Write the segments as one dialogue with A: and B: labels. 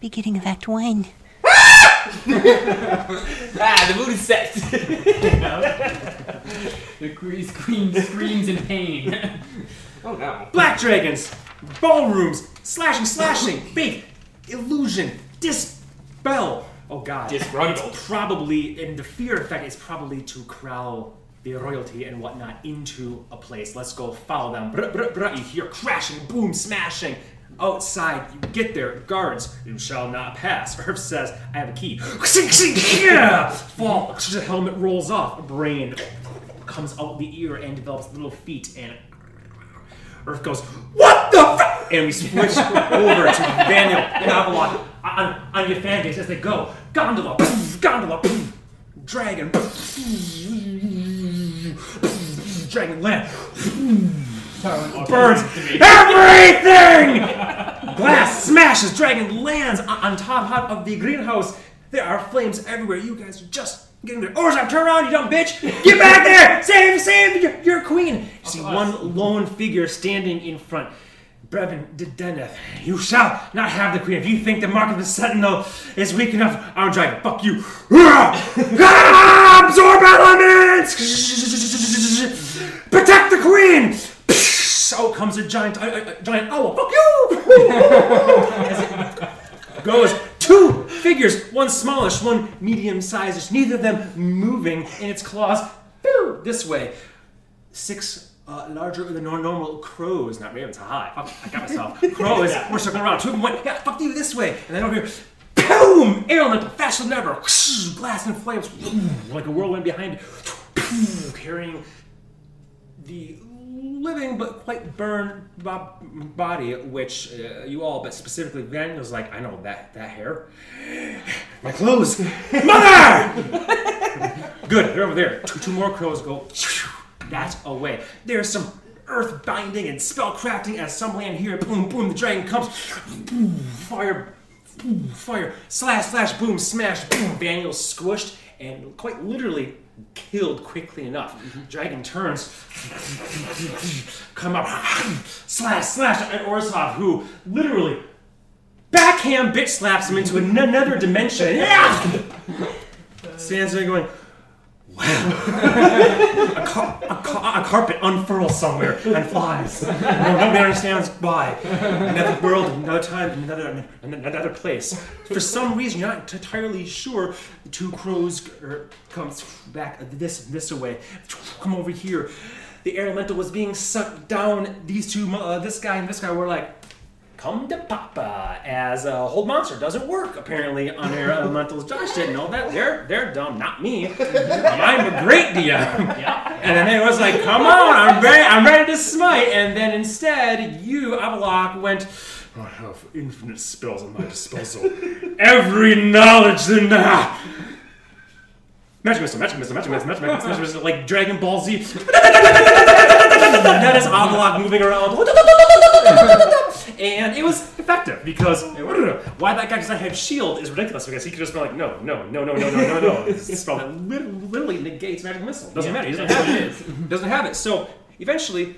A: beginning of Act One.
B: Ah, the mood is set. You know? the queen screams, screams in pain. oh no.
C: Black dragons, ballrooms, slashing, slashing, bait, illusion, dispel. Oh god.
B: Disgruntled.
C: It's probably, in the fear effect, is probably to corral the royalty and whatnot into a place. Let's go follow them. Brr, brr, brr. You hear crashing, boom, smashing. Outside, you get there, guards, you shall not pass. Irv says, I have a key. Yeah! Fall, the helmet rolls off, brain comes out the ear and develops little feet and Earth goes, What the f-? And we switch over to Daniel and Avalon on, on your fan base as they go. Gondola, poof, gondola, poof, dragon, poof, dragon land, burns everything! Glass smashes, dragon lands on, on top hot of the greenhouse. There are flames everywhere. You guys are just getting there. Orzhov, turn around, you dumb bitch! Get back there! Save, save your, your queen! You see one lone figure standing in front. Brevin D- Deneth, you shall not have the queen. If you think the mark of the sentinel is weak enough, I'm dragon. Fuck you. Ah, Absorb elements! Protect the queen! Out comes a giant, a, a- a giant owl. Fuck you! goes two figures, one smallish, one medium sizish, neither of them moving in its claws pew, this way. Six uh, larger than nor- normal crows, not ravens, haha, I, fuck- I got myself. Crows were circling around. Two of them went, yeah, fuck you, this way. And then over here, boom! Air elemental, faster than ever, blast and flames, like a whirlwind behind, carrying the living but quite burned bo- body, which uh, you all, but specifically Van, was like, I know that that hair, my clothes, mother. Good, they're over there. Two, two more crows go that away. There's some earth binding and spell crafting as some land here. Boom, boom. The dragon comes. Boom, fire, boom, fire, slash, slash, boom, smash, boom. Daniel squished and quite literally killed quickly enough. Dragon turns come up, slash, slash at Orzhov, who literally backhand bitch slaps him into an- another dimension. Yeah! Stands there going, wow. a, car- a, ca- a carpet unfurls somewhere and flies. No- Nobody understands why. Another world, another time, another another place. For some reason, you're not entirely sure. The two crows er, comes back this this way. Come over here. The air elemental was being sucked down. These two, mo- uh, this guy and this guy, were like, Come to Papa as a whole monster doesn't work apparently on Air Elementals. Josh didn't know that. They're they're dumb, not me. I'm a great DM. And then it was like, come on, I'm ready, I'm ready to smite. And then instead, you Avalok went. I have infinite spells at my disposal. Every knowledge in the Magic missile, magic missile, magic missile, magic missile, magic missile, like Dragon Ball Z. that is Avalok moving around. And it was effective because why that guy does not have shield is ridiculous because he could just be like, no, no, no, no, no, no, no, no. It's a spell that lit- literally negates magic missile. Doesn't matter. He doesn't have it. Doesn't have it. So eventually,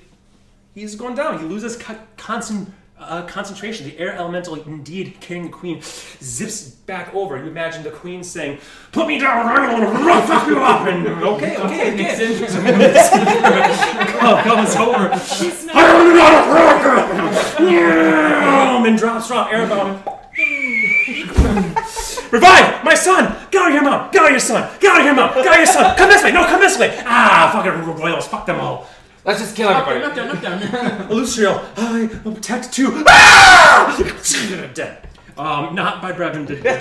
C: he's going down. He loses co- concent- uh, concentration. The air elemental, indeed, carrying the queen, zips back over. You imagine the queen saying, "Put me down, I'm gonna fuck you up." And okay, okay, okay. So Co- comes over. I'm not a rocker. And drops off air bomb. Revive my son! Get out of here, mom! Get out of your son! Get out of here, mom! Get out of your son! Come this way! No, come this way! Ah, fucking royals! Fuck them all!
B: Let's just kill
D: Knock
B: everybody.
D: down, knock down.
C: Lucio, I will protect two. Ah! dead. Um, not by Brevin De- Dedev.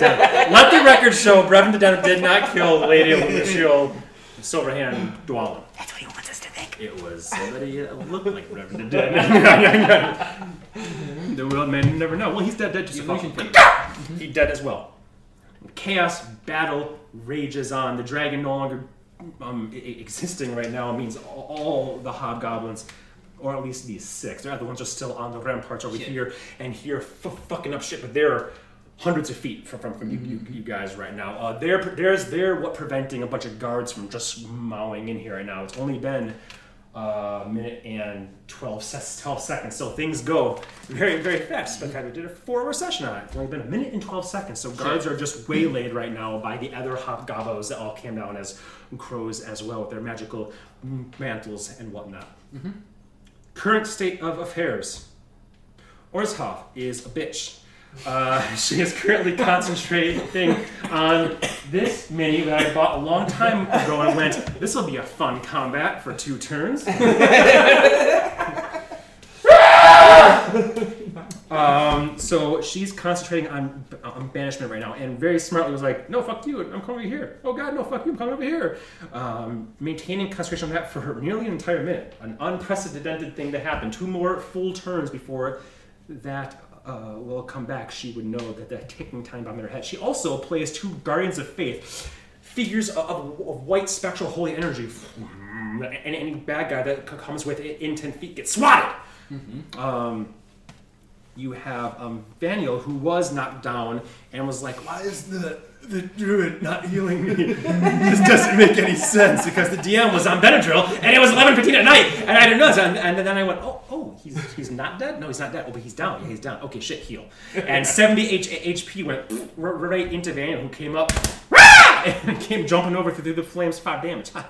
C: Let the record show Brevin De Dedev did not kill Lady Lucio Silverhand Dwalin.
A: That's what he wants us to think.
C: It was somebody that looked like Brevin De Dedev. the world may never know. Well, he's dead, dead just a
D: Illusion
C: fucking He dead as well. Chaos battle rages on. The dragon no longer um, e- e- existing right now means all, all the hobgoblins, or at least these six. The other ones are still on the ramparts over
D: Shit.
C: here and here, f- fucking up shit. But they're hundreds of feet from, from, from you, you, you guys right now. Uh, they're there's they're what preventing a bunch of guards from just mowing in here right now. It's only been uh, minute and 12, se- 12 seconds. So things go very, very fast. But in fact, we did a four hour session on it. It's only been a minute and 12 seconds. So guards are just waylaid right now by the other hobgoblins that all came down as crows as well with their magical mantles and whatnot. Current state of affairs. Orzhov is a bitch. Uh, she is currently concentrating on this mini that I bought a long time ago and went, this will be a fun combat for two turns. um, so she's concentrating on, on banishment right now and very smartly was like, no, fuck you, I'm coming over here. Oh god, no, fuck you, I'm coming over here. Um, maintaining concentration on that for nearly an entire minute. An unprecedented thing to happen. Two more full turns before that uh, will come back, she would know that that ticking time bomb in her head. She also plays two Guardians of Faith, figures of, of, of white spectral holy energy. And any bad guy that c- comes with it in 10 feet gets swatted. Um, you have um, Vaniel, who was knocked down and was like, Why is the, the druid not healing me? this doesn't make any sense because the DM was on Benadryl and it was 11.15 at night and I didn't notice. And, and then I went, Oh, oh, he's, he's not dead? No, he's not dead. Oh, but he's down. Yeah, he's down. Okay, shit, heal. And 70 H- HP went r- right into Vaniel, who came up "Rah!" and came jumping over through the flames, five damage.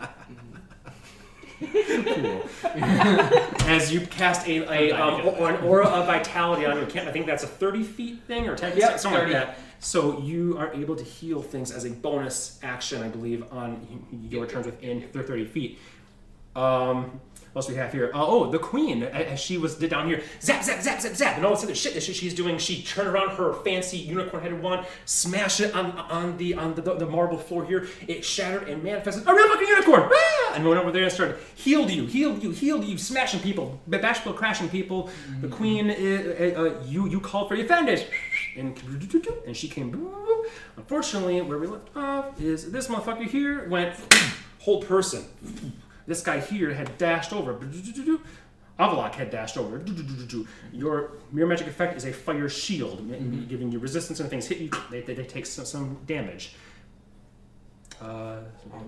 C: Cool. As you cast a, a um, or- an aura of vitality on your camp, I think that's a thirty feet thing or ten feet,
B: Yep,
C: something
B: 30.
C: like that. So you are able to heal things as a bonus action, I believe, on your turns within their thirty feet. Um, what else we have here? Uh, oh, the queen, a- as she was did down here, zap, zap, zap, zap, zap, and all this other shit that she- she's doing. She turned around her fancy unicorn-headed wand, smash it on on the on the, the, marble floor here. It shattered and manifested a real fucking unicorn. Ah! And went over there and started healed you, healed you, healed you, smashing people, ba- bashful crashing people. The queen, uh, uh, uh, you you called for your founders, and and she came. Unfortunately, where we left off is this motherfucker here went whole person. This guy here had dashed over. Avalok had dashed over. Your mirror magic effect is a fire shield, m- giving you resistance and things hit you. They, they, they take some, some damage. Uh,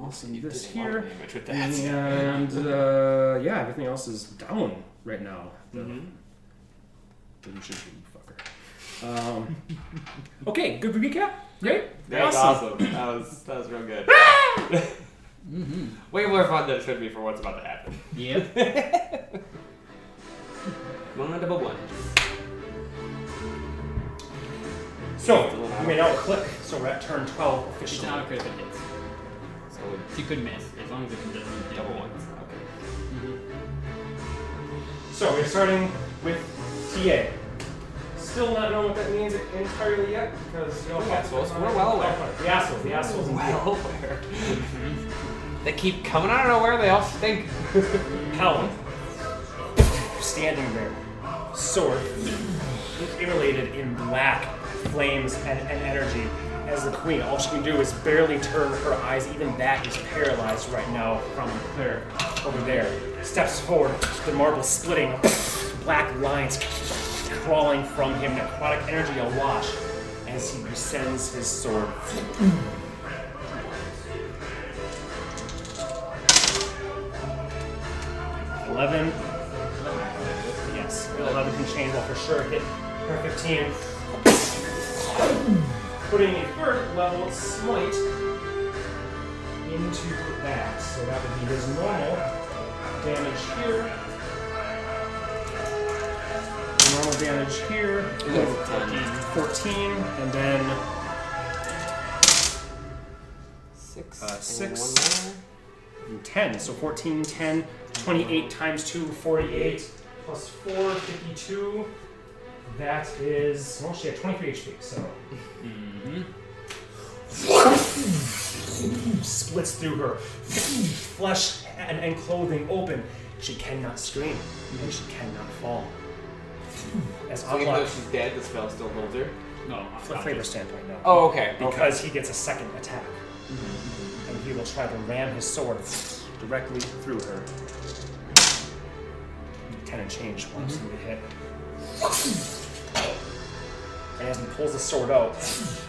D: Awesome. You
C: this
D: did a lot of
C: here.
D: damage with that.
C: and uh, yeah, everything else is down right now. The
D: Mm-hmm.
C: delusion fucker. Um, okay, good recap. Great.
D: That was awesome. That was that was real good.
B: Mm-hmm.
D: Way more fun than it should be for what's about to happen.
B: Yep.
D: One on double one.
C: So, I mean, I'll click. So we're at turn 12
B: She's
C: officially.
B: not a critical hit.
D: So we-
B: She could miss as long as it doesn't do
D: double ones. Okay.
C: So we're starting with TA. Still not knowing what that means entirely yet because you know
D: The assholes. We're well aware.
C: The assholes, the assholes. and
D: Well aware.
B: Mm-hmm.
D: they keep coming out of nowhere. They all stink.
C: Helen standing there, sword immolated in black flames and, and energy. As the queen, all she can do is barely turn her eyes. Even that is paralyzed right now from the clear over there. Steps forward, the marble splitting, black lines crawling from him, necrotic energy awash as he descends his sword. Eleven Yes, 11 can change will for sure hit her 15. Putting a third level smite into that. So that would be his normal damage here. Normal damage here.
D: That's a 10.
C: 14, and then
D: Six.
C: Uh,
D: and
C: six. and 10. So 14, 10, 28 times 2, 48, plus 4, 52. That is. Well, she had 23 HP, so. Splits through her. Flesh and, and clothing open. She cannot scream, and she cannot fall. As
D: One more. So even though
C: Avalok,
D: she's dead, the spell still holds her.
B: No,
C: from a flavor standpoint, no
D: Oh, okay.
C: because he gets a second attack. And he will try to ram his sword directly through her. Ten and change once mm hit. And as he pulls the sword out,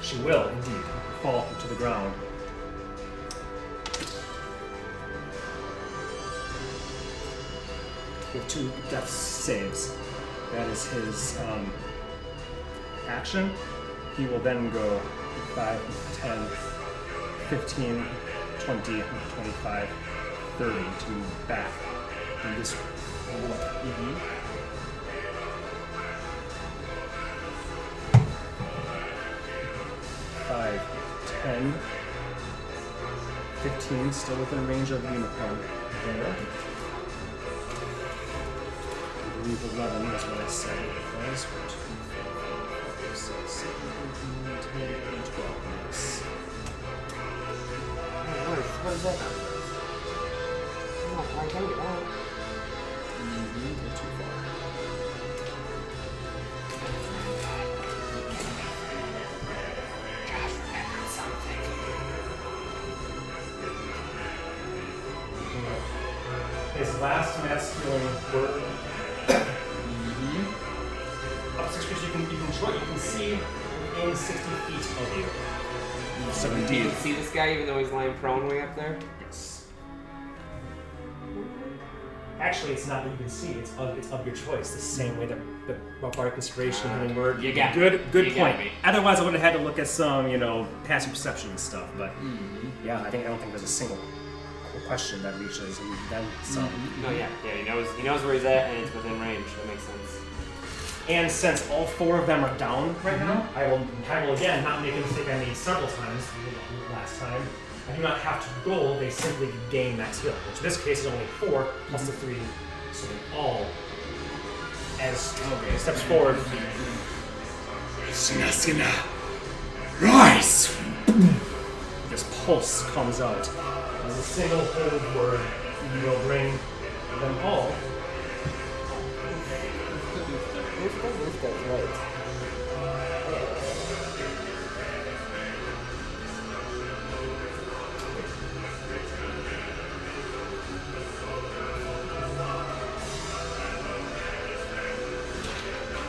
C: she will indeed fall to the ground. with two death saves. That is his um, action. He will then go 5, 10, 15, 20, 25, 30 to move back. And this Five, 10, 15, still within range of unicorn. There. I believe 11 is what I said it was. 1, 2, 3, 4, 5, 6, 7, 8, 9, 10, 12. Yes.
D: What is, what is that? Oh, I can't get out. Josh remembered something.
E: His last mass healing burden. Up six creatures you can, you can try, you can see in 60 feet of you.
C: So
D: You
C: indeed.
D: can see this guy even though he's lying prone way up there?
E: Yes. Actually, it's not that you can see. It's of, it's of your choice. The same way that the barbaric inspiration and word.
D: You got
C: Good, good
D: You got
C: point.
D: me.
C: Otherwise, I would have had to look at some, you know, passive perception and stuff. But
D: Hmm.
C: yeah, I think I don't think there's a single question that reaches and then some.
D: No, yeah, yeah, he knows he knows where he's at and it's within range. That makes sense.
C: And since all four of them are down right
E: Mm-hmm.
C: now,
E: I will, I will again not make a mistake I made several times last time. I do not have to roll, they simply gain max healing, which in this case is only four plus the three, so they all, as okay, steps forward,
C: rise. This pulse comes out.
E: as a single hold word, you will bring them all.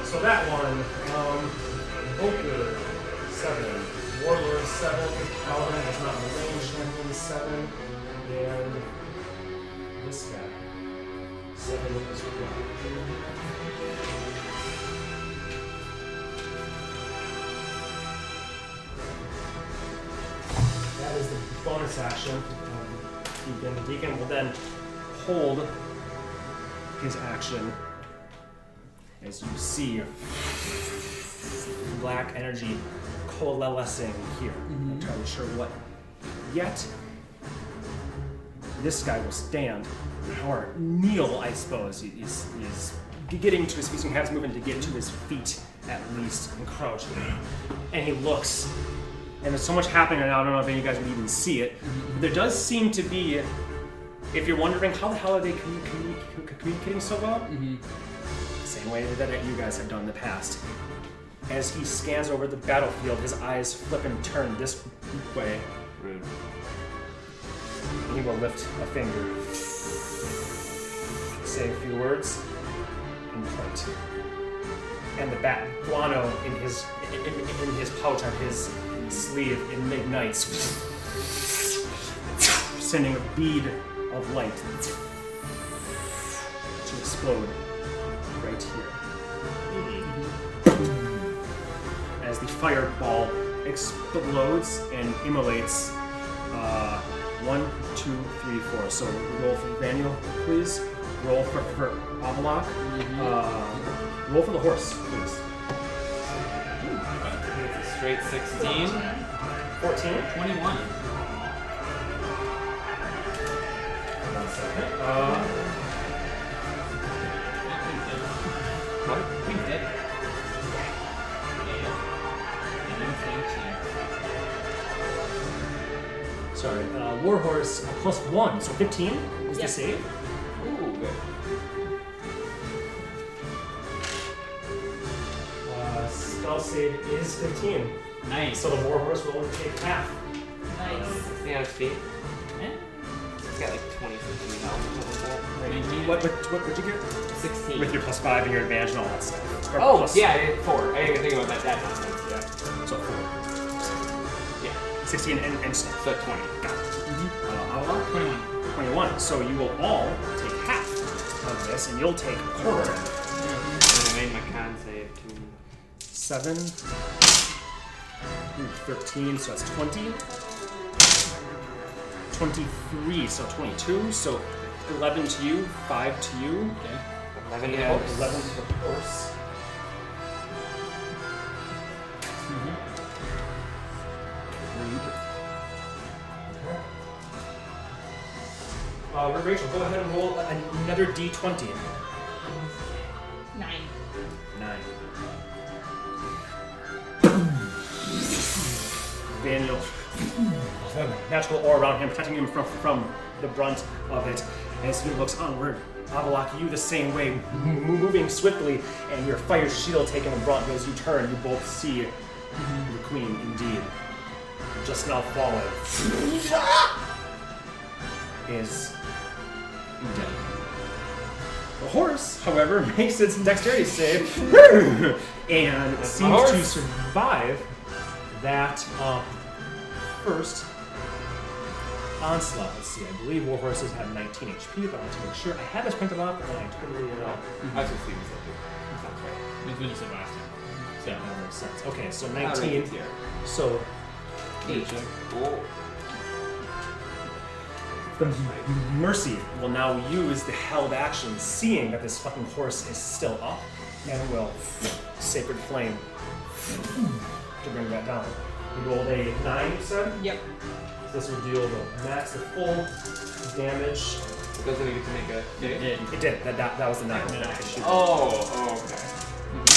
E: So that one, um, Oaker, seven, Warlord, seven, Paladin is not in the range, Champion, seven, and this guy, seven is one. That is the bonus action. Um, Deacon, Deacon will then
C: Hold his action. As you see black energy coalescing here. I'm not entirely sure what yet. This guy will stand, or kneel, I suppose. He- He's, he's getting to his feet, so he has movement to get to his feet at least, and crouch. And he looks, and there's so much happening right now, I don't know if any of you guys can even see it. But there does seem to be, if you're wondering how the hell are they commu- commu- communicating so well, same way that you guys have done in the past. As he scans over the battlefield, his eyes flip and turn this way. And he will lift a finger, say a few words, and point. And the bat guano in his in, in- in his pouch on his sleeve ignites, sending a bead of light to explode right here. as the fireball explodes and immolates. Uh, one, two, three, four. So roll for Daniel, please. Roll for, for Avalok.
E: Mm-hmm.
C: Uh, roll for the horse, please.
D: I think it's a straight 16.
C: 14.
B: 21.
E: One second. Uh,
D: What?
B: We did it. Yeah.
C: Sorry.
E: uh, Warhorse a plus one, so 15 is the save.
D: Ooh, good.
E: Uh, spell save is 15.
B: Nice.
E: So the Warhorse will only take half.
F: Nice.
D: 16 on his feet.
B: Eh,
D: He's got like 20, 15 health or something like
C: Wait, what, what, what would you get?
D: that. 16.
C: With your plus five and your advantage and all that stuff. Or
D: oh,
C: plus-
D: yeah, I did four. I didn't even think about that that time.
C: So four.
D: Yeah,
C: 16 and, and stuff.
D: so 20.
C: Uh, Avalok,
B: 21.
C: 21. So you will all take half. on this, and you'll take horror.
D: I made my con save too.
C: Seven. Ooh, 13, so that's 20. 23, so 22. So 11 to you, 5 to you.
B: Okay.
D: Eleven yeah.
E: Eleven to the horse.
C: Mm-hmm. Uh, Rachel, go ahead and roll another d20.
F: Nine.
C: Nine. Daniel, magical aura around him, protecting him from, from the brunt of it. As he looks onward, Avalok, you the same way, m- moving swiftly, and your fire shield taking the brunt. As you turn, you both see the queen indeed. Just now fallen is dead. The horse, however, makes its dexterity save and seems to
D: horse.
C: survive that um, first onslaught. Let's see, I believe war horses have 19 HP, if I want to make sure. I had this printed off, but then I totally uh, it off.
D: I should see myself.
C: That's right.
B: That's what you said last time. So,
C: That makes sense. Okay, so 19.
D: here.
C: So
B: good check.
D: Oh.
C: The Mercy will now use the held action, seeing that this fucking horse is still up, and will Sacred Flame to bring that down. You rolled a 9, you said?
F: Yep.
C: So This will deal the max, the full damage.
D: It doesn't even get to make a save.
B: Did.
C: It did, that, that, that was the 9.
D: Oh, okay.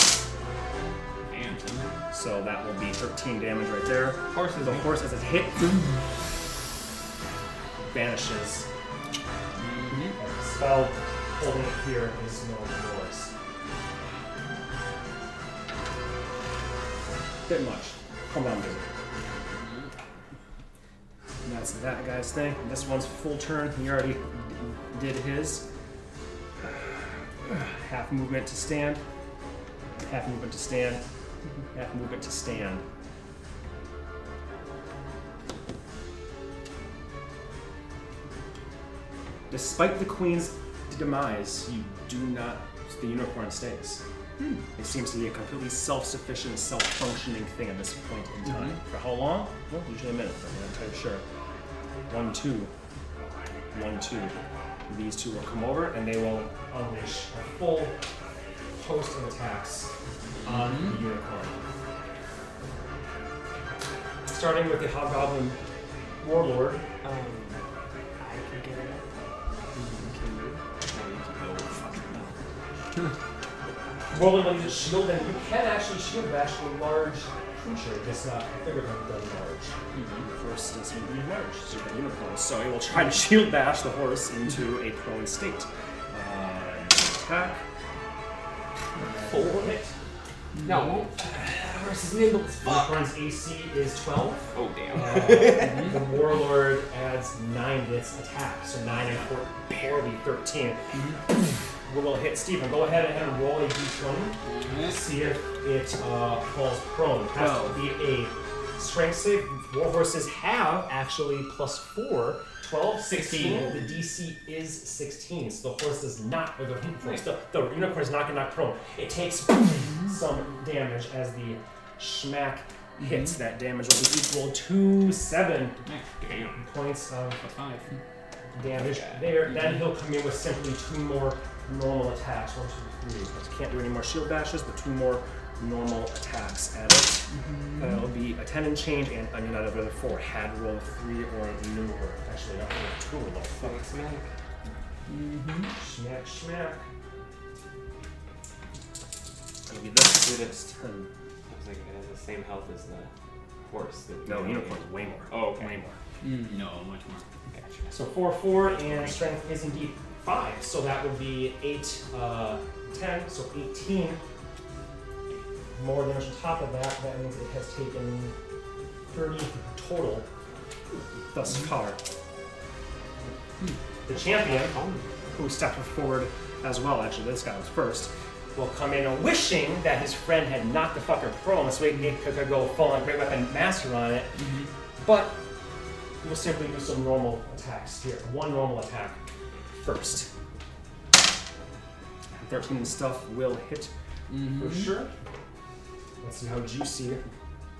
B: Damn, son.
C: So that will be 13 damage right there.
D: Horse is
C: The
D: me.
C: horse, as it hit, vanishes.
E: And the Mm-hmm. spell holding it here is no yours.
C: Bit much. Come on, busy. And that's that guy's thing. This one's full turn. He already d- did his. Half movement to stand. Half movement to stand. Half movement to stand. Despite the queen's demise, you do not. The unicorn stays. It seems to be a completely self-sufficient, self-functioning thing at this point in time. Mm-hmm. For how long? Well, usually a minute. but I'm not entirely sure. One, two, one, two. These two will come over and they will
E: Unleash a full host of attacks on the
C: Mm-hmm.
E: unicorn. Starting with the hobgoblin warlord.
C: uh,
D: Um, I can get it
E: Rolling on the shield, and you can actually shield bash a large creature. It's not bigger than than large.
C: Mm-hmm. horse doesn't emerge. So the unicorn. So it will try to shield bash the horse into a prone state. Uh, attack.
E: Four hit.
D: up. No, it won't. Horse is nimble as fuck.
E: Unicorn's AC is 12.
D: Oh, damn.
E: Uh, the warlord adds nine to its attack, so nine and four, barely thirteen. We will hit Stephen. Go ahead and roll a d20. See if it uh, falls prone. It has
B: Twelve.
E: to be a strength save. Warhorses have actually plus four. 12, 16.
B: Sixteen.
E: The DC is 16, so the horse does not, or the,
B: Hmm.
E: horse, the, the unicorn is not knocked prone. It takes some damage as the schmack
B: Hmm.
C: Hits that damage will be equal to seven
B: Damn. Hmm.
E: points of
B: That's five.
E: damage there. Then he'll come in with simply two more normal attacks. One, two, three.
C: Can't do any more shield bashes, but two more normal attacks at it.
B: Mm-hmm.
C: That'll be a 10 and change and I mean, another four. Had roll three or newer. Actually, not roll two or low. Fuck.
D: Thanks, Mac.
E: Schmack, schmack.
C: It'll be this.
D: Dude, it's-
C: Um,
D: I was like, it has the same health as the horse. that-
C: no, unicorn's way more.
D: Oh, okay.
C: Way more.
B: Mm, no, much more.
D: Gotcha.
E: So 4 4, and strength is indeed 5. So that would be 8, uh, 10, so 18. More damage on top of that. That means it has taken 30 total Mm-hmm.
C: Thus far, Oh.
E: The champion,
C: who stepped forward as well, actually, this guy was first, will come in wishing that his friend had knocked the fucker prone, so he could could go full on Great Weapon Master on it. Mm-hmm.
E: but we'll simply do some normal attacks here. One normal attack.
C: first. 13 and stuff will hit for sure. Let's see how juicy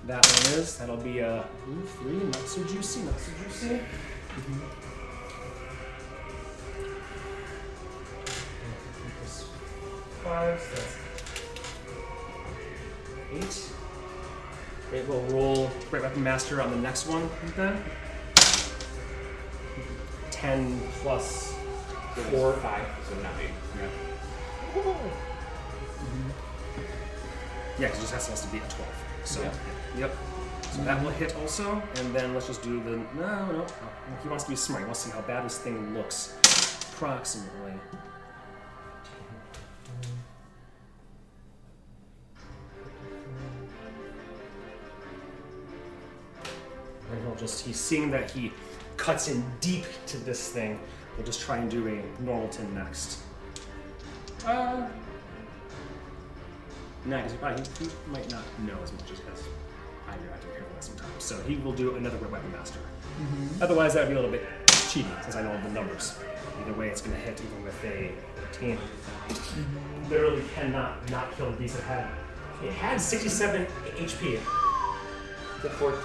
C: that one is. That'll be a ooh, three, not so juicy, not so juicy.
E: Plus Five, so that's
C: Eight. It will roll Great Weapon Master on the next one then. Ten plus
D: Four, five, so nine.
C: Yeah, because it just has, has to be a 12. So,
D: Yeah.
C: yep. So that will hit also, and then let's just do the. No, no. He wants to be smart. He wants to see how bad this thing looks. Approximately. And he'll just. He's seeing that he cuts in deep to this thing. We'll just try and do a Normleton next. Uh, no, 'cause he probably he, he might not know as much as, as I do. I have to be careful that sometimes. So he will do another Great Weapon Master.
D: Mm-hmm.
C: Otherwise, that would be a little bit cheating since I know the numbers. Either way, it's going to hit even with a 13.
D: Mm-hmm.
C: Literally cannot not kill the beast that had it. It had 67 HP.
D: The 14.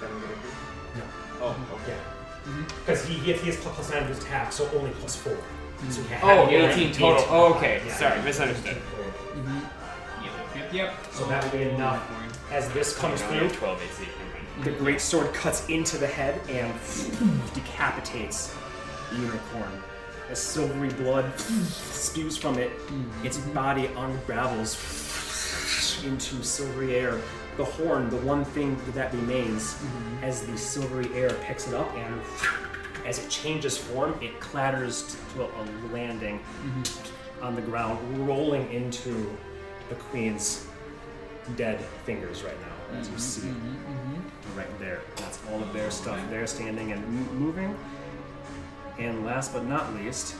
D: Seven, eight,
C: No.
D: Oh, okay.
C: Because he, he, has, he has plus plus 9 to his attack, so only plus 4. So he had
D: Oh,
C: had
D: 18 total. Oh, okay.
C: Yeah.
D: Sorry, misunderstood.
B: Yep, yep.
C: So that would be enough.
D: Mm-hmm.
C: As this comes through,
D: 12 AC. Never mind.
C: The great sword cuts into the head and decapitates the unicorn. As silvery blood spews from it, its body unravels into silvery air. The horn, the one thing that remains, as the silvery air picks it up and as it changes form, it clatters to a landing on the ground, rolling into the queen's dead fingers right now, as you see it right there. That's all of their stuff. They're standing and m- moving. And last but not least,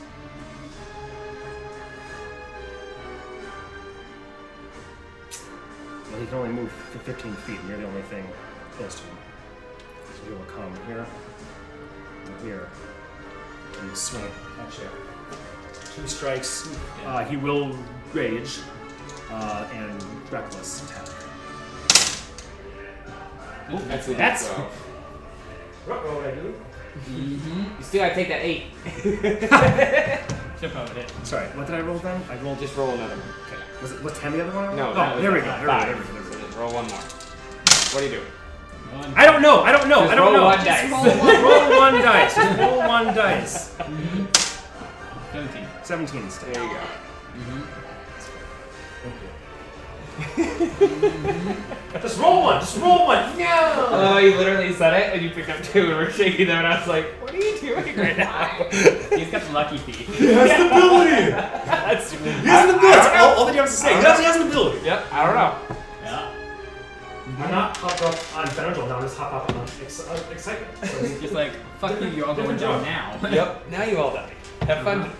C: well, he can only move for 15 feet, and you're the only thing close to him. So he will come here, and here, and swing at you. Two strikes. Uh, he will rage uh, and reckless attack.
D: That's,
C: that's-
E: what roll I do?
D: Mm-hmm. You still gotta take that 8.
B: Chip out it.
C: Sorry, what did I roll then? I rolled
D: Just roll another one.
C: Was it, was 10 the other one? I
D: No,
C: rolled?
D: that
C: oh,
D: was
C: there we
D: a
C: go. There we go,
D: five.
C: there we go. There
D: So
C: we go.
D: just roll one more. What do you do?
B: One.
C: I don't know. I don't know.
D: Just
C: I don't
D: roll
C: know.
D: one dice.
C: roll one dice. Just roll one dice.
B: 17.
C: 17 instead.
D: There you go.
C: Mm-hmm. Just roll one. Just roll one. No.
D: Oh, you literally said it, and you picked up two, and we're shaking them, and I was like, what are you doing right now?
B: He's got the lucky feet.
C: He has the ability.
D: That's,
C: He has the ability. All, all that you have to say. He
D: I-
C: does- he has the ability.
D: yep, I don't know.
B: Yeah.
C: I'm not hop up on Benadryl now. I'm just hop up on
E: Ex- uh, excitement. So
B: He's just like, fuck you, you're all going down now.
D: Yep, now you all die. Have fun.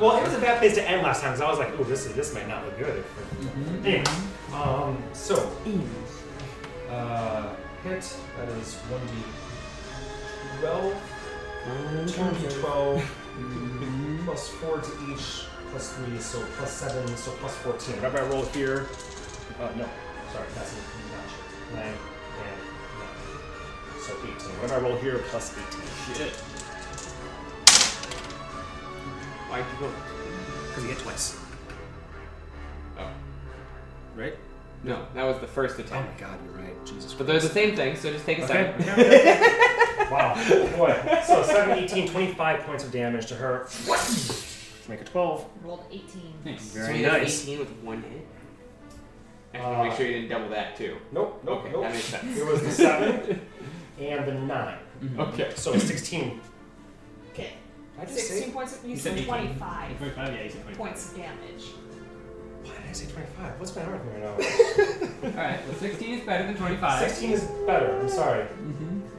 C: Well, it was a bad place to end last time because I was like, oh, this is, this might not look good. Anyway,
E: Um, so. Uh, hit, that is 1d12.
C: Uh-huh.
E: 2d12.
C: Mm-hmm.
E: plus 4 to each, plus 3, so plus 7, so plus 14.
C: whatever I roll here. Uh, no.
E: Sorry, that's a notch.
C: Nine.
E: And nine.
C: So 18. Whatever I roll here, plus 18.
B: Shit.
D: Why'd you go?
C: Because you hit twice,
D: Oh.
C: right?
D: No, that was the first
C: Oh
D: attack.
C: my god, you're right. Jesus
D: But
C: Christ.
D: they're the same thing, so just take a
C: Okay.
D: second.
C: wow. Boy. So 7, 18, 25 points of damage to her. Make a 12.
F: Rolled 18.
B: Thanks.
D: So
C: Very
D: you did
C: nice.
D: 18 with one hit. I just want to make sure you didn't double that, too.
E: Nope, nope,
D: Okay,
E: nope.
D: that makes sense.
E: It was the 7.
C: And the 9.
B: Mm-hmm.
D: Okay.
C: So 16.
F: Okay.
C: Why did I say?
F: 16 points of, you
B: You said
F: said
B: 18.
F: 25
B: 25, yeah, you said 25.
F: points of damage.
C: Why did I say 25? What's my arm right
B: Alright, well, 16 is better than
C: now?
B: 25.
C: 16 is better. I'm sorry.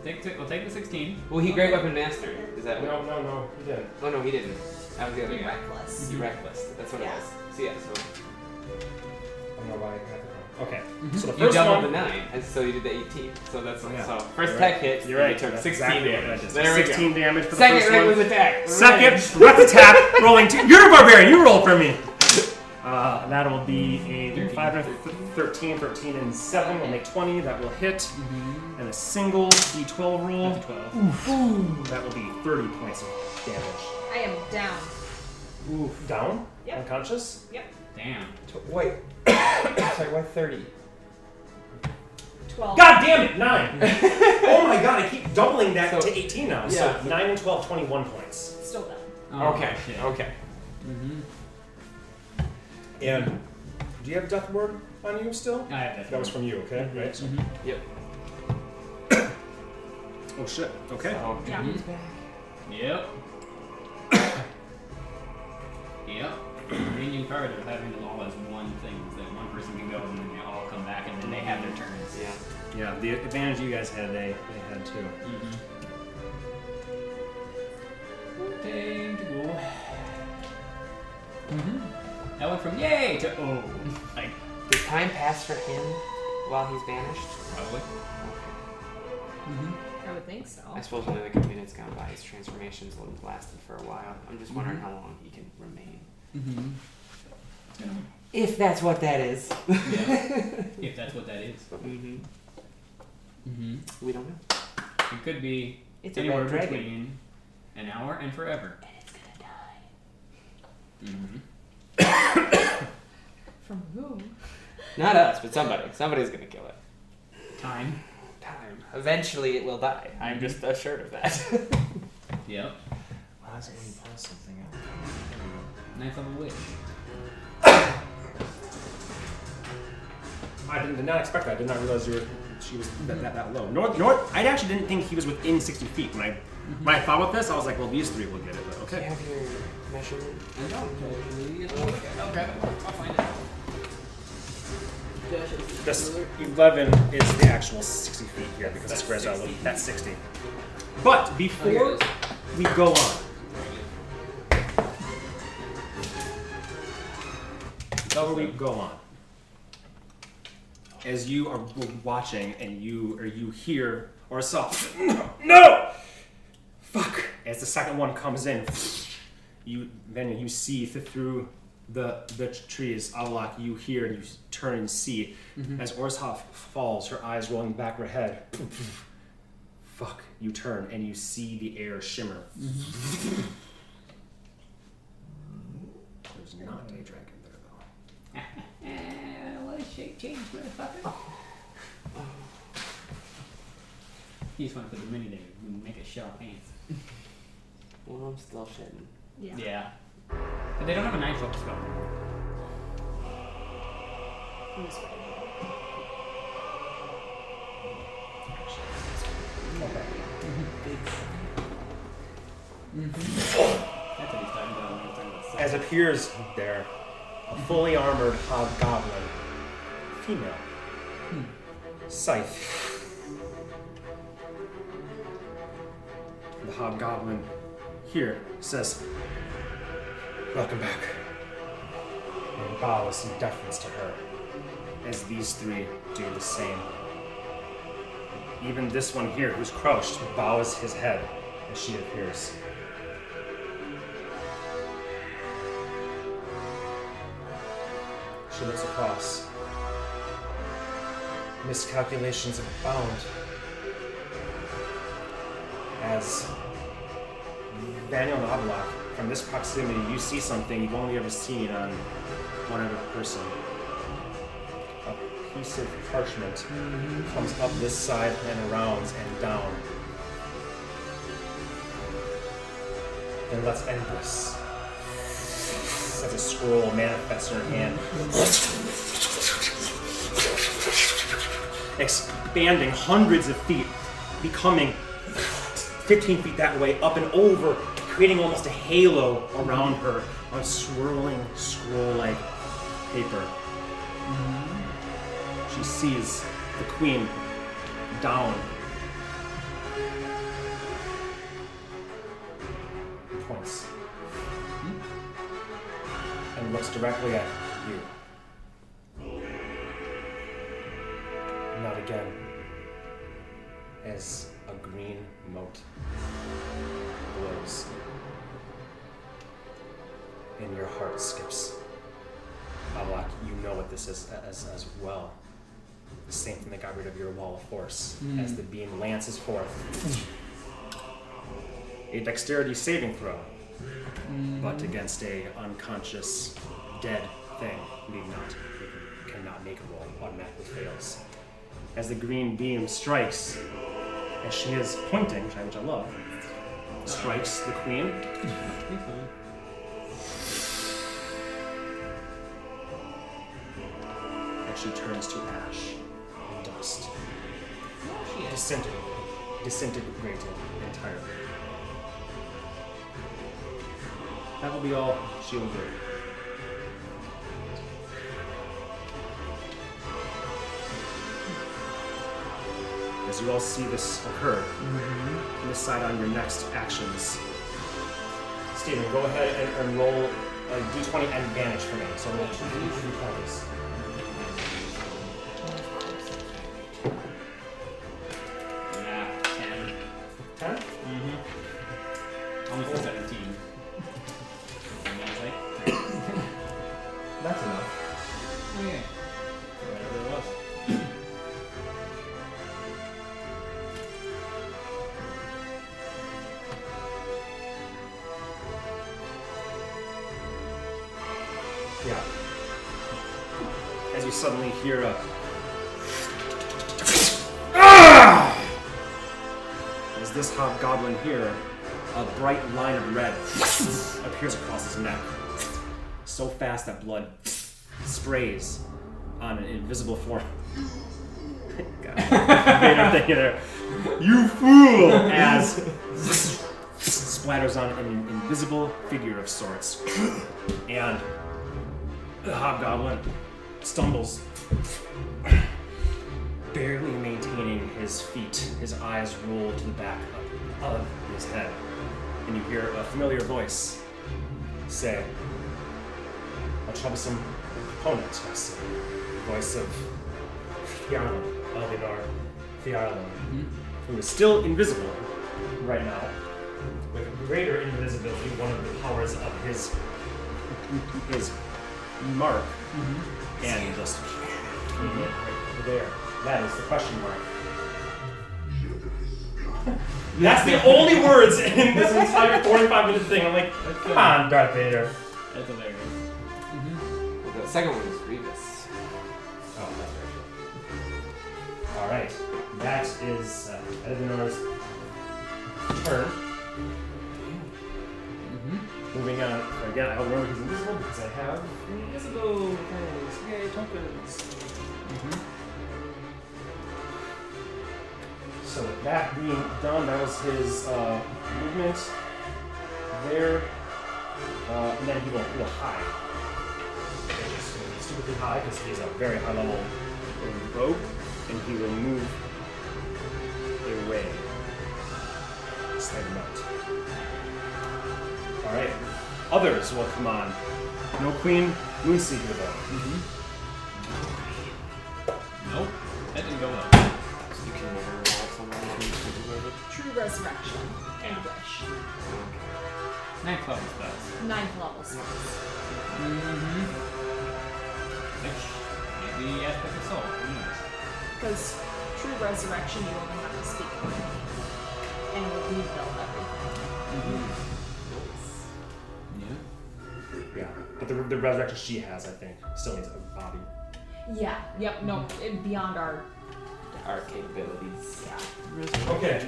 B: Take, take, we'll take the 16.
D: Well, he great weapon master. Is that what?
E: No, no, no, you didn't.
D: Oh no, he didn't. That was the other
F: You're
D: guy.
F: reckless.
D: He reckless. That's what
F: Yeah.
D: it was. So yeah, so
E: I don't know why I got that
C: Okay. So the
D: Mm-hmm. you
C: first
D: doubled
C: one.
D: the nine, and so you did the eighteen. So that's
C: Oh, yeah.
D: so first
C: You're
D: attack hit.
C: You're right.
D: You took
C: That's
D: sixteen
C: exactly what I
D: damage.
C: did.
D: There we
C: 16
D: go.
C: damage for the
D: Second
C: first
D: right
C: one.
D: was attack.
C: Second, rep attack, rolling two. You're a barbarian. You roll for me. Uh, that'll be a
B: 13.
C: 5 and a th- 13, 13 and 7 will make 20. That will hit. And a single d12 roll.
B: That's a 12.
C: Ooh, that will be 30 points of damage.
F: I am down.
C: Oof. Down?
F: Yep.
C: Unconscious?
F: Yep.
B: Damn.
D: Tw- Wait. Sorry, why 30?
F: 12.
C: God damn it! 9! oh my god, I keep doubling that
D: So-
C: to 18 now.
D: Yeah.
C: So 9 and 12, 21 points.
F: Still down.
B: Oh,
D: okay,
B: shit.
D: okay.
C: And do you have Death Word on you still? Mm-hmm.
B: I have that.
C: That was from you, okay? Right?
D: Yep.
C: Oh shit. Okay.
D: Oh,
F: Yeah.
D: he's back.
B: Yep. yep. Union card of having it all as one thing is that one person can go and then they all come back and then they have their turns.
D: Yeah.
C: Yeah, the advantage you guys had, they, they had too.
B: Mm-hmm. Time to go. Mm-hmm. That went from yay to oh. Like,
D: Did time pass for him while he's banished?
B: probably.
F: I would think so.
D: I suppose only like a minute's gone by. His transformation's lasted for a while. I'm just wondering
C: Mm-hmm.
D: how long he can remain.
B: Mm-hmm.
D: If that's what that is.
B: If that's what that is.
D: Mm-hmm.
B: Mm-hmm.
D: We don't know.
B: It could be
D: It's a
B: anywhere
D: red
B: between
D: dragon.
B: an hour and forever.
A: And it's gonna die.
B: Mm-hmm.
F: From who?
D: Not us, but somebody. Somebody's gonna kill it.
B: Time.
D: Time. Eventually, it will die. I'm just
B: uh,
D: assured of that.
B: Yep.
C: Why does it when you pause something out?
B: Ninth level witch.
C: I didn't, did not expect that. I did not realize you were she was that, that, that low. Nor, nor I actually didn't think he was within 60 feet. When I when I thought about this, I was like, well, these three will get it. But
D: Do you
C: okay.
D: have your measurement?
B: I don't totally. Okay, I'll find out.
C: This 11 is the actual 60 feet here because it squares out. with- That's 60. But before
B: Okay.
C: we go on, before we go on, as you are watching and you or you hear or saw, no, fuck. As the second one comes in, you then you see th- through the the trees. Avlok, you hear and you s- turn and see as Orzhov falls, her eyes rolling back her head. Fuck. You turn and you see the air shimmer. There's not a dragon there though.
B: what a shape change, motherfucker. You just want to put the mini there and make it sharp pants.
D: Well, I'm still shitting.
F: Yeah.
B: Yeah. But they don't have a knife up spell.
F: Who's right?
B: That's what he's talking about when he's talking about sex.
C: as appears there a fully armored hobgoblin, female, Hmm. scythe. The hobgoblin here says, Welcome back, and bows in deference to her as these three do the same. Even this one here, who's crouched, bows his head as she appears. She looks across. Miscalculations abound. As Daniel and Oblak, from this proximity, you see something you've only ever seen on one other person. A piece of parchment comes up this side and around and down. Then let's end this. As a scroll manifests in her hand, expanding hundreds of feet, becoming 15 feet that way, up and over, creating almost a halo around her of swirling scroll like paper. She sees the queen down. Points. And looks directly at you. Not again. As a green moat glows. And your heart skips. Avalok, you know what this is as, as well. The same thing that got rid of your wall of force as the beam lances forth. A dexterity saving throw, but against a unconscious, dead thing, need not, cannot make a roll, automatically fails. As the green beam strikes, as she is pointing, which I, which I love, strikes the queen. and she turns to ash and dust. Disintegrated. Disintegrated entirely. That will be all she will do. As you all see this occur,
E: Mm-hmm.
C: and decide on your next actions. Steven, go ahead and, and roll a d20 and advantage for me. So roll two d20s.
B: Yeah, 10.
C: 10?
B: Mm-hmm. Almost a 17. And I was like,
E: That's enough.
B: oh yeah. Whatever it was.
C: Yeah. As you suddenly hear a. Ah! As this hobgoblin here, a bright line of red appears across his neck. So fast that blood sprays on an invisible form. God. Vader thing there. You fool! As splatters on an invisible figure of sorts. And the hobgoblin stumbles, barely maintaining his feet. His eyes roll to the back of- of his head, and you hear a familiar voice say, "A troublesome opponent." I see." The voice of Fiarlan, Elvinar Fiarlan, who is still invisible right now, with greater invisibility, one of the powers of his his mark and just Mm-hmm. right there. That is the question mark. That's the only words in this entire 45 minute thing. I'm like, come on, Darth Vader.
B: That's hilarious.
D: Well, the second one was Grievous.
C: Oh, that's right. All right, that is uh, Edvinar's turn. Moving on. Again, I don't remember he's invisible because I have invisible things. Yay, tokens. So with that being done, that was his uh, movement there, uh, and then he will he will hide. Which is gonna be Stupidly high because he's a very high level rogue, and he will move away. Slight amount. All right. Others will come on. No queen, Moonseeker though.
B: Nope. That didn't go well.
D: You can never have someone who's
F: True resurrection. Anguish.
B: Ninth level spells.
F: Ninth level spells.
B: Which may be aspect of soul. Who knows?
F: Because true resurrection, you only have to speak one. And it'll rebuild everything.
C: Yeah. But the, the resurrection she has, I think, still needs a body.
F: Yeah. Yep. No. It, beyond our.
D: Our capabilities.
F: Yeah.
C: Okay.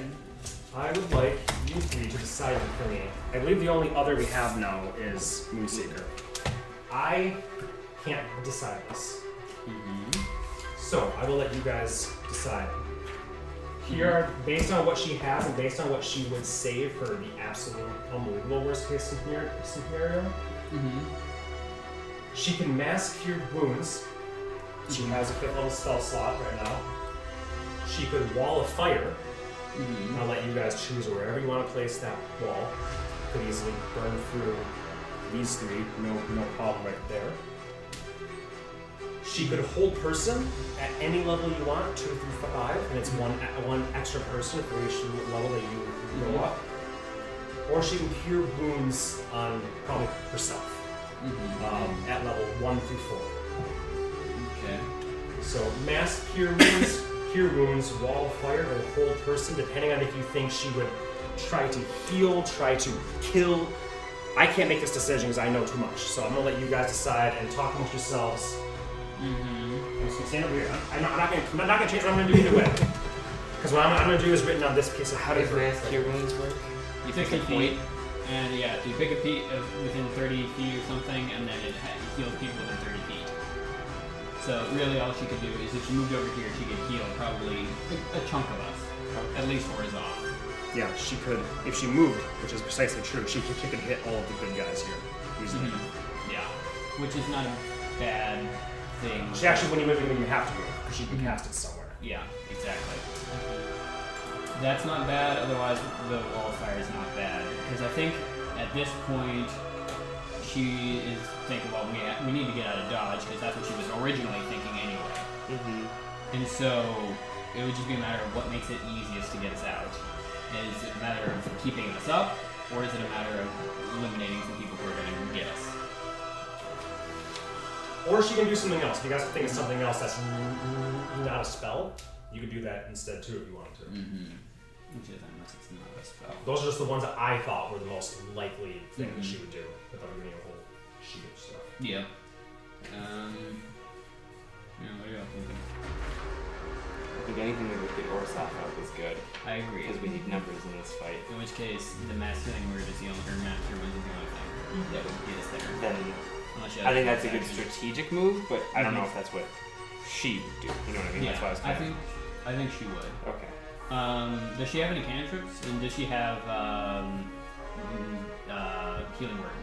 C: I would like you three to decide for me. I believe the only other we have now is Moonseeker. I can't decide this. So I will let you guys decide. Here, are, based on what she has and based on what she would save for the absolute unbelievable worst case scenario, scenario she can mask your wounds. She has a fifth level spell slot right now. She could wall of fire.
B: Mm-hmm.
C: I'll let you guys choose wherever you want to place that wall. Could easily burn through these three, no, no problem right there. She could hold person at any level you want, two through five, and it's one one extra person for each level that you go up. Or she can cure wounds on probably herself um, at level one through four.
B: Okay.
C: So mass cure wounds, cure wounds, wall of fire, and whole person, depending on if you think she would try to heal, try to kill. I can't make this decision because I know too much. So I'm gonna let you guys decide and talk amongst yourselves. I'm just gonna stand over here. I'm, I'm not, I'm not gonna. I'm not gonna change what I'm gonna do either way. Because what I'm, I'm gonna do is written on this piece of how
D: How
C: to
D: does mass cure wounds work?
B: You pick a feet, Mm-hmm. and yeah, so you pick a feet of within 30 feet or something, and then it ha- heals people within 30 feet. So really, all she could do is if she moved over here, she could heal probably a, a chunk of us, at least four is off.
C: Yeah, she could if she moved, which is precisely true. She could, she could hit all of the good guys here. Easily.
B: Yeah, which is not a bad thing.
C: She actually wouldn't even move when you have to move because she can cast it somewhere.
B: Yeah, exactly. That's not bad, otherwise the wall of fire is not bad. Because I think at this point she is thinking, well, we, ha- we need to get out of Dodge, because that's what she was originally thinking anyway.
D: Mm-hmm.
B: And so it would just be a matter of what makes it easiest to get us out. Is it a matter of keeping us up, or is it a matter of eliminating some people who are going to get us?
C: Or she can do something else. If you guys think of something else that's not a spell, you could do that instead too if you wanted to.
B: Which is, unless it's not a spell.
C: Those are just the ones that I thought were the most likely thing that she would do without reading a whole sheet of stuff.
B: Yeah. Um. Yeah, what are y'all thinking?
D: I think anything that would get Orsaf out is good
B: I agree.
D: because we need numbers in this fight.
B: In which case, the mass healing word is the only, or mass cure wounds is the only thing that would get us there.
D: Then
B: Unless you
D: I
B: have
D: think that's a
B: attack.
D: good strategic move, but I don't know
B: Mhm.
D: if that's what she would do. You know what I mean?
B: Yeah,
D: that's why I was
B: I
D: kind
B: think I think she would.
D: of okay.
B: Um, does she have any cantrips? And does she have um, mm, uh, healing word?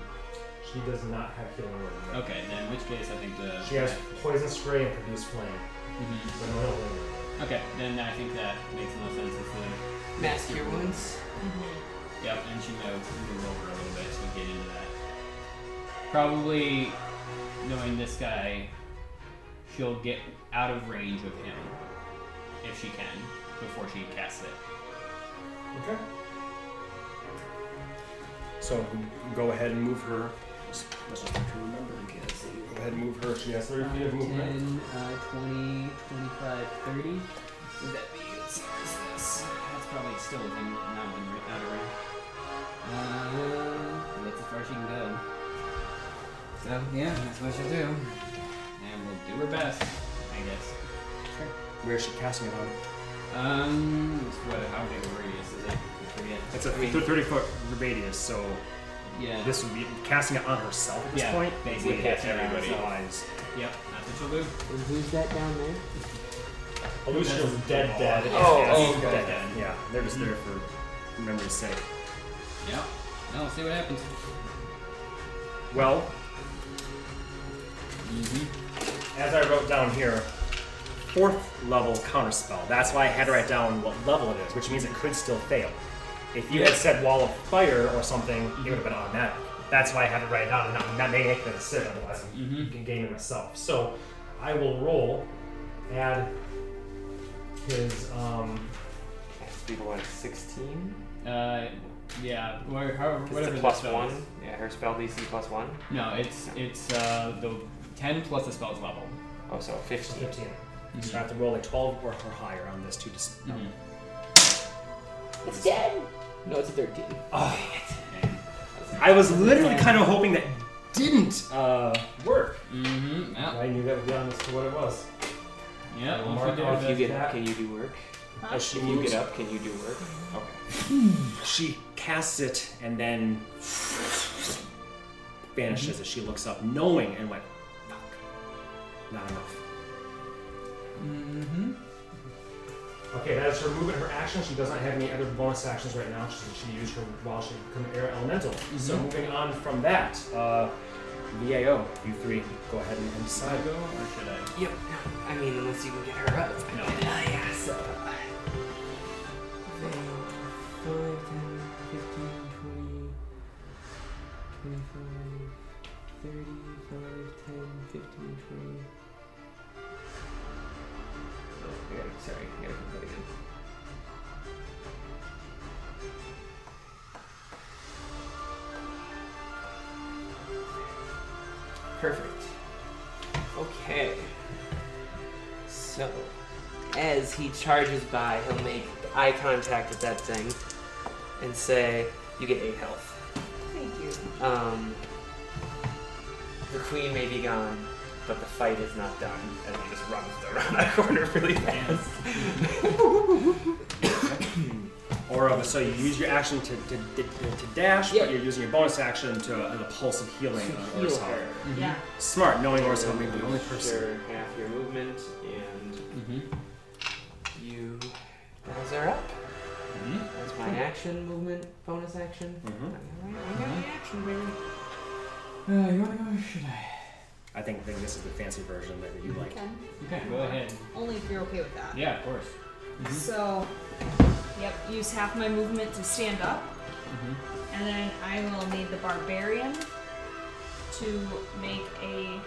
C: She does not have healing word.
B: Okay, then in which case I think the
C: She has poison spray and produce flame.
B: Mhm.
C: But no healing word.
B: Okay, then I think that makes the most sense. It's the
D: Mass cure wounds.
B: Yep, and she might move over a little bit so we get into that. Probably knowing this guy, she'll get out of range of him if she can before she casts it.
C: Okay.
G: So go ahead and move her. Let's just try to remember. Go ahead and move her.
C: She has 30 feet of movement.
B: uh, 20, 25, 30. Would that be as far as this? That's probably still within that one, right? Out of range. Uh, that's as far as she can go. So, yeah, that's what she'll do. And we'll do her best, I guess.
G: Where is she casting it on?
B: Um, it's what? How big a radius is it? I forget.
C: It's a
D: I mean-
C: 30 foot radius, so
B: Yeah.
C: this would be casting it on herself at this
B: Yeah,
C: point.
B: basically
C: would
B: casting it on
C: everybody.
B: herself.
C: Eyes.
B: Yep. That's what she'll do.
D: And who's that down there?
C: Illusion is dead, dead.
D: Oh,
C: Yeah,
D: oh,
C: it's
D: okay.
C: dead, dead. Yeah, they're just there for memory's sake.
B: Yep. Now we'll see what happens.
C: Well,
D: Mm-hmm.
C: as I wrote down here, fourth level counterspell. That's why I had to write down what level it is, which means it could still fail. If you had said wall of fire or something, it would have been automatic. That's why I had to write it down and not, not make the decision, otherwise I'm gaming myself. So I will roll, add his um,
D: Cast people like 16.
B: Uh, yeah. Or however,
D: It's
B: whatever
D: a
B: the
D: plus
B: spell
D: one.
B: is.
D: Yeah, her spell DC plus one.
B: No, it's it's uh the ten plus the spell's level.
D: Oh, so 15.
C: 15.
D: Mm-hmm.
C: So I have to roll a 12 or or higher on this to just.
D: It's dead. No, it's a 13.
C: Oh, I was literally kind of hoping that didn't uh, work.
B: Mm-hmm.
D: Uh-huh.
B: Yep.
C: I knew that would be honest to what it was.
B: Yep.
C: Well,
B: Once
C: mark
B: we do
C: off
B: the-
D: If you get up, can you do work?
C: As she
D: If you
C: moves
D: get up, can you do work? Okay.
C: She casts it and then vanishes as she looks up, knowing and went, fuck, not enough. Mm-hmm. Okay, that is her movement, her action. She doesn't have any other bonus actions right now. She, she used her while she became air elemental.
D: Mm-hmm.
C: So moving on from that, uh, VAO, you three, go ahead and and
B: I
C: decide.
B: go or should I?
D: Yep. I mean, unless you can get her up.
B: No.
D: Oh, yeah, so. Oh, 25, 30, 35, 10, 15, 20. Oh, I gotta- Sorry, I gotta put that again. Perfect. Okay. So, as he charges by, he'll make eye contact with that thing and say, You get 8 health.
F: Thank you.
D: Um, the queen may be gone, but the fight is not done. And he just runs around that corner really fast.
C: Or of a, so you use your action to, to, to, to dash,
D: Yeah.
C: but you're using your bonus action to uh, the pulse of healing uh, on
D: Heal
C: Orson.
D: her.
B: Mm-hmm.
F: Yeah.
C: Smart, knowing Orson being the only person.
D: Sure, half your movement, and
B: Mm-hmm.
D: you guys are up.
B: Mm-hmm.
D: That's my action, movement, bonus action.
C: hmm
D: Alright, I got the action,
B: Mm-hmm.
D: baby. Uh, you wanna go or should I?
C: I think, I think this is the fancy version that you like.
F: Okay.
B: Okay, go ahead.
F: Only if you're okay with that.
B: Yeah, of course.
F: Mm-hmm. So, yep, use half my movement to stand up,
B: Mhm.
F: and then I will need the barbarian to make a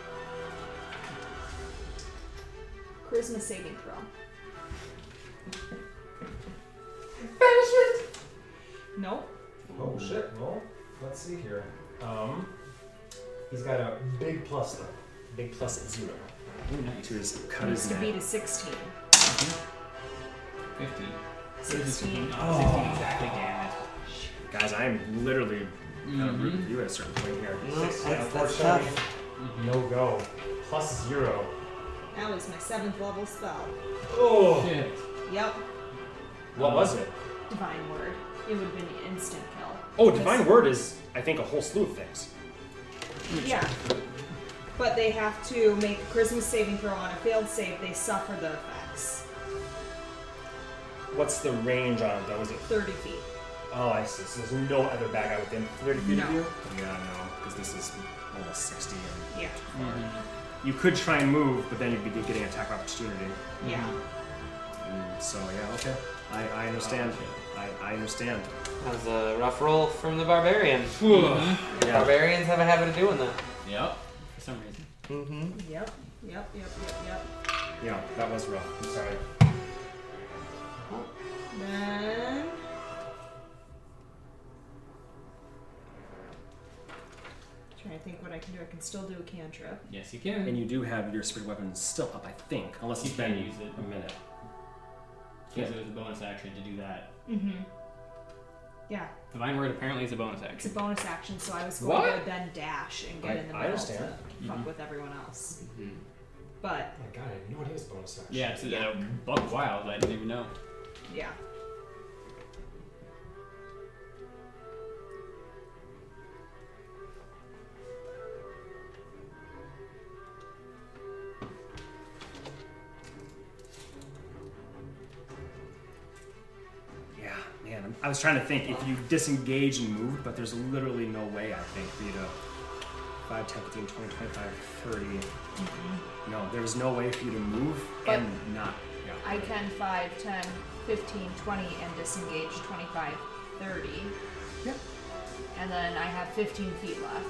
F: charisma saving throw. Banishment. Nope.
E: Oh shit, well, let's see here. Um, he's got a big plus though. Big plus at zero.
B: Ooh, nice.
C: To his cut
F: Needs
C: his
F: to
C: neck.
F: beat a 16.
B: 50.
F: 16.
B: Oh, 16 exactly, damn it.
C: Guys, I am literally uh,
B: Mm-hmm.
C: rooting for you at a certain point here.
D: No, that's,
E: Yeah,
D: that's
E: unfortunately,
D: tough.
E: No go. Plus zero.
F: That was my seventh level spell.
E: Oh,
B: Shit.
F: Yep.
C: What was it?
F: Divine word. It would have been an instant kill.
C: Oh, Divine Word is, I think, a whole slew of things.
F: Yeah. But they have to make a charisma saving throw on a failed save. They suffer the effects.
C: What's the range on it, though? Is it
F: 30 feet.
C: Oh, I see. So there's no other bad guy within 30 feet of
F: No.
C: you? Yeah, no, because this is almost 60. And
F: Yeah.
C: you could try and move, but then you'd be getting an attack of opportunity.
F: Yeah.
C: Mm, so, yeah, okay. Oh, I, I understand. I, I understand.
D: That was a rough roll from the barbarian.
C: Yeah.
D: Barbarians have a habit of doing that.
B: Yep. For some reason.
D: Mm-hmm.
F: Yep. Yep. Yep. Yep. Yep.
C: Yeah, that was rough. I'm sorry.
F: Then. Trying to think what I can do. I can still do a cantrip.
B: Yes, you can.
C: And you do have your spirit weapon still up, I think, unless
B: You
C: it's
B: can
C: been
B: use it.
C: a minute.
B: Because it was a bonus action to do that.
F: Mm-hmm. Yeah,
B: Divine Word apparently is a bonus
F: it's a
B: action.
F: bonus action, so I was going to then dash and get
C: I-
F: in the middle
C: I understand. Mm-hmm.
F: to fuck with everyone else.
E: oh
F: But
E: my god, I had no idea his bonus action.
B: Yeah, it's a bug wild. I didn't even know.
F: yeah,
C: Yeah, man. I'm- I was trying to think if you disengage and move, but there's literally no way, I think, for you to 5, 10, 15, 20, 25, 30. No, there's no way for you to move
F: Mm-hmm. But-
C: and not. Yeah.
F: I can 5, 10, 15, 20, and disengage 25, 30.
C: Yeah.
F: And then I have 15 feet left.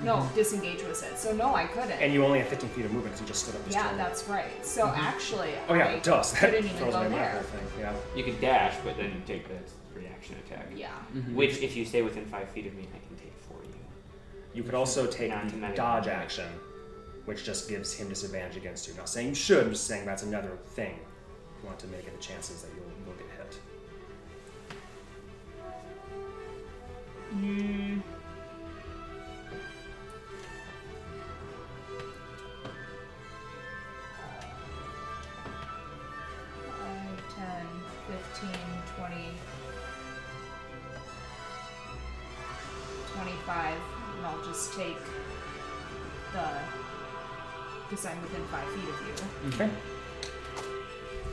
F: No, disengage was it. So no, I couldn't.
C: Mm-hmm. And you only have 15 feet of movement because you just stood up. this
F: yeah,
C: turn.
F: that's right. So actually,
C: Oh yeah,
F: I
C: it does. That
F: couldn't even
C: throws
F: go
C: away my whole
F: there.
C: thing. Yeah.
D: You could dash, but then you take the reaction attack.
F: Yeah.
C: Mm.
D: Which, if you stay within five feet of me, I can take for you.
C: You could also take
D: Not to
C: the
D: medic.
C: dodge action, which just gives him disadvantage against you. Not saying you should. I'm just saying that's another thing. You want to make it the chances that you'll, you'll get hit.
F: Five, 10, 15, 20, 25, and I'll just take the. Because I'm within five feet of you.
C: Okay.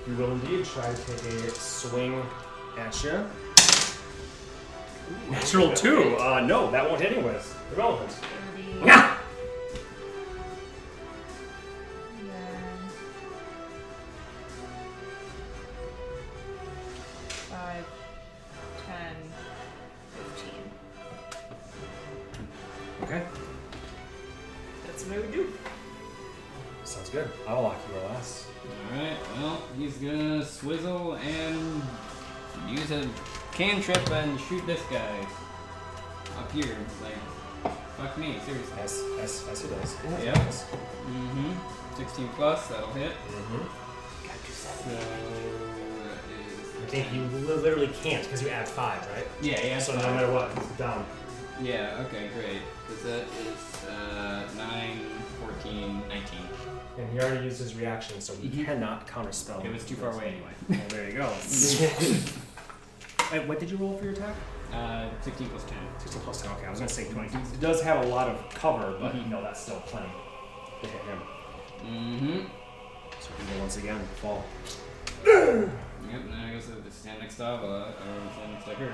E: You will indeed try to take a
C: swing at you. Natural two. Uh, no, that won't hit anyways.
E: irrelevant.
F: 30.
C: Yeah.
F: Then Five, ten, fifteen.
C: Okay.
F: That's what I would do.
C: Sounds good. I'll lock you or last.
B: Alright, well, he's gonna swizzle and use a cantrip and shoot this guy. Up here, like, Fuck me, seriously.
C: As, as, as he does.
B: Yep.
C: Yes.
B: Mm-hmm. 16 plus, that'll hit.
C: Mm-hmm.
B: So that
C: I
B: is-
C: think you li- literally can't because you add five, right?
B: Yeah, yeah.
C: so
B: fine.
C: no matter what, it's down.
B: Yeah, okay, great. Because that is uh, 9, 14, 19.
C: And he already used his reaction, so he
B: Mhm.
C: cannot counterspell.
B: It was too far away anyway.
C: Well, there you go. Wait, what did you roll for your attack?
B: Uh, 16 plus 10.
C: 16 plus 10. Okay, I was gonna say 20. It does have a lot of cover, but
B: Mhm.
C: no, that's still plenty to hit him.
B: Mm-hmm.
C: So he will once again fall.
B: Yep, now I guess I have to stand next to Avila, or stand next to her.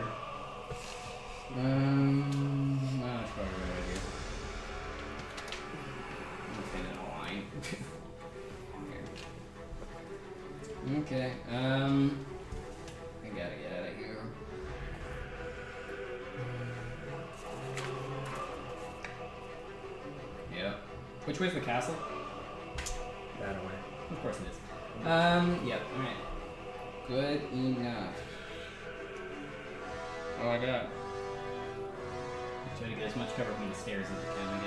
B: Um, no, that's probably a good idea. I'm standing in a line. Here. Okay, um, I gotta get out of here. Yep. Which way's the castle?
C: That away.
B: Of course it is. Um, yep, alright. Good enough. Oh, I got. Try to get as much cover from the stairs as you can, I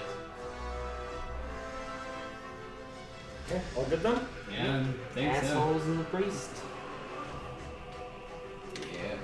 B: guess.
C: Okay, all good then?
B: Yeah, I think so.
D: Assholes and the priest.
B: Yeah.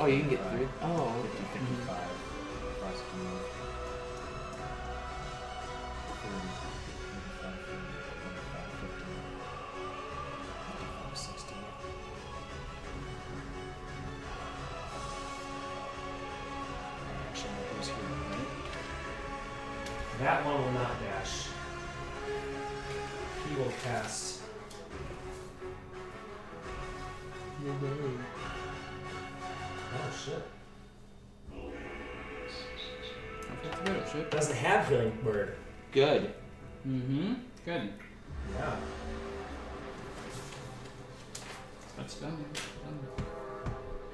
D: Oh, you can get through. Oh, okay.
C: Actually, it goes here, right? That one will not dash. He will cast. Oh shit. It doesn't have healing word.
D: Good.
B: Mm-hmm. Good.
C: Yeah.
B: That's done. Done.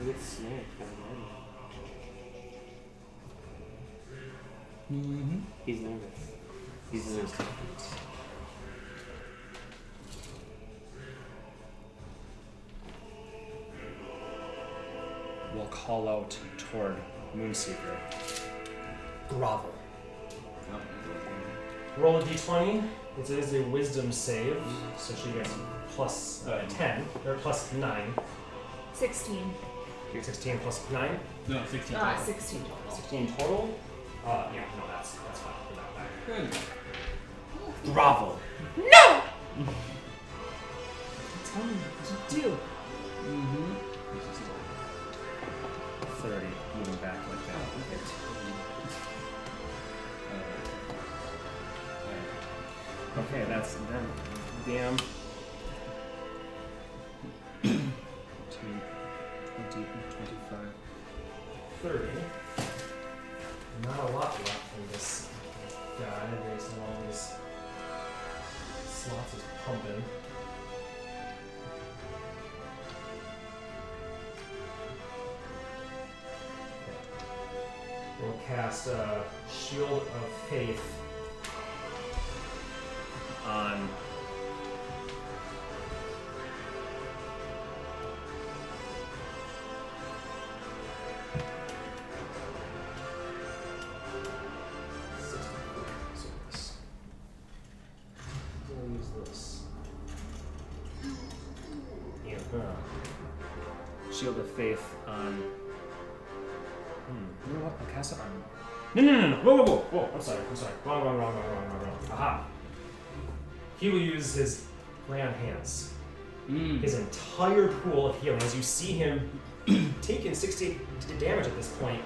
D: I get snared by lightning. He's nervous. He's nervous.
C: Will call out toward Moonseeker. Grovel.
B: Oh, that's okay.
C: Roll a d20. It is a wisdom save, so she gets plus uh, 10, or plus 9.
F: 16.
C: You're 16 plus 9.
B: No, 16.
F: Ah,
B: total.
F: 16.
C: 16 total. Uh, yeah, no, that's, that's fine. Put that back.
B: Good.
C: Grovel.
F: No!
C: Do.
B: Mm-hmm.
C: 30, moving back like that. Okay, that's them. Damn. Two, 20, 25, 30. Not a lot left for this guy based on all these slots is pumping. We'll cast uh, Shield of Faith on. So this. We'll use this. Yeah. Shield of Faith on. Hmm. You know what? I'll cast it on. No, no, no, no. Whoa, whoa, whoa, whoa. I'm sorry. I'm sorry. Wrong, wrong, wrong, wrong, wrong, wrong, wrong. Aha. He will use his lay on hands.
B: Mm.
C: His entire pool of healing. As you see him taking 60 d- damage at this point,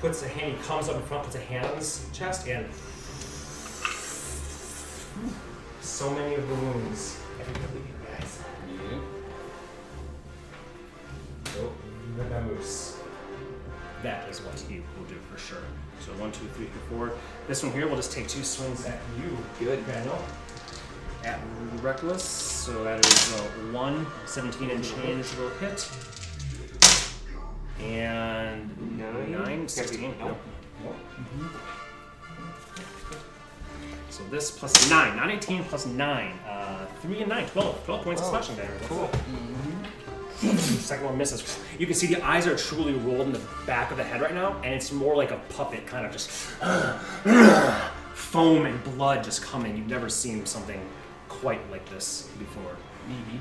C: puts a hand, he comes up in front, puts a hand on his chest, and so many of the wounds. Everybody, you guys.
B: Yeah.
C: Nope. The moose. That is what he will do for sure. So one, two, three, four. This one here will just take two swings at you.
D: Good.
C: Daniel. at reckless. So that is a 1, 17 and change will hit. And
D: Nine?
C: 9,
D: Gotta be-
C: 16.
D: nope.
C: Nope. So this plus 9, not 18, plus 9. Uh, 3 and 9, 12. 12 points of slashing damage. That's
D: Oh, Cool.
C: it. Second one misses. You can see the eyes are truly rolled in the back of the head right now, and it's more like a puppet, kind of just foam and blood just coming. You've never seen something quite like this before. Mm-hmm.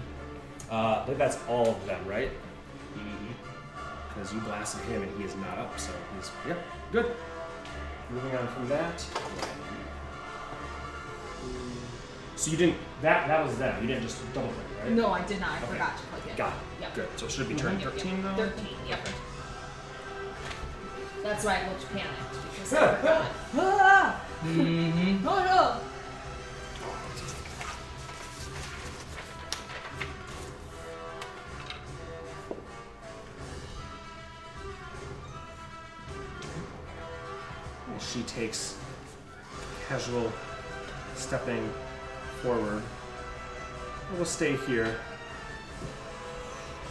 C: Uh, I believe that's all of them, right? Mm-hmm. Because you blasted him and he is not up, so he's yep, good. Moving on from that. So you didn't that that was them. You didn't just double click, right?
F: No, I did not. I
C: Okay.
F: forgot to click it.
C: Got it.
F: Yep.
C: Good. So it should be turn
F: Yep, yep.
C: 13 though?
F: 13, yep. That's why I looked panicked because I forgot. Ah!
C: Mm-hmm.
F: Oh
C: And she takes casual stepping forward. We'll stay here.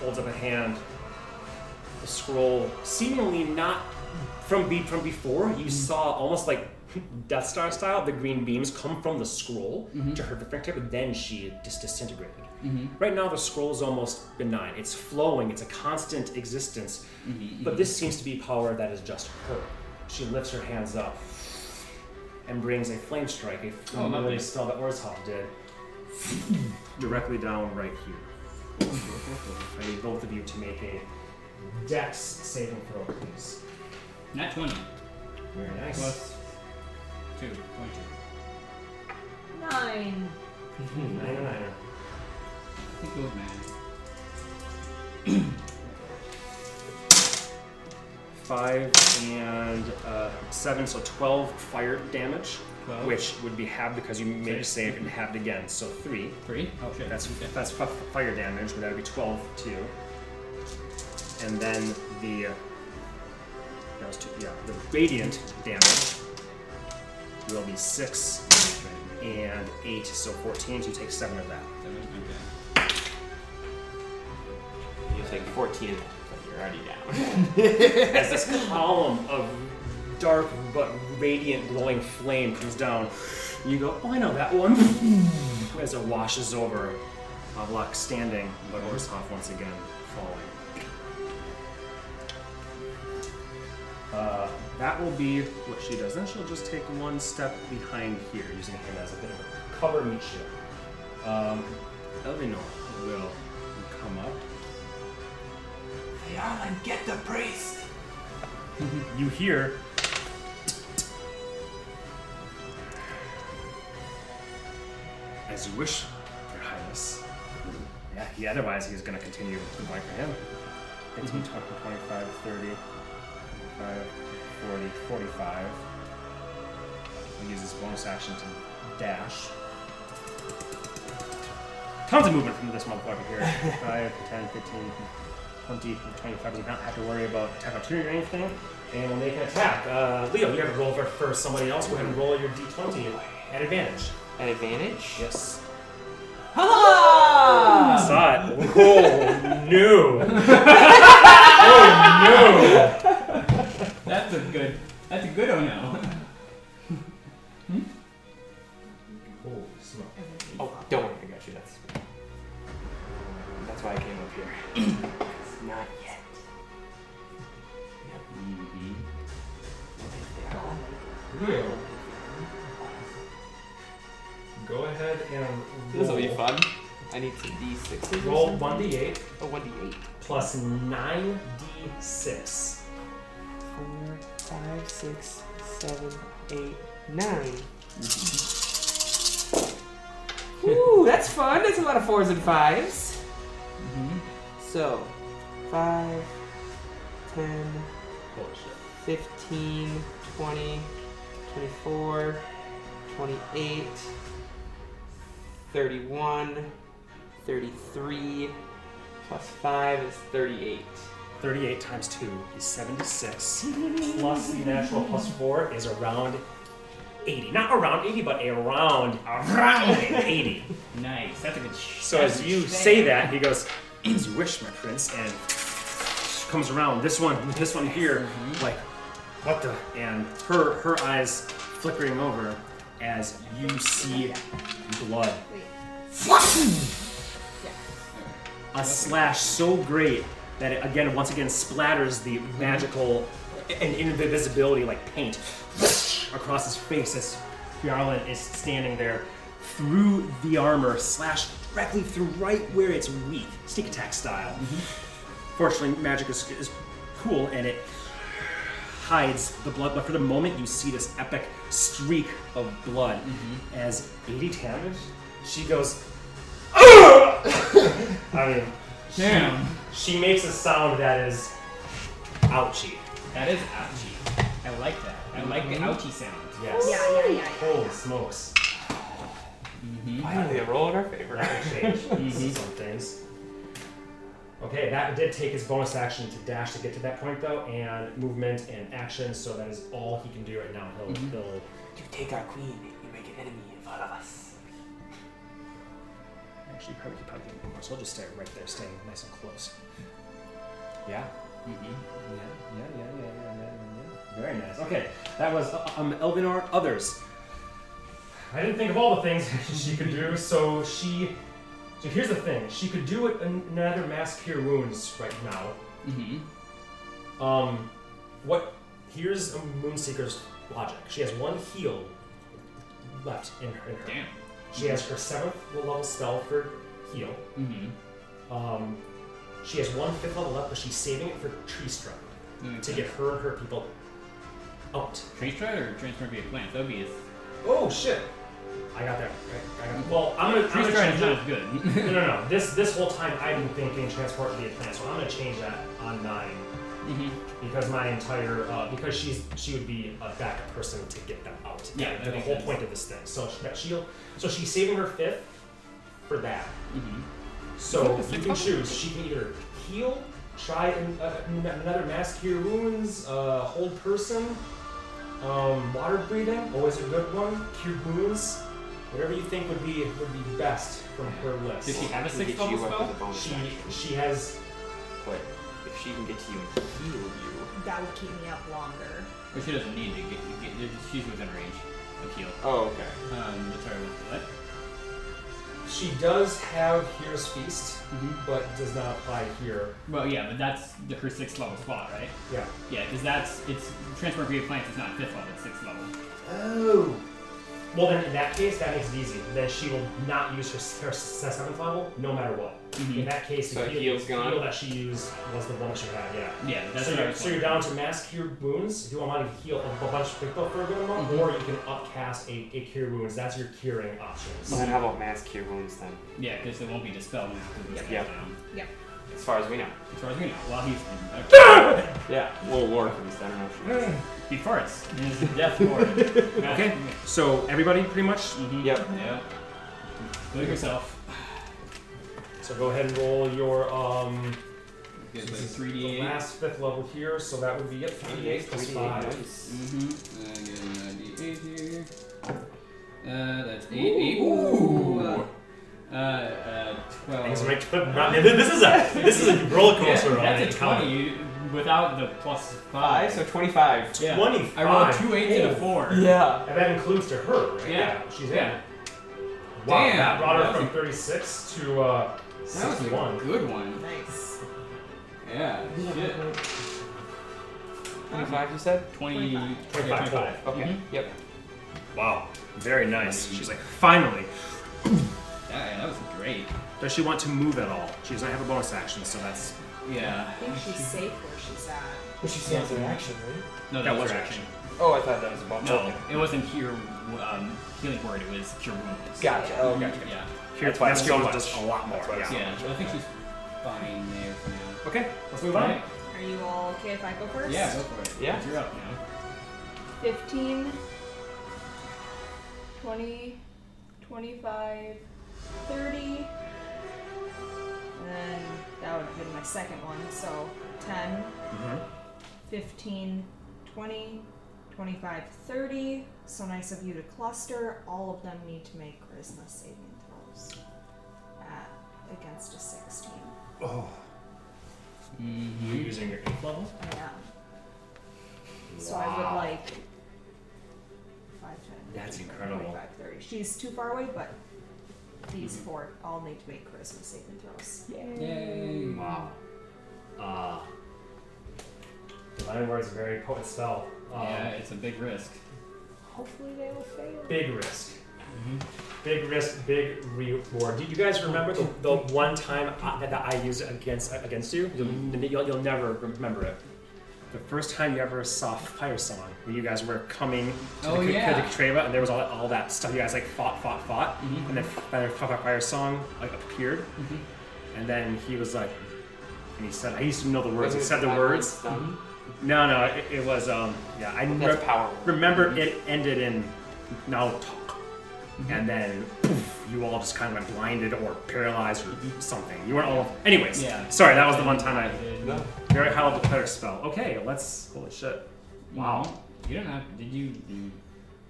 C: Holds up a hand. The scroll, seemingly not from be- from before, you saw almost like Death Star style, the green beams come from the scroll to her fingertip, and then she just disintegrated.
B: Mm-hmm.
C: Right now, the scroll is almost benign. It's flowing. It's a constant existence.
B: Mm-hmm.
C: But this seems to be power that is just her. She lifts her hands up and brings a flame strike, a flame
B: lovely.
C: spell that Orzhov did, directly down right here. I need both of you to make a dex saving throw, please.
B: Not 20.
C: Very nice.
B: Plus 2.2.
F: no! Nine.
C: Hmm, Nine and nine.
B: Think old man.
C: Five and uh, seven, so twelve fire damage,
B: 12.
C: which would be halved because you made
B: Okay.
C: a save and halved again. So three.
B: 3? Oh shit.
C: That's
B: okay.
C: that's f- fire damage, but that would be twelve too. And then the uh, that was two. Yeah, the radiant damage will be six and eight, so fourteen. So you take seven of that.
B: Seven, okay.
D: You take 14, but you're already down.
C: as this column of dark but radiant glowing flame comes down. You go, oh, I know that one. As it washes over Avlok standing, but Orzhov once again falling. Uh, that will be what she does. Then she'll just take one step behind here, using him as a bit of a cover meet shield. Um, Elvinor will come up.
D: Yarlin, get the priest!
C: you hear as you wish, Your Highness. Yeah, he, otherwise he's going to continue to blank for him. 18, 20, 25, 30, 25, 40, 45. He uses bonus action to dash. Tons of movement from this motherfucker here. 5, 10, 15, 20, 25 does not have to worry about attack opportunity or anything. And we'll make an attack. Uh, Leo, you have to roll for first. Somebody else, go ahead and roll your d20 at advantage.
D: An advantage?
C: Yes.
D: Ah!
C: Saw it. Oh no. oh
B: That's a good. That's a good oh no.
C: no. Oh, smoke.
D: Oh, don't worry, I got you. That's that's why I came up here. it's not yet. Yep.
E: Leo. Go ahead and roll.
D: This will be fun. I need some d6s. or
C: Roll
D: something.
C: one d eight
D: Oh, 1d8.
C: plus nine d six.
D: 4, 5, 6, 7, 8, 9. Ooh, that's fun. That's a lot of fours and 5s So, 5, 10,
C: Holy shit.
D: 15, 20, 24, 28, 31, 33, plus 5 is 38.
C: Thirty eight times two is seventy six. plus the natural plus four is around 80. Not around 80, but around
B: Around
C: 80.
B: Nice. That's a good. Sh-
C: So
B: that's
C: as
B: a
C: you
B: sh-
C: say that, he goes, "As you wish, my prince," and comes around this one, with this one here, like, "What the?" And her her eyes flickering over as you see blood,
F: Wait. Yeah.
C: a slash so great that it again, once again, splatters the magical and invisibility like paint across his face as Fjarlin is standing there through the armor, slash directly through right where it's weak, sneak attack style. Fortunately, magic is, is cool and it hides the blood, but for the moment, you see this epic streak of blood as 80 damage. She goes, "Ugh!" I mean,
B: Damn.
C: she makes a sound that is ouchy.
B: That is ouchie. I like that. I like the ouchie sound.
C: Yes.
F: Yeah, yeah, yeah, yeah.
C: Holy smokes.
B: Mm-hmm.
D: Finally, a roll in our favor.
C: That could change some things. Okay, that did take his bonus action to dash to get to that point though, and movement and action, so that is all he can do right now. He'll, he'll
D: You take our queen, you make an enemy of all of us.
C: actually probably keep probably getting more, so I'll just stay right there, staying nice and close. Yeah.
B: Mm-hmm.
C: Yeah, yeah, yeah, yeah, yeah, yeah, yeah. Very nice. Okay, that was uh, um, Elvinor Others. I didn't think of all the things she could do, so she. So here's the thing she could do it an- another mass cure wounds right now.
B: Mm-hmm.
C: Um, what. Here's Moonseeker's logic she has one heal left in her. In her.
B: Damn.
C: She has her seventh level spell for heal.
B: Mm-hmm.
C: Um, she has one fifth level left, but she's saving it for Tree Strike to get her and her people out.
B: Tree stride or transform via plants? That would be his.
C: Oh shit! I got that. Right. I got, well, I'm gonna.
B: Tree
C: I'm
B: stride
C: gonna
B: is
C: change
B: not
C: it.
B: as good.
C: No, no, no. This this whole time I've been thinking transport via plan, so I'm gonna change that on nine
B: mm-hmm.
C: because my entire uh, because she's she would be a backup person to get them out.
B: Yeah, that
C: the
B: makes
C: whole
B: sense.
C: point of this thing. So she, that shield. So she's saving her fifth for that.
B: Mm-hmm.
C: So you can choose. She can either heal, try an, uh, an- another mask cure wounds, uh, hold person, um, water breathing, always a good one, cure wounds, whatever you think would be would be best from her list.
B: Did she have a
H: She
B: sixth
H: can get
B: level
H: you up as a
B: spell?
H: bonus
C: She
H: action,
C: she has
H: but if she can get to you and heal you,
F: That would keep me up longer.
B: But she doesn't need to get. get, get she's within range of heal.
H: oh okay.
B: Um, sorry, what?
C: she does have Hero's Feast,
B: Mhm.
C: but does not apply here.
B: Well, yeah, but that's the, her sixth level spot, right?
C: Yeah.
B: Yeah, because that's it's transform via plants. It's not fifth level. It's sixth level.
C: Oh. Well, then in that case, that makes it easy. Then she will not use her, her seventh level, no matter what. In that case,
H: So
C: the heal,
H: heal's
C: the
H: gone?
C: heal that she used was the one she had. Yeah.
B: Yeah, that's
C: so,
B: what I
C: you're,
B: was
C: so you're down to mass cure wounds. If you want to heal a bunch of people for a good amount, or you can upcast a, a cure wounds. That's your curing options.
H: Well, then how about mass cure wounds then?
B: Yeah, because it won't be dispelled because it's
H: Yeah.
B: down.
F: Yeah.
H: As far as we know.
B: As far as we know, while he's
H: Yeah. Well, war comes. I don't know if she knows.
B: he farts. And his death ward.
C: Okay. So everybody, pretty much.
B: Mm-hmm.
H: Yep.
B: Yep. Look yourself.
C: So go ahead and roll your um
B: Good,
C: this is
B: three
C: the
B: D eight.
C: last fifth level here. So that would be yep, 38 plus
H: 38,
C: five.
H: nice.
B: Mm-hmm. I get an eight here. Uh, that's eight. Eight. Ooh. Uh, uh,
C: Things
B: twelve.
C: might- this is a this is a roller
B: Yeah,
C: coaster ride.
B: that's a twenty without the plus five.
H: Five, so 25.
B: yeah.
C: 25.
B: I rolled two eights and a four.
H: Yeah.
C: Oh. And that includes to her, right?
B: Yeah.
C: She's
B: Yeah.
C: in. Wow,
B: Damn,
C: that brought
B: that
C: her
B: was
C: from
B: a-
C: 36 to uh,
B: That was a
C: 61.
B: good one.
F: Nice.
B: Yeah. Shit.
H: 25, you said?
B: 20,
C: 25.
B: yeah, 25.
H: Okay.
B: Mhm.
H: Yep.
C: Wow, very nice. She's like, finally.
B: Yeah, that was great.
C: Does she want to move at all? She does not have a bonus action, so that's
B: Yeah.
F: I think she's safe where she's at.
D: But she still has an action, right?
B: No,
C: That
B: that was
C: was
B: her action.
H: Oh, I thought that was a bonus.
B: No,
H: Okay.
B: it wasn't cure um, healing word. It was cure wounds.
H: Gotcha. Oh, gotcha.
B: Yeah.
C: here.
H: That's why
C: that's
H: it's so
C: good,
H: much.
C: does a lot more.
H: That's why it's
C: yeah.
B: Yeah. Well, I think she's fine there for now.
C: Okay, let's move on.
B: Right?
F: Are you all okay if I go first?
B: Yeah, go for it.
H: Yeah.
B: You're up now.
F: 15, 20, 25, 30. And then that would have been my second one. So 10, 15, 20, 25, 25, 30. So nice of you to cluster. All of them need to make charisma saving throws at, against a 16.
C: Oh.
B: Mm-hmm.
C: You're using your eighth level?
F: I am. So I would like 5, 10,
C: That's
F: 15,
C: incredible.
F: 25, 30. She's too far away, but these
C: Mm-hmm.
F: four all need to make charisma saving throws.
B: Yay.
C: Wow. Uh, Divine Word is a very potent spell. Um,
B: Yeah, it's a big risk.
F: Hopefully they will fail.
C: Big risk. Big risk, big reward. Do you guys remember the, the one time I, that, that I used it against against you? You'll,
B: Mm-hmm.
C: you'll, you'll never remember it. The first time you ever saw Fire Song, when you guys were coming to
B: Oh,
C: the, K-
B: yeah.
C: to the Katreva, and there was all, all that stuff. You guys like fought, fought, fought,
B: Mm-hmm.
C: and then Fire, Fire Fire Song like appeared,
B: Mm-hmm.
C: and then he was like, and he said, I used to know the words. He said the words. No, no, it, it was um yeah, I
D: That's
C: re-
D: power.
C: remember it ended in now talk. And then poof, you all just kind of went blinded or paralyzed or something. You weren't all anyways.
B: Yeah.
C: Sorry, that was the one time I
B: Did-
D: No.
C: very high level player spell. Okay, let's holy shit.
B: Mm-hmm.
C: Wow.
B: You don't have. Did you? mm,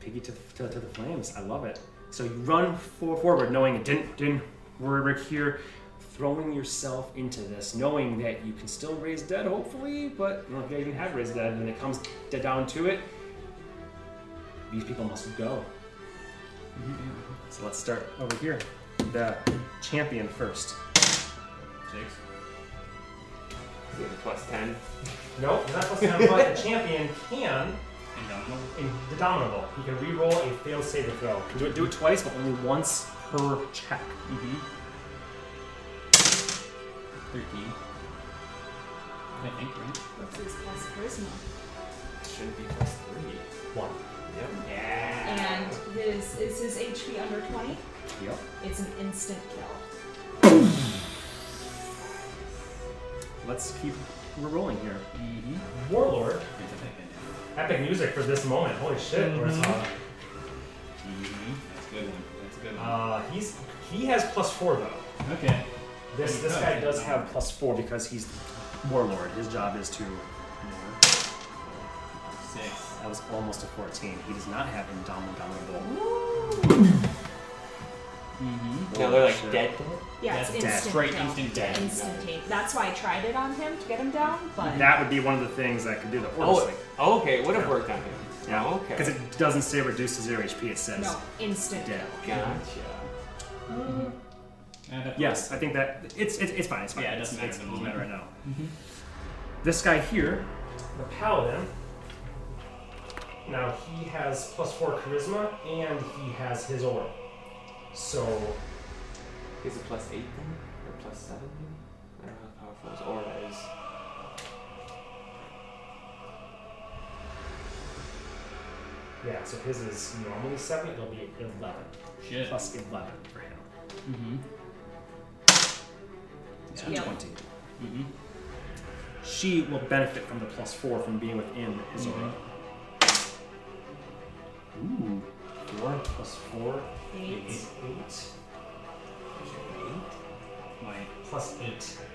C: Piggy to, to, to the flames. I love it. So you run for, forward knowing it didn't didn't work here, throwing yourself into this, knowing that you can still raise dead, hopefully, but you know, if you even have raised dead, when it comes d- down to it, these people must go. So let's start over here. The champion first.
B: Six.
D: You have a plus 10.
C: Nope, not supposed to have but the champion can
B: Indomitable.
C: indomitable. He can re-roll a failed saving throw. Do it do it twice, but only once per check.
B: Mm-hmm. Thirteen. I think right.
F: What's his plus charisma?
I: Should be plus three.
C: One.
I: Yep.
C: Yeah.
F: And his is his HP under 20?
C: Yep.
F: It's an instant kill.
C: Let's keep we're rolling here.
B: Mm-hmm.
C: Warlord.
B: I think I
C: Epic music for this moment. Holy shit.
D: Mm-hmm.
C: Orzhov.
B: did. Mm-hmm. That's a good one. That's a good one.
C: Uh, he's he has plus four though.
B: okay.
C: This this guy does have plus four because he's warlord. His job is to.
B: Six.
C: That was almost a fourteen. He does not have indomitable.
B: Mm-hmm.
D: No, they're like
C: Shit.
D: dead.
F: Yeah,
B: That's
F: it's
C: dead.
F: instant
B: Straight
F: kill.
B: instant dead.
F: Instantaneous. That's why I tried it on him to get him down, but
C: That would be one of the things I could do. The
D: Oh,
C: orb
D: it- oh, okay. It would have worked on him. Oh, okay.
C: Because it doesn't say reduced to zero HP. It says
F: no, instant
C: dead.
D: Gotcha.
B: I'd have to-
C: Yes, I think that it's it's, it's fine. It's fine.
B: Yeah, it doesn't
C: It's-
B: matter
C: it's- it doesn't
B: at the moment.
C: matter right now. This guy here, the paladin. Now he has plus four charisma, and he has his aura. So
D: Is it plus 8 then? Or plus 7 maybe? I don't know how powerful his aura is.
C: yeah, so his is normally seven. It'll be eleven
B: Shit.
C: plus eleven for him.
B: Mm-hmm.
C: So
F: Yeah.
C: twenty.
B: Mm-hmm.
C: She will benefit from the plus four from being within his aura. Mm-hmm. Ooh, four plus four
F: eight.
C: is eight.
B: My
C: plus 8 16. Uh,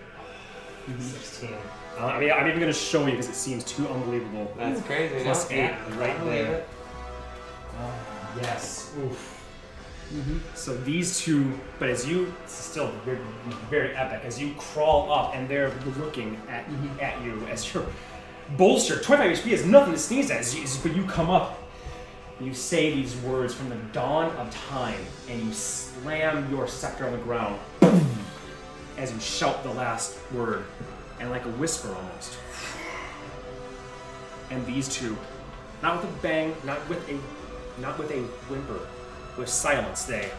C: Mm-hmm. I mean, I'm even going to show you because it seems too unbelievable.
D: That's crazy.
C: Plus
D: no?
C: eight,
D: Yeah,
C: right
D: I believe
C: there.
D: it.
C: Yes. Oof. So these two, but as you still very, very epic as you crawl up and they're looking at at you as you're bolstered. 25 HP is nothing to sneeze at. as you- as- but you come up, you say these words from the dawn of time, and you slam your scepter on the ground as you shout the last word, and like a whisper almost. And these two, not with a bang, not with a, not with a whimper, with silence they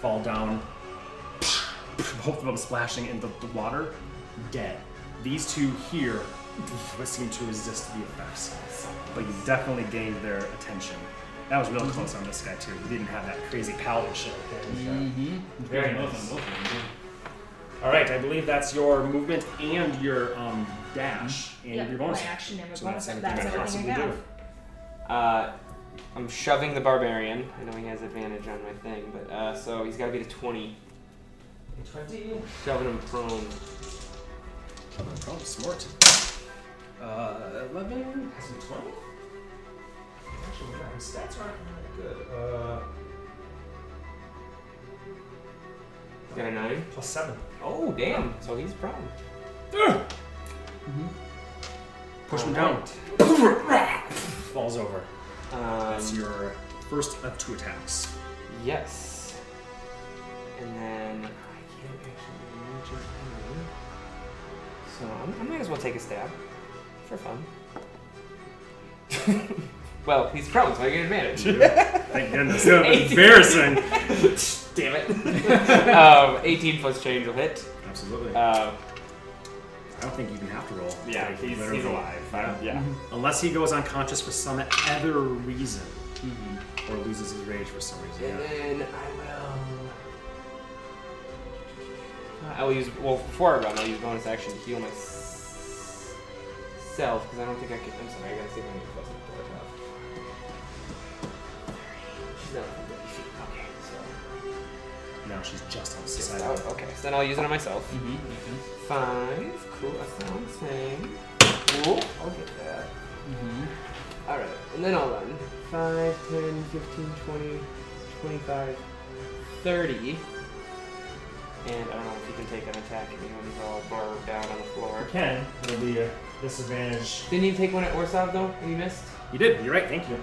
C: fall down, both of them splashing in the, the water, dead. These two here seem to resist the effects, but you definitely gained their attention. That was real close on this guy too. He didn't have that crazy paladin shit. Very
B: both
C: nice.
B: of them, both of them.
C: All right, I believe that's your movement and your um, dash and
F: Yep,
C: your bonus.
F: my action and my
C: So
F: bonus.
C: that's everything
F: That's
C: I
F: everything I
C: possibly
F: got.
C: do.
D: Uh, I'm shoving the barbarian. I know he has advantage on my thing, but uh, so he's got to beat a 20.
C: 20.
D: Shoving him prone.
C: Oh, smart. Uh, 11? Has to be 20?
E: Actually, yeah, his stats aren't that good. Uh,
D: Got a nine.
E: plus seven.
D: Oh damn! So he's prone.
C: Push him down.
D: Alright.
C: Falls over. That's
D: Um,
C: your first of two attacks.
D: yes. And then I can't actually reach his arm. So I'm, I might as well take a stab for fun. well, he's prone, so I get advantage.
C: Thank goodness. embarrassing.
D: Damn it. um, 18 plus change will hit.
C: Absolutely.
D: Uh,
C: I don't think you even have to roll.
H: Yeah,
C: Like,
H: he's, he's
C: literally.
H: alive. Yeah. yeah.
C: Unless he goes unconscious for some other reason. Or loses his rage for some reason.
D: and
C: yeah.
D: then I will. I will use. Well, before I run, I'll use bonus action to heal myself because I don't think I can. I'm sorry, I gotta see if I can close my door top. She's not within 30 feet. Okay, so.
C: Now she's just on the
D: Just
C: side.
D: out. Okay, so then I'll use it on myself.
B: Mm-hmm. Makes sense.
D: Five. Cool. That's something. Cool. I'll get that.
B: Mm-hmm.
D: Alright, and then I'll run. 5, 10, 15, 20, 25, 30. And I don't know if you can take an attack if anyone's all barred down on the floor.
E: Ken, it'll be a disadvantage.
D: Didn't you take one at Orsov though? And you missed?
C: You did. You're right. Thank you.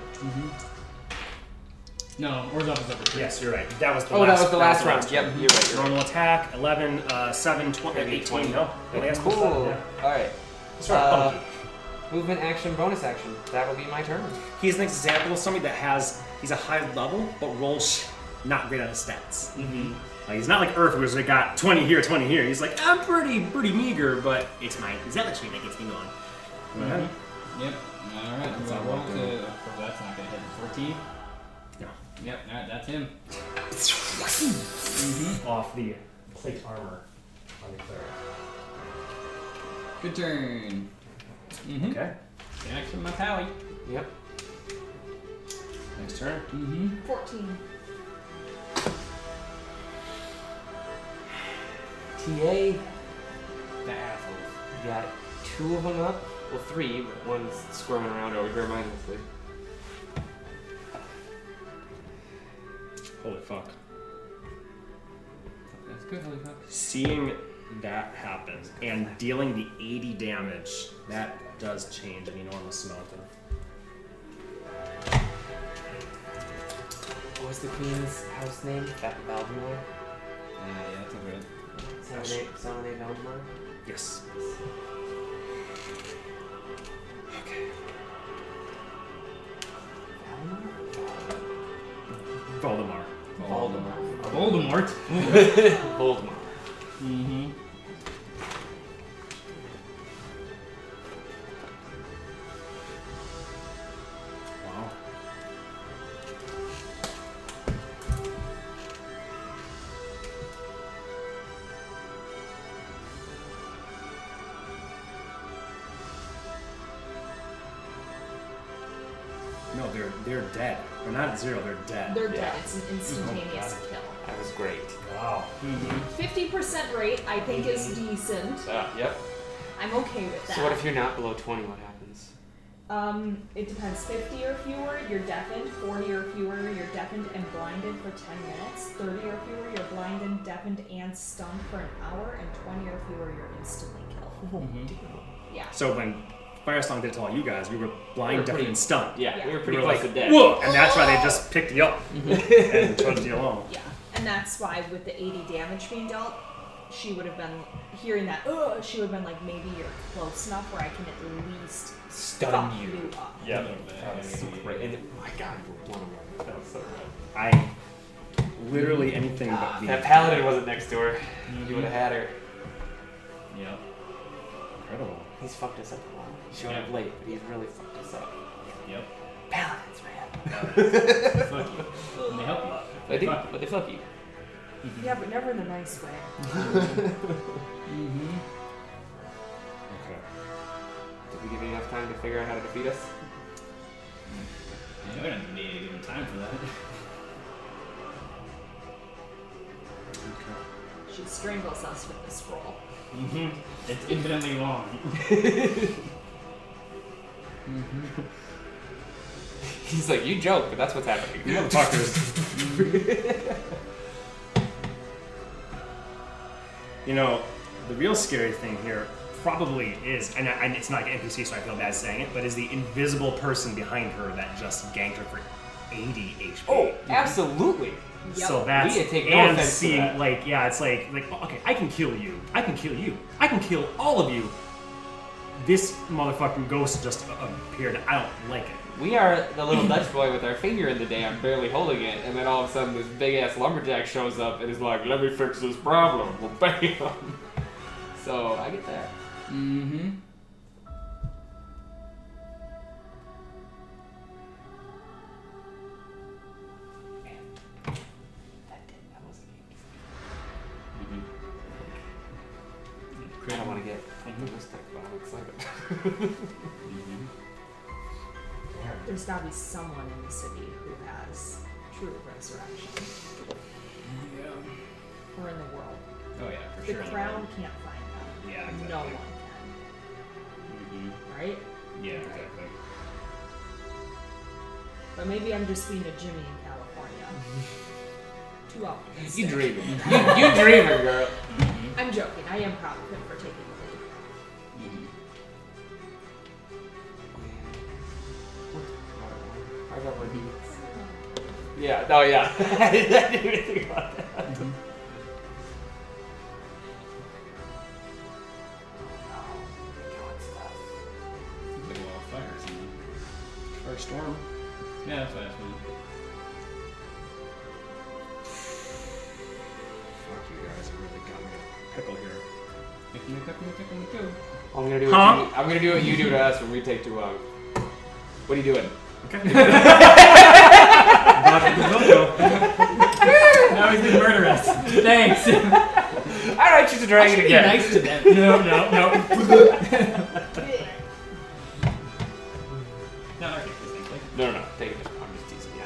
B: No, Orzhov is over here.
C: Yes, you're right. That was the
D: oh,
C: last
D: that was the last round. Yep, you're right. You're right.
C: Normal attack, 11, uh, 7, 20,
D: Maybe
C: 18.
D: 20.
C: No, only has
D: Cool.
C: plus seven, yeah.
D: Alright.
C: It's sort of
D: Uh,
C: funky.
D: Movement action, bonus action. That will be my turn.
C: He's an example of somebody that has, he's a high level, but rolls not great on his stats.
H: Mm-hmm.
C: Like, he's not like Earth, who's like got 20 here, 20 here. He's like, I'm pretty, pretty meager, but it's my zealotry that gets me going.
D: Mm-hmm.
B: Mhm. Yep. All right.
C: That's
B: so
C: not
B: I roll
C: what I'm
B: to-
C: doing.
B: oh, that's not gonna hit. Fourteen.
C: No.
B: Yep. All right. That's him.
E: Off the plate armor on the cleric.
B: Good turn. Mm-hmm.
C: Okay,
B: Next with my pally.
D: Yep.
C: next turn.
B: Mm-hmm.
F: 14.
D: TA
B: The assholes.
D: We got two of them up. Well, three, but one's squirming around over here mindlessly.
C: Holy fuck.
B: That's good. Holy fuck.
C: Seeing that happen and dealing the 80 damage, that does change an enormous amount of.
D: What was the queen's house name? That Valdemar?
B: Uh, yeah. That's over it.
D: Salome, Salome Valdemar?
C: Yes. Voldemar.
D: Valdemar.
B: Voldemort.
D: Voldemar.
B: Mm-hmm.
C: Wow. No, they're they're dead. They're not at zero. They're dead.
F: They're dead.
D: Yeah.
F: It's an instantaneous kill.
D: That was great.
E: Wow.
F: 50% rate, I think, is decent.
D: Ah, yep.
F: I'm okay with that.
D: So what if you're not below 20? What happens?
F: Um, it depends. 50 or fewer, you're deafened. 40 or fewer, you're deafened and blinded for 10 minutes. 30 or fewer, you're blinded, deafened, and stunned for an hour. And 20 or fewer, you're instantly
D: Oh,
F: killed.
B: Mm-hmm.
F: Yeah.
C: So when Firesong did it to all you guys, we were blind, deaf,
D: pretty-
C: and stunned.
H: Yeah,
F: Yeah.
H: we were
C: We
H: pretty
C: were
H: close
C: like,
H: to death.
C: whoa! And that's why they just picked you up and trudged you along.
F: Yeah. And that's why, with the 80 damage being dealt, she would have been hearing that, oh, she would have been like, maybe you're close enough where I can at least
D: Stun
F: fuck
D: you.
F: you up.
H: Yeah.
D: That was so great. And my god, we won already. That was so good.
C: I literally anything but
D: Ah,
C: the
D: That paladin wasn't next to her. You would have had her.
B: Mm-hmm. Yep.
C: incredible.
D: He's fucked us up a lot. He showed up late, but he's really fucked us up.
B: Yep.
D: Paladins, man.
B: Fuck you. And they help you.
D: They do,
B: Fuck.
D: but they fuck you.
F: Yeah, but never in a nice way.
C: Okay.
D: Did we give you enough time to figure out how to defeat us?
B: You know, I don't Mm-hmm. need to give them time for that.
C: Okay.
F: She strangles us with the scroll.
B: Mm-hmm. It's infinitely long.
D: He's like, you joke, but that's what's happening.
C: Motherfuckers. you know, the real scary thing here probably is, and, I, and it's not like an NPC, so I feel bad saying it, but is the invisible person behind her that just ganked her for 80 HP.
D: Oh, absolutely.
C: So
F: Yep.
C: that's
D: We take no
C: and
D: offense to
C: seeing
D: that.
C: like yeah, it's like like okay, I can kill you, I can kill you, I can kill all of you. This motherfucking ghost just a- appeared. I don't like it.
D: We are the little Dutch boy with our finger in the dam, barely holding it, and then all of a sudden this big ass lumberjack shows up and is like, let me fix this problem. Well, bam. So I get that.
H: Mm-hmm.
D: That did, that wasn't
B: Mm-hmm.
H: Crit.
D: I don't want to get optimistic, but I'm excited.
B: Mm-hmm.
F: There's gotta be someone in the city who has true resurrection. Or in the world.
B: Oh yeah, for
F: The
B: sure.
F: crown can't find them.
B: Yeah, exactly.
F: No one can. Right?
B: Yeah, exactly.
F: But maybe I'm just being a Jimmy in California. Too optimistic.
D: you dreaming. You, you dreaming, girl.
F: I'm joking. I am proud of him for taking the lead.
B: Mm-hmm.
D: I got my beats. Yeah, oh yeah. I didn't even think about that.
B: Like a wildfire or something.
H: Or storm.
B: Yeah, that's what I was thinking.
H: Fuck you guys, I really got me a pickle here.
B: If you cut me, cut me too.
D: I'm gonna do what
C: Huh?
D: you, I'm gonna do what you do to us when we take too long. What are you doing?
C: Okay.
B: Now he's gonna murder us. Thanks.
D: All right, she's a dragon
B: Be
D: again.
B: nice to them.
C: no, no, no.
B: No, okay, just think, like,
D: No, no, no. Take it. I'm just teasing. Yeah.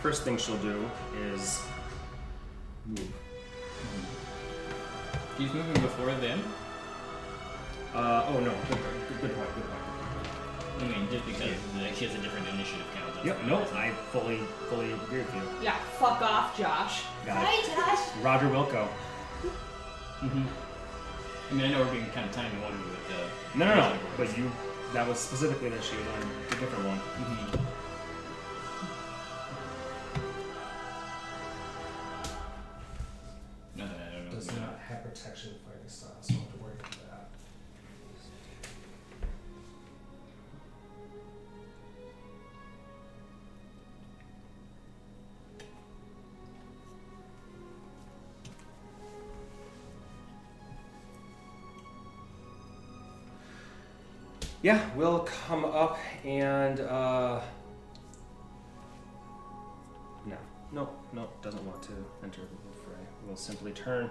C: First thing she'll do is move.
B: He's moving before them.
C: Uh, oh no. Good, good, good point. Good point.
B: I mean, just because like, she has a different initiative count. doesn't
C: Yep.
B: mean
C: No,
B: it's not-
C: I fully, fully agree with you.
F: Yeah, fuck off, Josh.
C: Got it.
F: Hi, Josh.
C: Roger Wilco.
B: I mean, I know we're being kind of time to one with the.
C: No, no, no. But you, that was specifically that she was on a different one.
B: No, no, no, no,
E: Does
B: no.
E: not have protection fighting style, so I have to worry about that.
C: Yeah, we'll come up and uh No. No, no, doesn't want to enter the fray. We'll simply turn,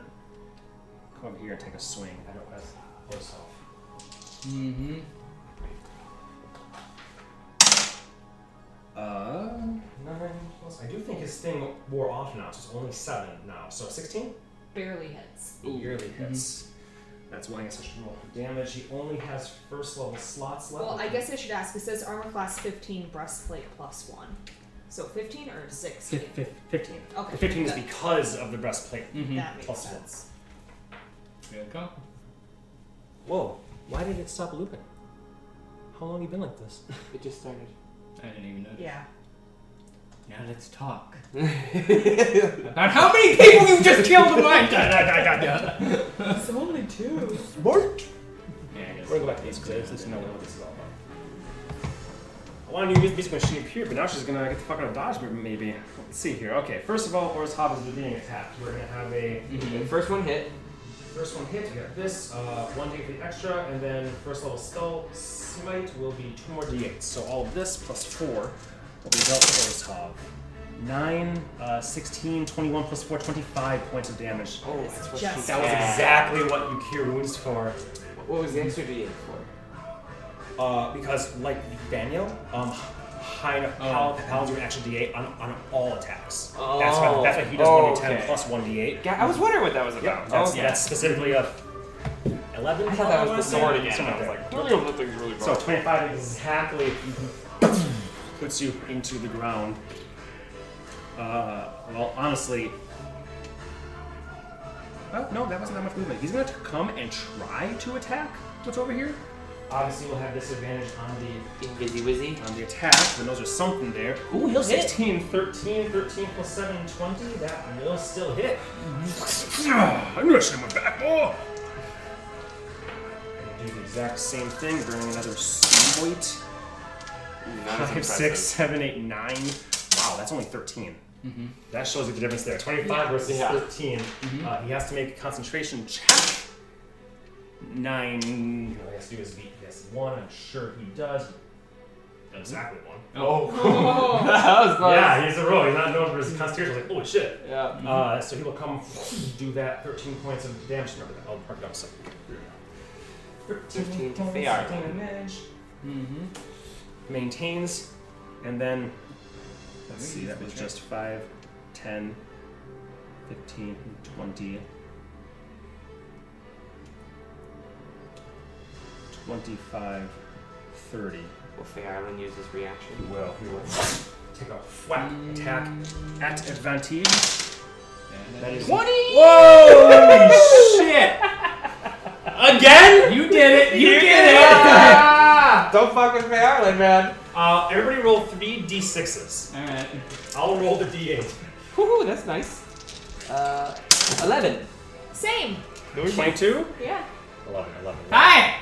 C: come over here and take a swing. I don't have
E: Voice off.
H: Mm-hmm.
C: uh nine plus I do think his thing wore off now, so it's only seven now. So sixteen?
F: Barely hits.
C: Yearly hits. That's why I guess I should roll for damage. He only has first level slots left.
F: Well, I guess I should ask. It says armor class 15, breastplate plus 1. So 15 or 16?
C: Fif- fif- fifteen.
F: Okay,
C: The fifteen is
F: good.
C: because of the breastplate.
F: That makes
C: Plus one.
F: sense.
B: Good call.
C: Whoa, why did it stop looping? How long you been like this?
D: It just started.
B: I didn't even notice.
F: Yeah.
B: Now let's talk about how many people you just killed in one. yeah,
F: it's only two.
B: I guess.
C: We're gonna go back to these because there's no what this is all about. I wanted to use music when she appeared, but now she's gonna get the fuck out of dodge, move, maybe. Let's see here. Okay, first of all, Or's Hobbits is being attacked. We're gonna have a
D: The first one hit.
E: First one hit, you got this, uh, one d8 for the extra, and then first level skull smite will be two more d8.
C: d8. So all of this plus four will be dealt to Or's Hob. 9, uh, 16, 21 plus 4, 25 points of damage.
D: Oh, that's what
F: just-
D: she
C: That was exactly what you cure wounds for.
D: What was the extra D8 for?
C: Uh, because like Daniel, um, high enough
B: Oh.
C: pal- paladin to actual D8 on, on all attacks. That's why that's why he does
D: Oh,
C: one D10
D: okay.
C: plus one D8.
D: Yeah, I was wondering what that was
C: Yeah,
D: about. Oh,
C: that's,
D: okay.
C: that's specifically a 11.
D: I thought that was the sword again.
C: Something
D: I was
C: there.
D: like, really, that thing's really
C: So
D: wrong.
C: 25 exactly puts you into the ground. Uh, well, honestly. Well, no, that wasn't that much movement. He's going to come and try to attack what's over here. Obviously, we'll have disadvantage on the
D: Busy, busy.
C: on the attack, but those are something there. Ooh, he'll 16, 13, 13 plus 7, 20. That will still hit. Mm-hmm. I'm going to send my back more. Do the exact same thing, burning another sea weight.
D: Not as
C: Five,
D: impressive.
C: six, seven, eight, nine. Wow, that's only 13. That shows you the difference there. 25 versus
D: Yeah.
C: 13. Uh, he has to make a concentration check. Nine. All he has to do is beat this one. I'm sure he does. Exactly one.
F: Oh.
D: that was close.
C: Yeah, he's a roll. He's not known for his constitution. Like, holy shit.
D: Yeah.
C: Uh, so he will come do that 13 points of damage. Remember that. I'll mark it up a second.
D: 15 to
C: points of
D: fair.
C: damage.
B: Mm-hmm.
C: Maintains, and then let's see, that was just 5, 10, 15, 20. 25, 30.
D: Will Faye Island use his reaction?
C: Well, he will take a whack attack at advantage. That is 20! Whoa! shit! Again? You did it! You, did it!
D: Ah, Don't fuck with Faye Island, man.
C: uh, everybody roll three d6s.
B: All right.
C: I'll roll the d8.
D: Woohoo, that's nice. Uh, 11.
F: Same.
C: 22?
F: Yeah.
C: 11, 11.
B: Hi.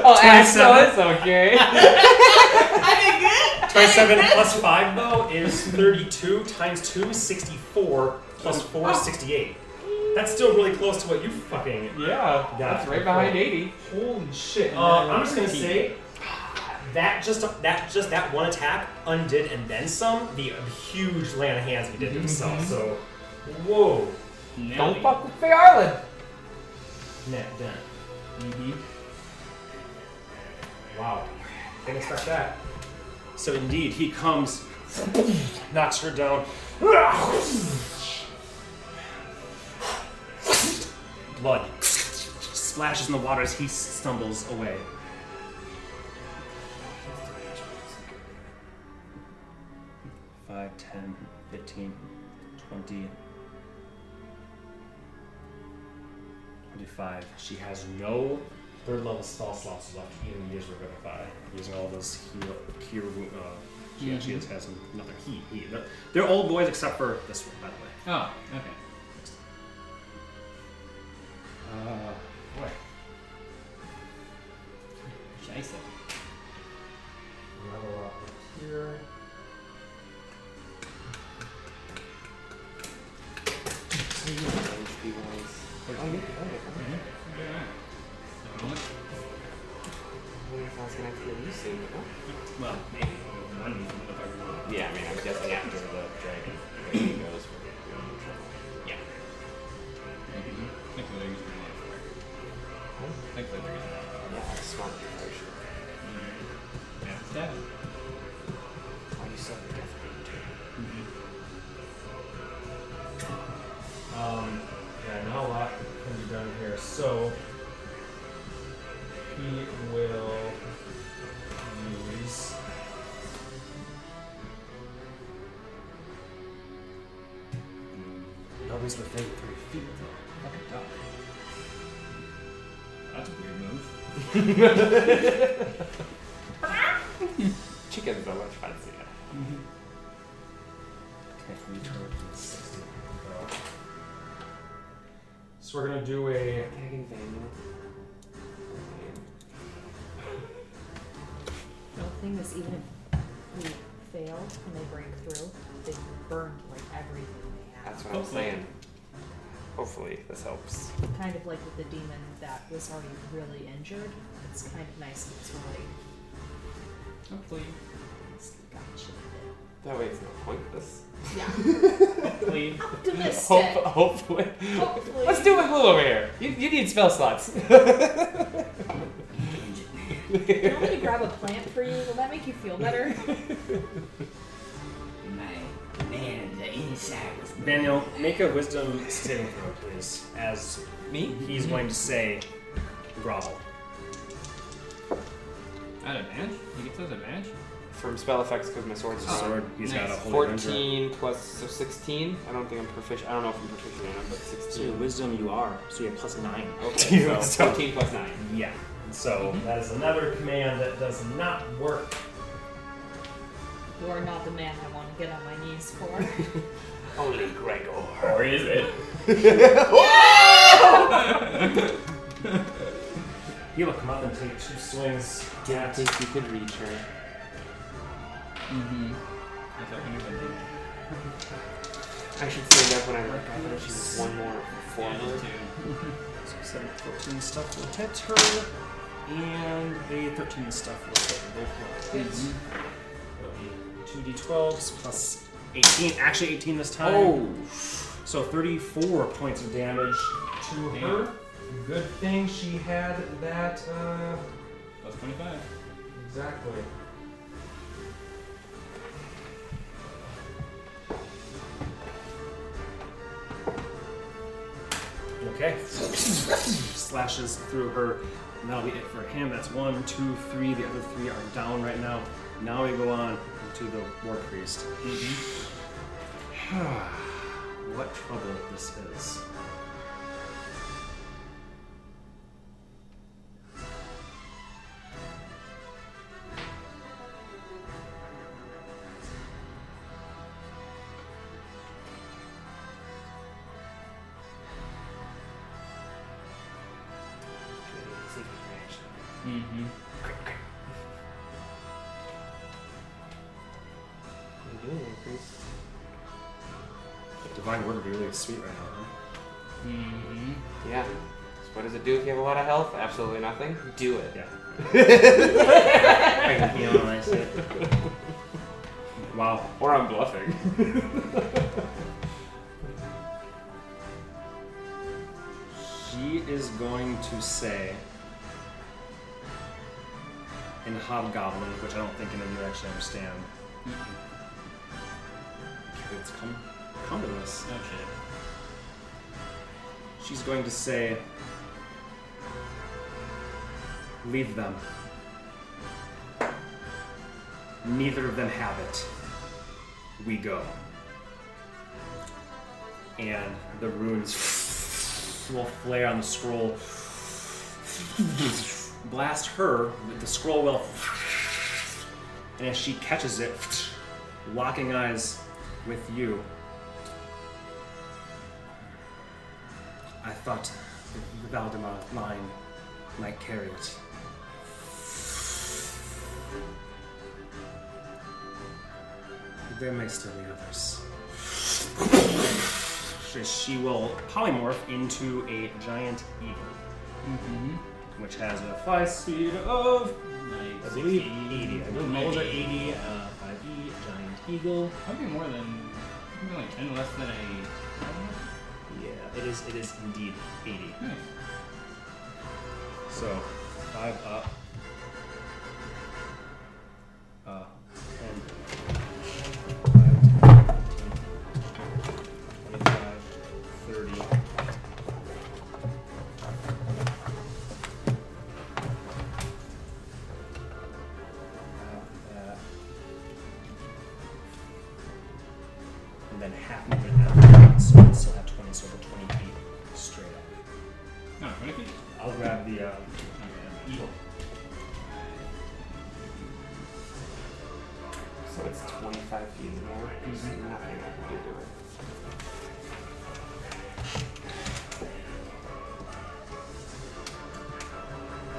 D: Oh,
C: Twenty-seven.
D: Axel, it's okay.
C: 27 plus 5, though, is 32 times 2, 64, plus 4, 68. That's still really close to what you fucking uh,
D: yeah, that's right behind 80.
C: Holy shit! Uh, I'm just gonna say that just that just that one attack undid and then some the huge land of hands he did to himself. So, whoa,
D: Don't fuck with Faye Island.
C: net done. E Wow, didn't expect that. So indeed, he comes, knocks her down. Blood splashes in the water as he stumbles away. Five, ten, fifteen, twenty, twenty-five. She has no third level spell slots left, even using Revivify, using all those heal, cure, wound- uh, she actually has, has another heat. He, they're, they're old boys except for this one, by the way.
B: Oh. Okay.
C: Uh, boy.
B: Scheiße.
E: Level up here.
D: Oh,
C: Mm-hmm.
B: Well, maybe one motherfucker.
D: Yeah, I mean, I'm guessing after the dragon he goes.
B: Yeah. Technically, there's one. Technically, there's one.
D: Yeah, smart version.
B: Yeah. Stab.
D: Why you so death
E: Um, yeah, not a lot can be done here. So he will use.
C: Nobody's within three feet though. Fucking duck.
B: That's a weird move.
D: Chickens are much fancier.
E: Mm-hmm.
C: Okay, we turn it to the sixty.
E: So we're gonna do a
D: Dragon Vandal.
F: The thing is, even if we failed and they break through, they burned like everything they had.
D: That's what I'm
B: Hopefully.
D: saying. Hopefully, this helps.
F: Kind of like with the demon that was already really injured. It's kind of nice that it's really
B: Hopefully.
F: it's got shit.
D: That way it's not pointless.
F: Yeah.
B: Hopefully.
F: Optimistic.
D: Hope, hopefully.
F: Hopefully.
D: Let's do with Lil over here. You, you need spell slots.
F: Can I grab grab a plant for you. Will that make you feel better?
A: My man, the inside was
C: Daniel, make a wisdom saving throw, please, as
H: Me?
C: he's going to say, grovel.
B: At advantage? He gets those advantage?
D: From spell effects because my sword's
C: His
D: gone.
C: sword, he's got a
B: nice.
C: holy ranger.
D: 14 plus, so 16. I don't think I'm proficient. I don't know if I'm proficient in them, but
H: So your
D: 16.
H: wisdom, you are. So you're plus nine.
D: Okay,
C: Dude,
D: so
C: so-
D: 14 plus 9.
C: Yeah. So
E: That is another command that does not work.
F: you are not the man I want to get on my knees for.
H: Holy Gregor.
B: Or is it?
E: He will come up and take two swings.
D: Didn't
E: at-
D: think you could reach her.
B: Mm-hmm. I thought you were
D: I should stand up when I look up and she was one more forward.
B: two.
H: So 7, 14 stuff will hit her. And the 13 stuff will hit both will hit.
C: two d12s plus 18, actually 18 this time.
H: Oh!
C: So 34 points of damage to her.
E: Good thing she had that. Uh,
B: Plus 25.
E: exactly.
C: Okay. Slashes through her, and that'll be it for him. That's one, two, three. The other three are down right now. Now we go on to the war priest. what trouble this is.
B: Mm-hmm.
C: Divine word would be really sweet right now,
B: Mm-hmm.
D: Yeah. So what does it do if you have a lot of health? Absolutely nothing. Do it.
C: Yeah.
H: I can heal and I say,
C: huh? Wow.
D: Or I'm bluffing.
C: He is going to say in Hobgoblin, which I don't think any of you actually understand. It's come, come to this.
B: Oh shit.
C: She's going to say, Leave them. Neither of them have it. We go. And the runes will flare on the scroll, blast her, but the scroll will. And as she catches it, locking eyes with you, I thought the Valdemar line might carry it. There may still be others. She- She will polymorph into a giant eagle, which has a five speed of
B: Mm-hmm.
C: Mm-hmm. I
B: Like
C: believe
B: 60.
C: 80. I believe my rolls are 80. Uh, 5e giant eagle.
B: Probably more than. Probably like 10 less than a.
C: Yeah, it is. It is indeed 80.
B: Nice.
C: So five up. Uh, and five, 10, 25, 30. Uh, and then half movement out of that, so I still have 20, so over 20 feet straight up.
B: No, 20 feet.
C: I'll grab the um,
B: Okay.
C: eagle.
D: So it's 25 feet more. There's nothing I can do to it.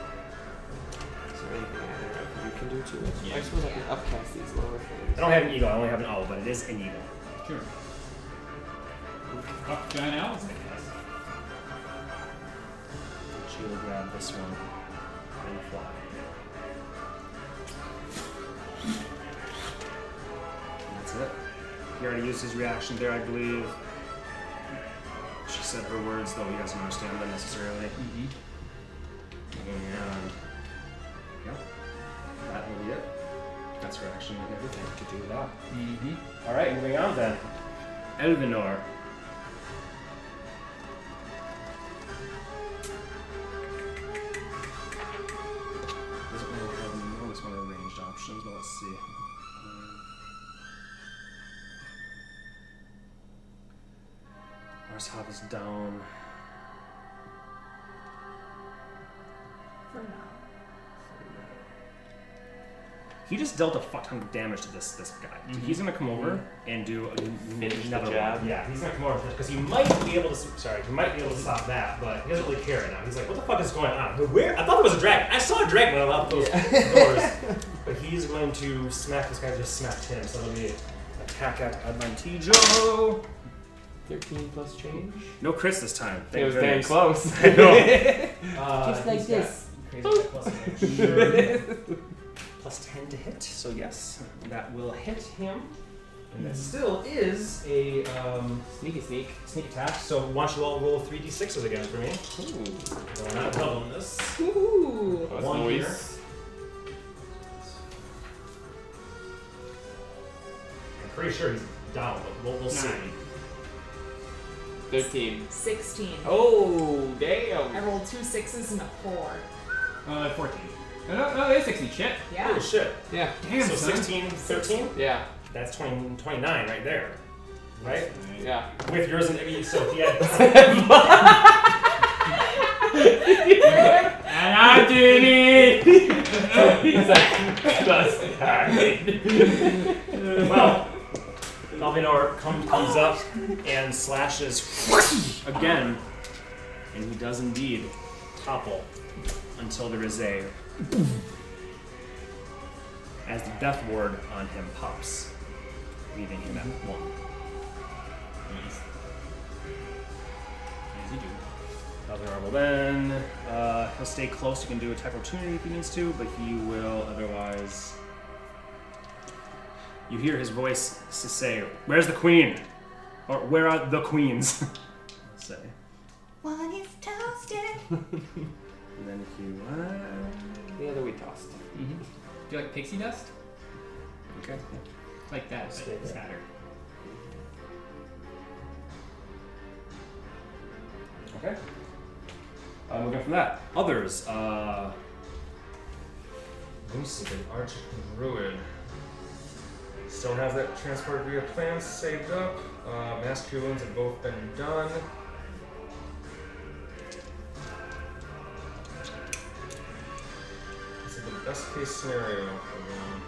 D: Is there anything either of you can do to it?
B: Yeah.
D: I suppose I can upcast these lower
C: I
D: things.
C: don't have an eagle, I only have an owl, but it is an eagle.
B: Sure. Fuck giant owls, I guess.
C: She will grab this one and fly. And That's it. He already used his reaction there, I believe. She said her words, though you guys don't understand them necessarily.
B: Mm-hmm.
C: And yeah, Yep. That's her action and everything. Could do that.
B: Mm-hmm.
C: All right, moving on then. Elvinor.
H: Doesn't really have always one of the ranged options, but let's see. Arshav is down.
F: For now.
C: He just dealt a fuck ton of damage to this this guy. So he's gonna come over and do a,
D: Mm-hmm. Finish the
C: another
D: job.
C: one. Yeah, he's gonna come over because he might be able to. s- Sorry, he might be able to stop that, but he doesn't really care right now. He's like, "What the fuck is going on? Where? I thought it was a dragon. I saw a dragon when I left those doors." But he's going to smack this guy. Just smacked him. So it'll be attack at advantage.
D: 13 plus change.
C: No crits this time.
D: it was damn close.
C: I know.
H: Uh,
F: Just like
H: he's got
F: this.
H: Crazy guy plus an action. plus 10 to hit, so yes, that will hit him. And that still is a um,
D: Sneaky sneak.
H: sneak attack, so why don't you all roll 3d6s again for me?
D: Ooh.
H: So I'm not doubling this.
F: Ooh.
D: That's
H: One here.
D: noise.
H: I'm pretty sure he's down, but we'll, we'll see.
D: 13.
F: 16.
D: Oh, damn.
F: I rolled two sixes and a four.
B: Uh, 14. Oh, no, no, it's 60. Shit.
F: Yeah.
H: Holy shit.
D: Yeah.
B: Damn,
H: so
B: son.
H: 16, 13?
D: Yeah.
H: That's 20, 29 right there. Right?
D: Yeah.
H: With yours and I mean, so if he had.
B: And I did it!
D: He's like,
H: well, Alvinor come, comes up and slashes
C: again, and he does indeed
H: topple.
C: until there is a as the death ward on him pops, leaving him at one.
B: As you do.
C: Nothing honorable then. Uh, he'll stay close. He can do attack opportunity if he needs to, but he will otherwise. You hear his voice s- say, "Where's the queen?" Or "Where are the queens?" say.
F: One is toasted.
C: And then if you uh,
D: the other we tossed.
B: Mm-hmm. Do you like pixie dust?
C: uh, okay,
B: Like that,
H: Stay
B: but
H: there.
B: sadder.
C: okay. Uh, moving on from that, others. Uh,
H: Goose is an arch druid. Still have that transport via plans saved up. Uh, mass wounds have both been done. This is the best case scenario for them.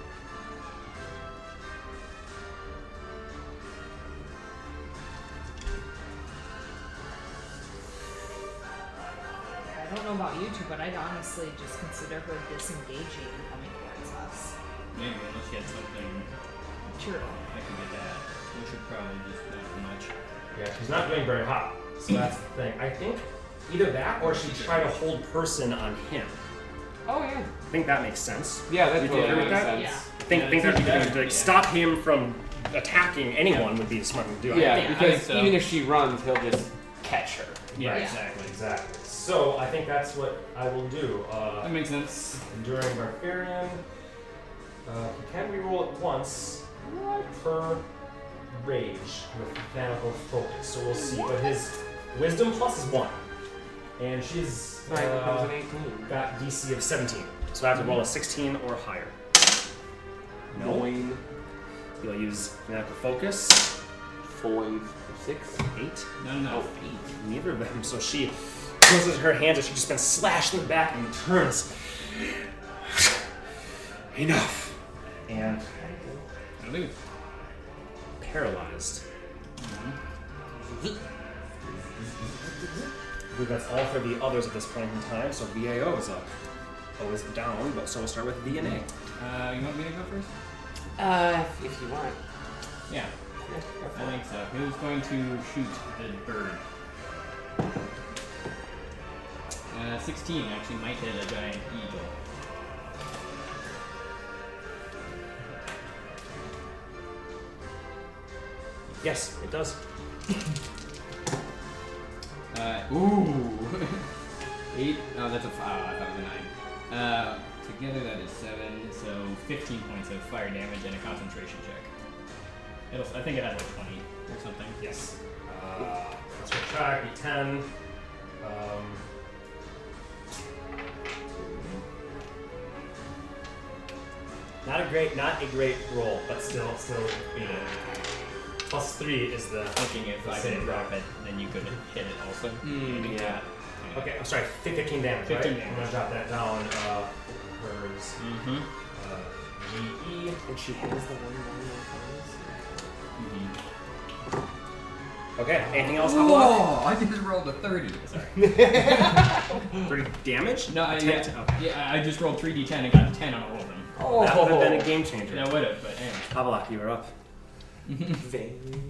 F: I don't know about you two, but I'd honestly just consider her disengaging and coming towards us.
B: Maybe unless you had something
F: True.
B: I could get that. We should probably just not much.
H: Yeah, she's not doing very hot. So that's the thing. I think either that or she tried to hold person on him.
D: Oh, yeah.
C: I think that makes sense.
D: Yeah, that
C: You
D: totally
C: agree with
D: makes
C: that?
D: sense.
F: Yeah.
C: I think
B: Yeah,
C: think
B: it's
C: that
B: better,
C: to like,
B: yeah.
C: stop him from attacking anyone would be a smart thing to do. I
D: Yeah,
B: think- I
D: because
B: think so.
D: even if she runs, he'll just catch her.
B: Yeah,
F: Right.
B: exactly.
H: Exactly. So I think that's what I will do. Uh,
B: That makes sense.
H: Enduring Barbarian. Uh, you can reroll it once per rage with Fanatical Focus. So we'll see. But his Wisdom plus is 1. And she's
D: Alright, here
H: uh,
D: comes an 18.
H: got DC of 17.
C: So I have to roll a 16 or higher. No.
D: Nine,
C: You'll use fanatical focus.
D: five, six.
C: Eight.
B: No, no, no.
C: Neither of them. So she closes her hands and she's just been slashed in the back and turns. Enough. And
B: That'll do.
C: paralyzed. I believe that's all for the others at this point in time. So VAO is up. O is down, but so we'll start with DNA.
B: Uh, you want me to go first?
D: Uh, if you want.
B: Yeah, I think so. He was going to shoot the bird. Uh, 16 actually might hit a giant eagle.
C: Yes, it does.
B: oh, Uh, ooh! 8? Oh, that's a 5. I thought it was a 9. Uh, Together that is seven, so 15 points of fire damage and a concentration check. It'll, I think it has like 20 or something.
E: Yes. Uh, that's your check. Be ten. Um,
H: Not a great, not a great roll, but still, still, you know. Plus three is the.
B: Looking if I
H: Same.
B: could drop it, then you could hit it also. Maybe
H: yeah.
B: that.
H: Okay, I'm sorry. fif- Fifteen damage.
B: 15
H: right?
B: damage.
H: I'm gonna drop that down. Uh, hers.
B: Mm-hmm.
H: Uh, G E.
D: And she has the one one
B: Mm-hmm.
H: Okay. Anything else? Hawk?
B: Oh, I just rolled a 30. Sorry.
C: Three damage?
B: No, I,
C: Attempt-
B: yeah,
C: okay.
B: yeah, I I just rolled 3d10 and got 10 on all of them.
D: Oh,
C: That would have been a game changer.
B: That would have, but anyway.
C: Havelock, you are up.
D: Vaguely.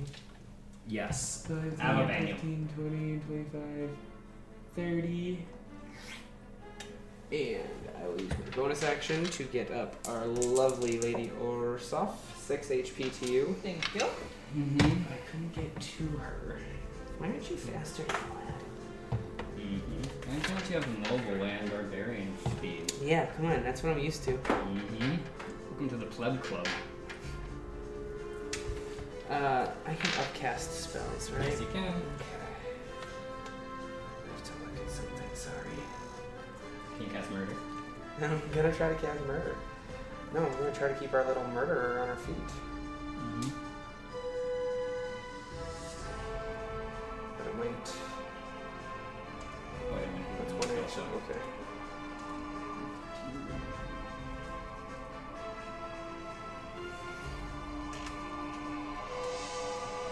C: Yes.
D: 5,
B: I have a
D: 10,
B: manual.
D: 15, 20, 25, 30. And I will use my bonus action to get up our lovely Lady Orsoff. 6 HP to you.
F: Thank you.
D: Mm-hmm. I couldn't get to her. Why aren't you faster than that?
B: Mm-hmm. I thought you have mobile and barbarian speed.
D: Yeah, come on, that's what I'm used to.
B: Mm-hmm. Welcome to the pleb club.
D: Uh, I can upcast spells, right?
B: Yes, you can.
D: Okay. I have to look at something, sorry.
B: Can you cast murder?
D: I'm gonna try to cast murder. No, I'm gonna try to keep our little murderer on her feet.
B: Mm-hmm.
D: But it might.
B: Wait a minute.
D: That's one action. Okay.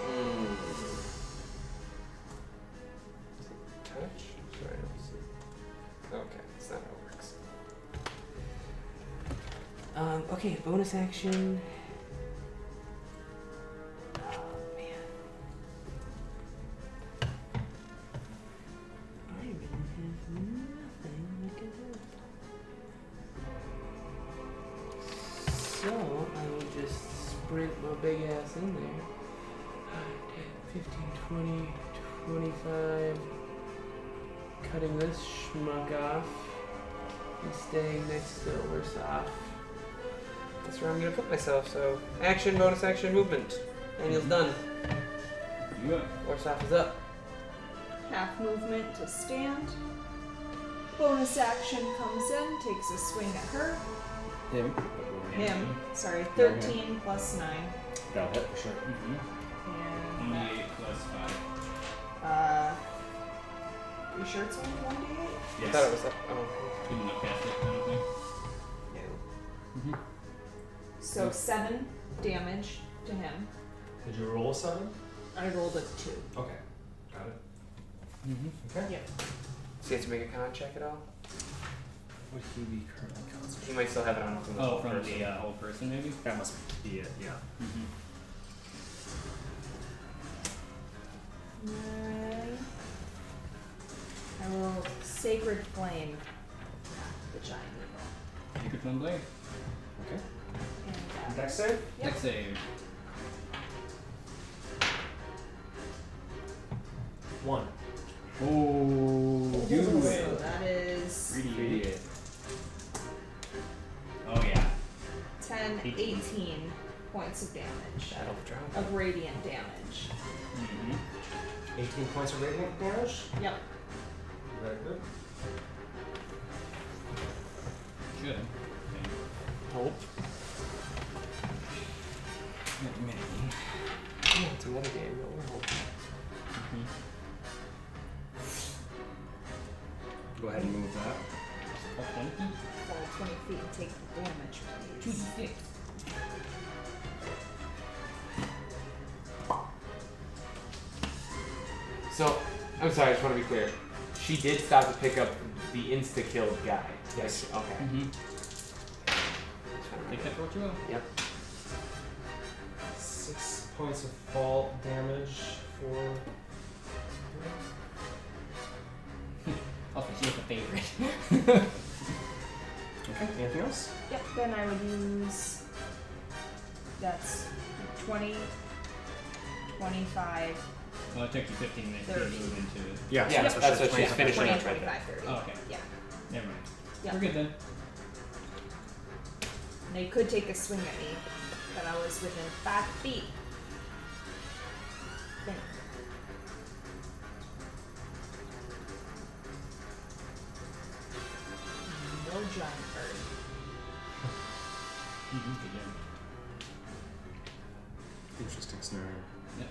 D: Mm. Is it touch? Sorry, I don't see. Okay, that's not how it works. Um, okay, bonus action. Oh, man. I really have nothing I can do. So I will just sprint my big ass in there. 10, 15, 20, 25. Cutting this schmuck off. And staying next to worse off. That's where I'm gonna put myself, so action, bonus action, movement. Daniel's
B: Mm-hmm.
D: done.
B: You up.
D: Worse off is up.
F: Half movement to stand. Bonus action comes in, takes a swing at her.
C: Him.
F: Him, sorry, 13 plus 9.
C: That'll hit for sure.
B: Mm-hmm.
H: Mm.
F: And that-
B: 28 plus 5.
F: Uh, you sure it's only one d8?
D: I
B: Yes.
D: thought it was up. Oh,
B: Couldn't have cast it, I don't think.
D: no.
F: So seven damage to him.
E: did you roll a seven?
F: I rolled a two.
E: Okay. Got it.
B: Mm-hmm.
D: Does he have to make a con check at all?
C: Would he be currently concentrated?
D: He might still have it on from the
B: Oh, from the uh, old person, maybe?
C: That must be it, yeah.
B: Mm-hmm.
F: Nine. I rolled Sacred Flame, the giant eagle.
B: You could play Blade.
F: And that
E: Dex save?
F: Yep.
B: Dex save.
E: One.
B: Oh, do
F: uh, So
B: it.
F: that is
B: Radiate. Oh, yeah.
F: 10,
B: Eighteen.
F: 18 points of damage.
D: Shadow drop.
F: Of radiant damage.
B: Mm-hmm.
E: 18 points of radiant damage.
F: Yep.
E: Very good.
B: Should. Okay.
D: Nope.
B: Not many.
D: Yeah, it's another game, but we're hoping.
C: Go ahead and move that.
B: Mm-hmm.
F: Fall 20 feet and take the damage, please.
D: So, I'm sorry, I just want to be clear. She did stop to pick up the insta killed guy.
E: Yes.
D: Okay.
B: Take that Mm-hmm. for what you will.
D: Yep.
E: Six points of fall damage for.
B: Also, she was a favorite.
E: Okay. Anything else?
F: Yep, then I would use. That's 20, 25,
B: Well, it took you 15 minutes to
F: Thirty.
B: move into it.
C: Yeah,
D: Yeah,
C: so
D: that's
C: she's
D: what she's
C: 25.
D: finishing
F: 20,
D: up right there.
F: 25,
B: Oh,
F: 30.
B: okay.
F: Yeah.
B: Never mind.
F: Yeah.
B: We're good then.
F: They could take a swing at me, but I was within five feet. Think. No giant bird.
B: Mhm, good job.
C: Interesting scenario.
B: Yep.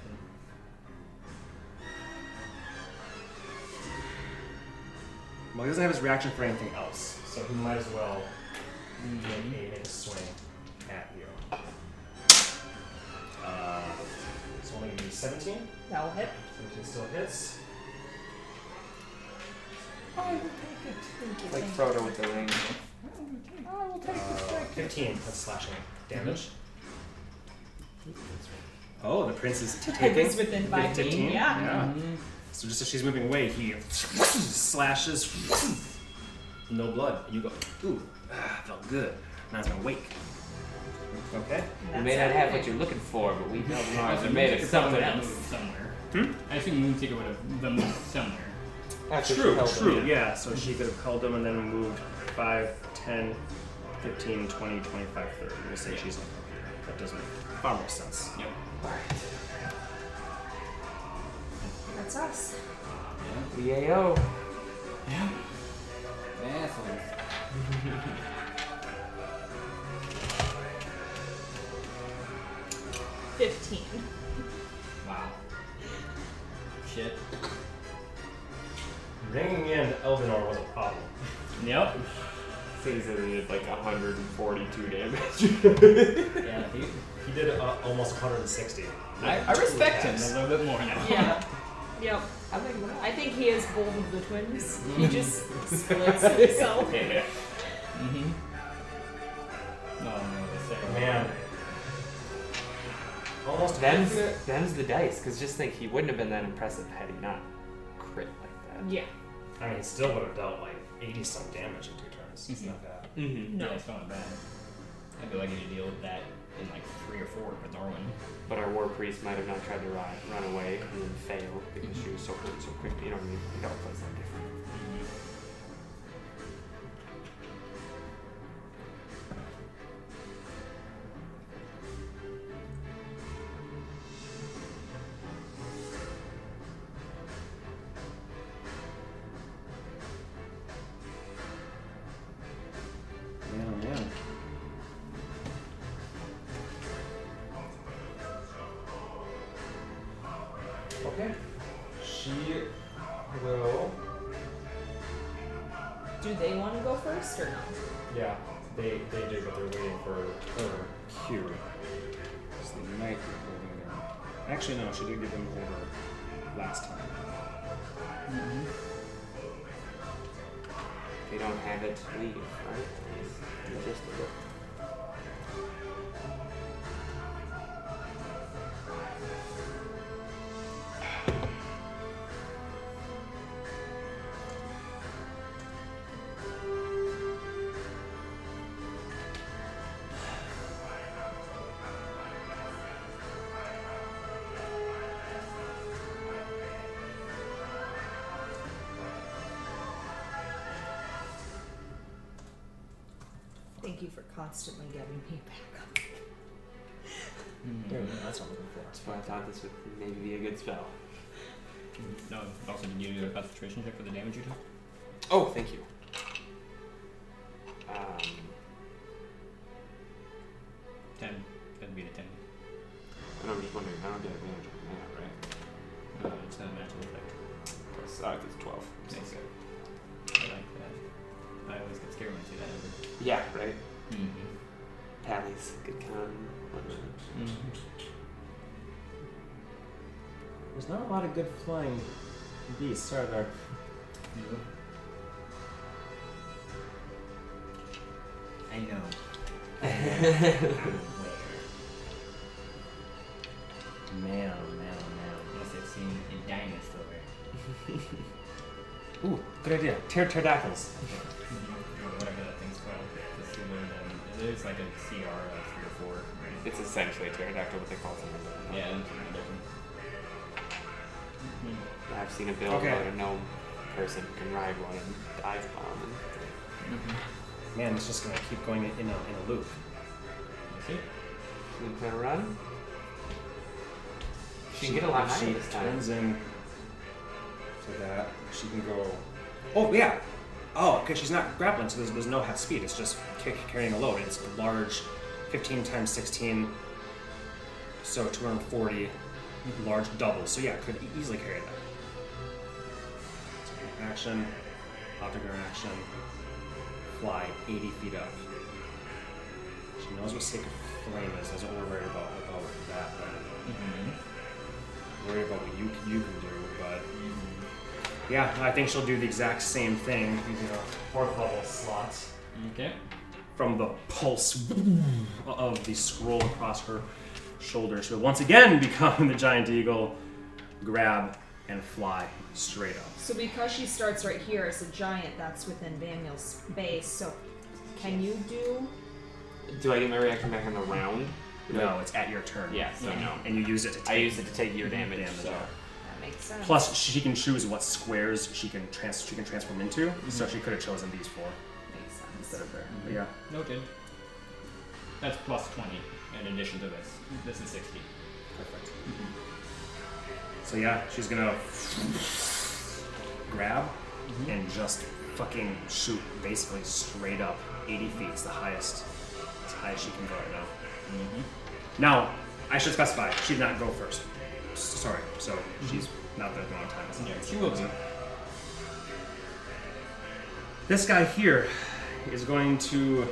C: Well, he doesn't have his reaction for anything else.
E: So he might as well make a, make a swing at you. Uh, so I'm going to give you 17.
F: That'll hit.
E: 17 still hits.
F: Oh, Thank you.
D: Like
F: thank
D: Frodo with the ring.
E: Uh, 15. That's slashing damage.
C: Oh, the prince is
F: you. I
C: taking.
F: was within five feet.
C: 15?
F: Yeah.
B: Mm-hmm.
C: So just as she's moving away, he slashes. No blood. You go, ooh, ah, felt good. Now it's gonna wake.
E: Okay.
D: You
F: That's
D: may not have
F: everything.
D: what you're looking for, but we know
B: I
D: Mars are
B: assume
D: made
B: Moonseeker
D: of
B: probably
D: something
B: would've
D: else. Hmm?
B: moved Somewhere. I assume Moonseeker would have the move somewhere.
D: Actually, she
C: True,
D: held them.
C: true, yeah. So she could have held him and then moved 5, 10, 15, 20, 25, 30. We'll say she's like, okay, that does make far more sense.
B: Yep.
F: That's us.
D: Yay-o.
B: Yeah. Assholes.
F: Fifteen.
B: Wow. Shit.
E: Ringing in Elvenor was a problem.
B: Yep.
D: Says that he did like 142 damage.
B: Yeah. He,
E: He did uh, almost 160.
B: I, I respect him a little bit more now.
F: Yeah. Yep. I think, I think he is bold of the twins. He just splits himself.
B: Mm-hmm. Oh no, that's terrible.
E: Man. Almost
D: Them's,
E: infinite
D: them's the dice, because just think, he wouldn't have been that impressive had he not crit like
F: Yeah.
E: I mean, he still would have dealt like 80 some damage in two turns. It's not bad.
D: that. Mm-hmm.
B: Yeah,
F: No.
B: it's not bad. I'd be lucky to deal with that in like three or four with Arwen.
D: But our war priest might have not tried to run, run away and then failed because she was so hurt so quickly. You know what I mean? It all plays out different.
C: Yeah, yeah.
E: Okay. She will.
F: Do they want to go first or no?
E: Yeah, they, they do, but they're waiting for her.
C: Cure. So they might be holding them. Actually, no, she did give them over last time.
D: If They don't have it to leave, right? It's just a bit.
F: Thank you for constantly getting me back up.
B: Mm-hmm.
C: Yeah, that's what I'm looking
D: That's why I thought this would maybe be a good spell.
B: Mm-hmm. No, also did you do a concentration check for the damage you took?
D: Oh, thank you. Um,
B: Ten. That'd be the ten.
D: and I'm just wondering, I don't get advantage on that,
B: Uh, it's a magical effect.
D: right? So I it's 12. so
B: Nice.
D: good.
B: I like that. I always get scared when I see that.
D: Yeah, right?
B: Mm-hmm.
D: Tallies, good con. whatnot.
C: There's not a lot of good flying beasts, are there?
A: I know. Mel, Mel, Mel. Must have seen a dinosaur.
C: Ooh, good idea. Pter- pterodactyls.
B: Whatever that thing's called. The similar to- There's like a CR of three or four. Right?
D: It's essentially a pterodactyl, what they call something different.
B: Yeah, that's really different.
D: I've seen a build
C: Okay.
D: where a gnome person can ride one and dive bomb. And
B: Mm-hmm.
C: Man, it's just gonna keep going in a, in a loop.
B: That's it.
D: She's gonna run. She can get a lot higher
C: She
D: this time.
C: turns in to that. She can go. Oh yeah. Oh, because she's not grappling, so there's, there's no half speed. It's just kick, carrying a load. It's a large, 15 times 16, so 240, large double. So yeah, could e- easily carry that. So an action, optic action, fly 80 feet up. She knows what sacred flame is. That's what we're worried about about that. But
B: Mm-hmm.
C: worry about what you you can do, but yeah, I think she'll do the exact same thing. You know,
H: Fourth level slot.
B: Okay.
C: from the pulse of the scroll across her shoulder, she'll once again become the giant eagle, grab and fly straight up.
F: So because she starts right here as a giant, that's within Daniel's base. So can you do?
D: Do I get my reaction back on the round?
C: No, it's at your turn.
D: Yeah, so
F: Yeah.
D: no.
C: and you use it to take.
D: I used it to take your damage,
C: Damage,
D: so.
C: yeah.
F: That makes sense.
C: Plus, she can choose what squares she can trans she can transform into. So she could have chosen these four
F: makes
C: instead
F: sense.
C: of there. But yeah.
B: Noted. That's plus 20 in addition to this. This is 60.
C: Perfect. So yeah, she's gonna grab and just fucking shoot basically straight up 80 feet. It's the highest, it's the highest she can go right now. Now, I should specify, she did not go first. S- Sorry, so she's not there the wrong time.
B: Yeah, she will be.
C: This guy here is going to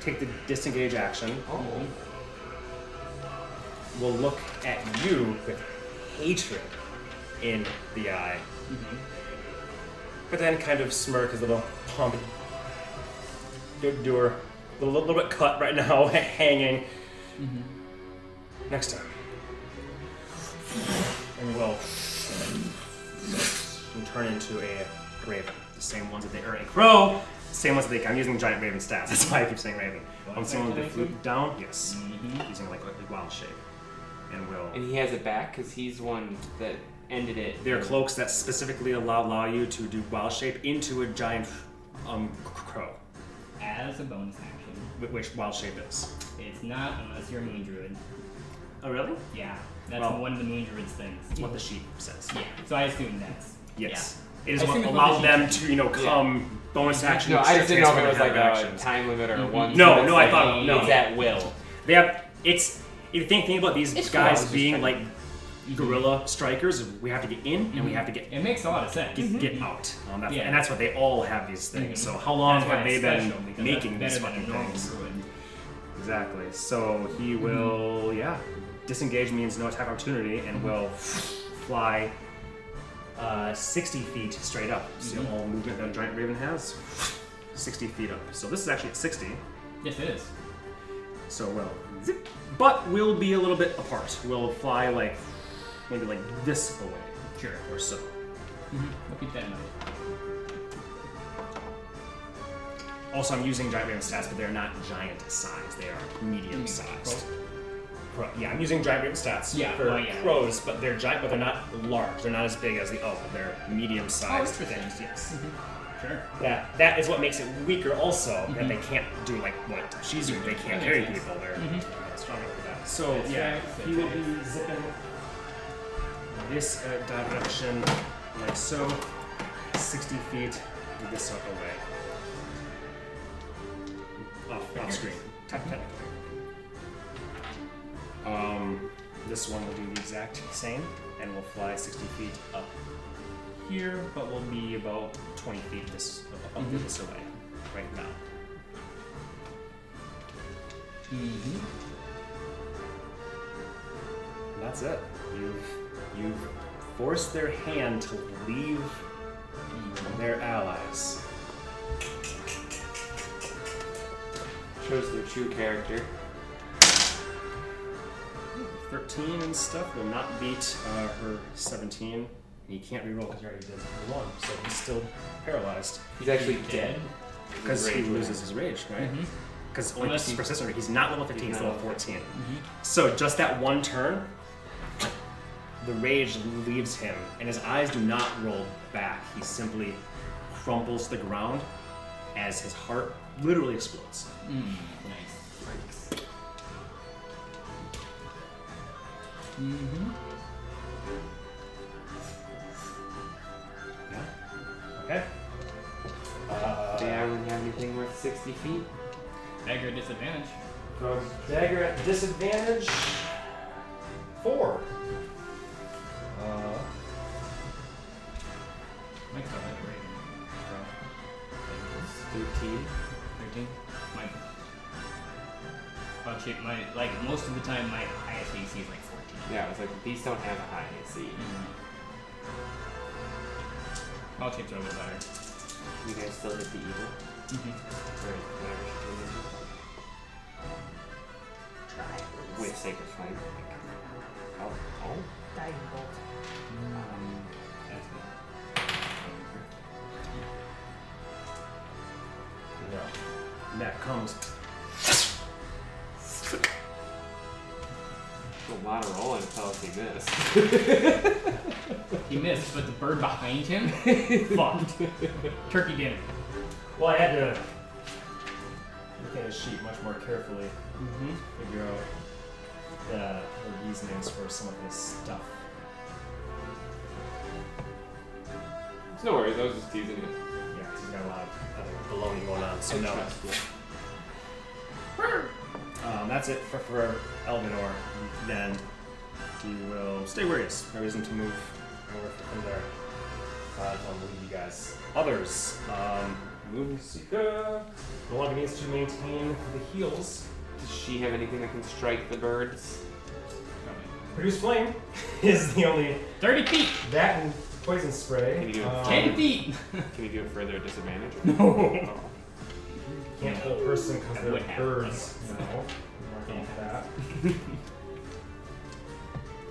C: take the disengage action.
B: Mhm.
C: will look at you with hatred in the eye. But then kind of smirk his little pump door, a little, little bit cut right now, hanging. Next time. And will and turn into a raven. The same ones that they, or a crow, same ones that they, I'm using giant raven stats, that's why I keep saying raven. I'm saying with the flute down, yes.
B: Mm-hmm.
C: Using like, like wild shape. And will.
D: And he has it back because he's the one that ended it.
C: They're cloaks that specifically allow, allow you to do wild shape into a giant um, c- crow,
B: As a bonus action,
C: wh- which wild shape is.
B: it's not unless you're a moon druid.
C: Oh, really?
B: Yeah, that's
C: Well-
B: one of the moon druid's things.
C: That's what the sheep says.
B: Yeah, so I assume that's.
C: Yes. It
B: I
C: is
B: assume
C: what
B: it's what
C: allow
B: the sheep
C: them
B: says.
C: to, you know, come bonus action.
D: No, I just didn't know if
C: transform
D: it was like
C: into action.
D: a time limit or one.
C: No,
D: so it's
C: no, I
D: like,
C: thought- no.
D: It's at will.
C: They have. It's. If you think, think about these
D: It's cool. I
C: guys
D: was just
C: being like
D: trying
B: Mm-hmm.
C: guerrilla strikers, we have to get in and we have to get
B: It makes a lot of sense.
C: get, get out. Um, that's,
B: Mm-hmm. Yeah.
C: And that's what they all have these things.
B: Mhm.
C: So how long
B: That's why
C: have they
B: it's
C: been
B: special, because
C: making
B: that's
C: these
B: better than
C: fucking
B: a normal
C: things?
B: druid.
C: Exactly. So he will, yeah. Disengage means no attack opportunity, and will fly uh, 60 feet straight up. So all movement that a giant raven has, 60 feet up. So this is actually at 60.
B: Yes, it is.
C: So well, zip, but we'll be a little bit apart. We'll fly like maybe like this away
B: Sure.
C: or so.
B: We'll keep that in mind.
C: Also, I'm using giant raven stats, but they're not giant size. They are
B: Mm.
C: medium sized. Cro- yeah, I'm using giant raven stats
B: Yeah,
C: for
B: oh, yeah.
C: crows, but they're giant, but they're not large. They're not as big as the owl. They're
B: Oh,
C: medium sized
B: interesting.
C: things. Yes,
B: Mm-hmm. Sure.
C: that that is what makes it weaker. Also, that they
B: Mm-hmm.
C: can't do like what she's doing. They can't
B: That makes
C: carry
B: sense.
C: people. They're
B: Mm-hmm.
C: not strong enough for that. So
B: That's
C: yeah,
B: right.
C: he will be zipping this uh, direction like so, sixty feet. Do this up away. Off, off screen. Tap tap. Um, this one will do the exact same, and will fly sixty feet up here, but will be about twenty feet this up this away right now.
B: Mm-hmm.
C: And that's it. You've you've forced their hand to leave their allies.
D: Shows their true character.
C: 13 and stuff will not beat uh, her 17. And he can't reroll because he already did one, so he's still paralyzed.
D: He's actually dead.
C: Because he
D: Rage will
C: loses his rage, right? Because only
B: Unless he-
C: persistent, he's not level 15, he's
D: He's
C: level
D: not Mm-hmm.
C: 14. So just that one turn, the rage leaves him, and his eyes do not roll back. He simply crumbles to the ground as his heart literally explodes.
B: Mm, nice. Mm-hmm.
C: Okay. Uh,
D: Yeah, I wouldn't have anything worth 60 feet.
B: Dagger at disadvantage.
C: Throw dagger at disadvantage. Four. Uh,
B: Mike's not that great.
D: 13.
B: Thirteen. My Odd shape. My like most of the time my highest AC is like fourteen. Mm-hmm.
D: Yeah, I was like, these don't have a high AC.
B: Odd shapes are a little better.
D: You guys still hit the evil? Or
B: Mm-hmm.
D: whatever she turned into? With Sacred Flame. Oh, oh.
F: Diving bolt.
D: Um,
B: Mm-hmm. That's good.
C: no.
J: And that comes.
D: it's a lot of rolling to tell us he missed.
B: He missed, but the bird behind him fucked. Turkey dinner.
C: Well, I had to look at his sheet much more carefully,
B: Mm-hmm.
C: figure out the, the reasonings for some of his stuff.
D: It's no worries, I was just teasing it.
C: Yeah, 'cause he's got a lot of other baloney going on. So
D: I
C: no.
D: trust you.
C: Um, that's it for, for Elvinor. Then he will stay where he is. No reason to move anywhere from there. Uh, I'll leave you guys. Others. Um, Moon Seeker. No longer needs to maintain the heals.
D: Does she have anything that can strike the birds?
C: Produce Flame is the only.
B: Thirty feet.
C: That and Poison Spray.
D: Can you do it?
C: Um,
B: Ten feet.
D: Can you do it further at disadvantage?
B: No.
C: Can't kill a person because
B: That
C: they're
B: would happen.
C: birds. No. we're not gonna do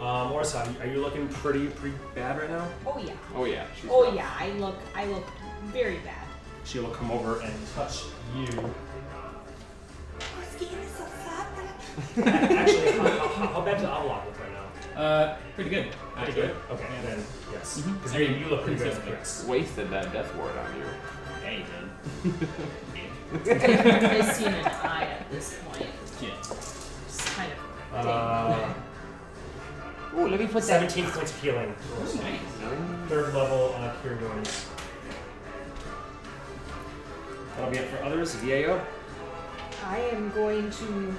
C: that. um, Orsa, are you looking pretty, pretty bad right now?
F: Oh yeah.
D: Oh yeah, she's
F: Oh
D: rough.
F: yeah. I look. I look very bad.
C: She will come over and touch you. Actually, how, how, how bad does Avalon look right now?
B: Uh, pretty good.
C: Pretty
B: actually.
C: good? Okay,
B: Yeah.
C: then, yes.
B: Mhm.
C: Because
B: I
C: you,
B: mean,
C: you look pretty good,
B: consistent.
C: Chris.
D: Wasted that death ward on you.
B: Yeah, you did.
F: I've seen an eye at this point.
B: Yeah.
F: Just kind of.
C: Uh,
D: Ooh, let me put
C: 17 points of healing.
B: Nice.
C: Third level uh, Cure Wounds. That'll be it for others. VAO.
F: I am going to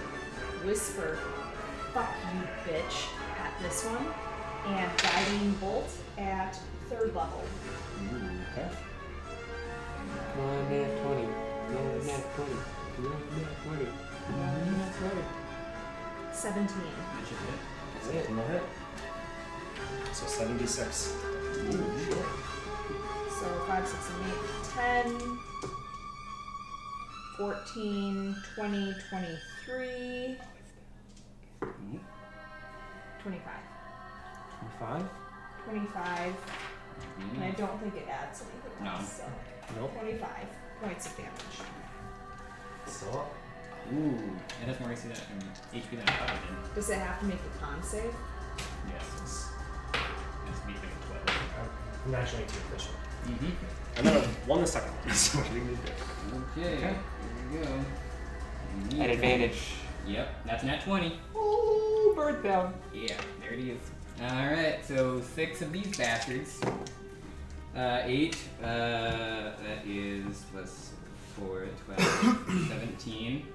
F: whisper, fuck you, bitch, at this one, and guiding bolt at third level.
C: Mm, Okay.
D: One nat 20. One nat 20. One nat 20.
F: 17.
B: That should be it.
C: That's it. One more hit. So 76.
F: So 5, 6, and 8, 10, 14, 20, 23, 25.
D: 25?
F: 25, and I
B: Mm. Mm-hmm.
F: don't think it adds anything
B: No.
F: else. So
C: Nope.
F: 25 points of damage.
C: Still up.
B: Ooh. It has more AC than I mean, HP than I thought it did.
F: Does it have to make the con save?
B: Yes. It's, it's me being a 12.
C: Naturally, two official.
B: Mm-hmm.
C: And then one the second one. So what do you need to do?
B: Okay. Here we go.
D: At advantage.
B: Yep, that's nat 20.
D: Ooh, bird Oh, down.
B: Yeah, there it is. Alright, so six of these bastards. Uh, eight, uh, that is plus four, 12, 17.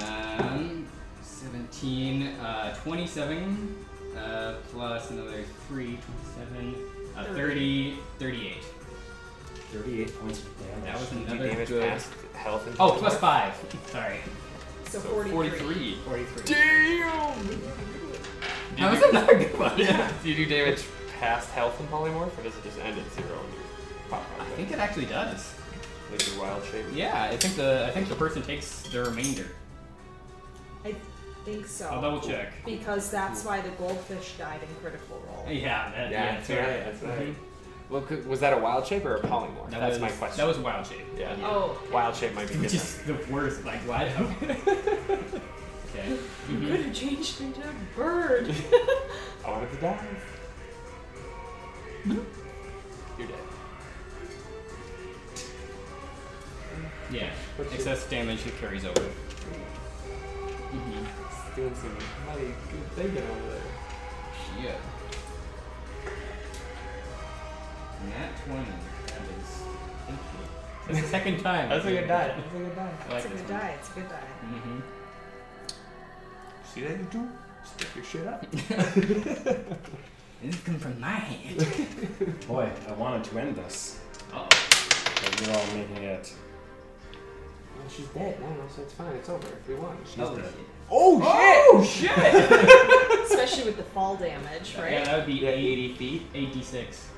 B: Um, 17, uh, 27, uh, plus another three, 27, uh, 30, 38.
C: 38 points of damage.
B: That was
D: Do
B: another
D: damage
B: good.
D: past health and
B: Oh, plus five. Sorry.
F: So,
D: So
F: 43.
D: 43.
B: 43.
D: Damn!
B: That was another good one.
D: Do you do damage past health and polymorph, or does it just end at zero when you pop out
B: I
D: of it?
B: think it actually does.
D: Like your wild shape?
B: Yeah, I think the I think the person takes the remainder.
F: I think so.
D: Oh,
B: I'll double check.
F: Because that's why the goldfish died in Critical Role.
B: Yeah, that,
D: Yeah, that's right, that's right. Well, c- was that a wild shape or a polymorph?
B: That
D: That's
B: was,
D: my question.
B: That was wild shape.
D: yeah.
F: Oh,
D: Wild shape might be
B: Which
D: different.
B: is the worst. Like why? Okay. okay.
D: mm-hmm.
F: could have changed into a bird.
D: I wanted to die.
B: Mm-hmm.
D: You're dead.
B: Yeah.
D: What's
B: Excess damage it carries over. Mm-hmm.
D: It's doing some mighty good thinking over there.
B: Yep. Nat 20. That is. Thank you. That's the second time.
D: That's a good die. That's a good die.
B: I like
F: It's a good die. It's a good die.
B: Mm-hmm.
H: See that you do? Stick your shit up.
B: This comes from my hand.
E: Boy, I wanted to end this,
B: oh.
E: but you're all making it.
D: Well, she's dead now, so it's fine. It's over. We won. She's
B: Oh,
E: dead.
B: shit.
D: Oh shit!
F: Especially with the fall damage, right?
B: Yeah, that would be
D: Yeah,
B: 80,
D: 80 feet.
B: 86.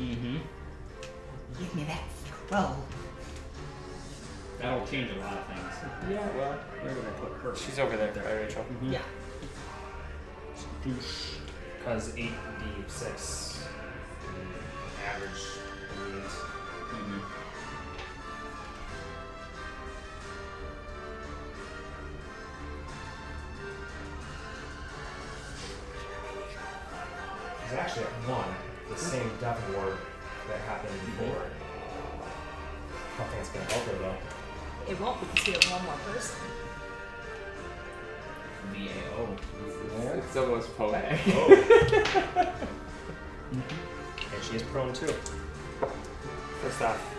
B: Mm-hmm.
A: Give me that scroll.
B: That'll change a lot of things.
D: Yeah, well,
B: Where did I put her?
D: she's over there by Rachel.
B: Mhm.
F: Yeah.
E: Because 8d6 average means
B: Mhm.
E: It's actually at one, the same death ward that happened before. I don't think it's gonna help her though.
F: It won't because we have one more person.
B: VAO.
D: It's almost poetic.
E: And she is prone too.
D: First off,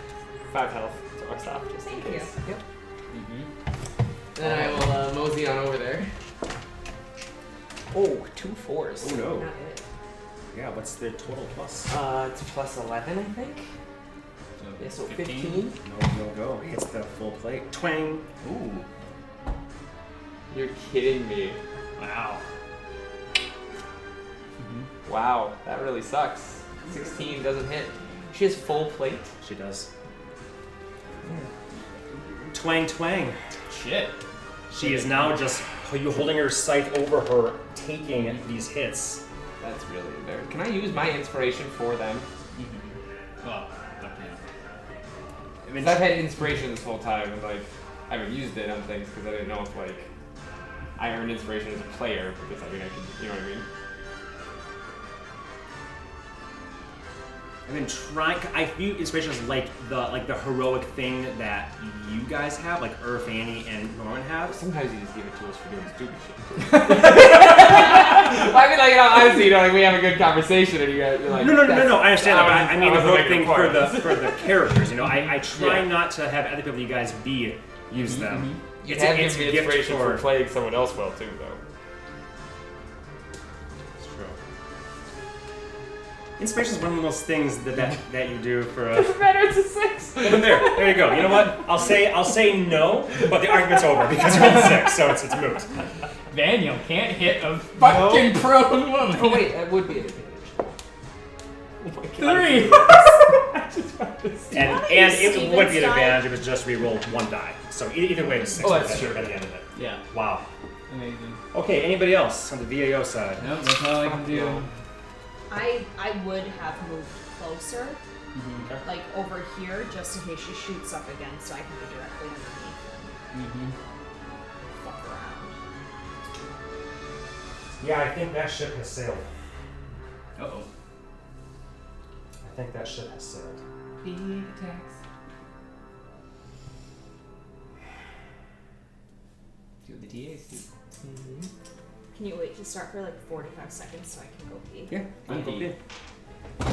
D: five health to Orsoff, just in
F: Thank you.
D: case. Yep.
B: Mm-hmm.
D: Then I will uh, mosey on over there. Oh, two fours.
E: no.
F: Not it.
E: Yeah, what's the total plus?
D: Uh, it's plus 11, I think. Yeah, so 15.
E: No, no go. It's the full plate. Twang!
B: Ooh.
D: You're kidding me.
B: Wow.
D: Wow, that really sucks. 16 doesn't hit. She has full plate.
E: She does. Twang twang.
B: Shit.
E: She is now just you holding her sight over her, taking these hits.
D: That's really embarrassing. Can I use my inspiration for them?
C: Mm-hmm.
B: Well, okay.
E: I
D: Because
E: mean,
D: I've had inspiration this whole time, and like, I haven't used it on things because I didn't know if like I earned inspiration as a player because I mean I could, you know what I mean?
C: I've been trying. I view inspiration as like the like the heroic thing that you guys have, like Earth Annie and Norman have.
D: Sometimes you just give it to us for doing stupid shit. too. I mean, like, in all honesty, you know, like, we have a good conversation, and you guys, you're like,
C: No, no, no, no,
D: "That's-
C: no. I understand that, but I, I
D: wasn't-
C: mean the
D: wasn't
C: heroic thing
D: making a
C: for
D: point."
C: the for the characters. You know, I, I try
D: Yeah. Mm-hmm,
C: not to have other people you guys be use them.
D: You
C: It's a-
D: have
C: it's
D: given me
C: a gift
D: inspiration for...
C: for-
D: playing someone else well too, though.
E: it's true.
C: Inspiration is one of those things that that, that you do for a.
D: Better it's a six.
C: But there, there you go. You know what? I'll say I'll say no, but the argument's over because you're on six, so it's it's moot.
B: Daniel can't hit a fucking prone woman.
D: Oh wait, that would be an advantage. though. Oh my god.
B: Three.
C: And
F: Nice,
C: and it would be an
F: Steven's
C: advantage if it's just re-rolled one die. So e- either way, it's six.
D: Oh, that's
C: at the-
D: true.
C: At the end of it.
B: yeah.
C: Wow.
B: Amazing.
C: Okay. Anybody else on the VAO side?
B: No, that's all I can do.
D: Yeah.
F: I I would have moved closer,
D: Mm-hmm,
F: like over here, just in case she shoots up again, so I can be directly underneath
B: Mm-hmm.
F: and fuck around.
E: Yeah, I think that ship has sailed.
B: Uh oh.
E: I think that ship has sailed.
F: Big attacks.
B: Do the DAs do.
F: Can you wait to start for like 45 seconds so I can go pee?
C: Yeah.
B: I'm
C: Uncle
B: good.
C: Pete.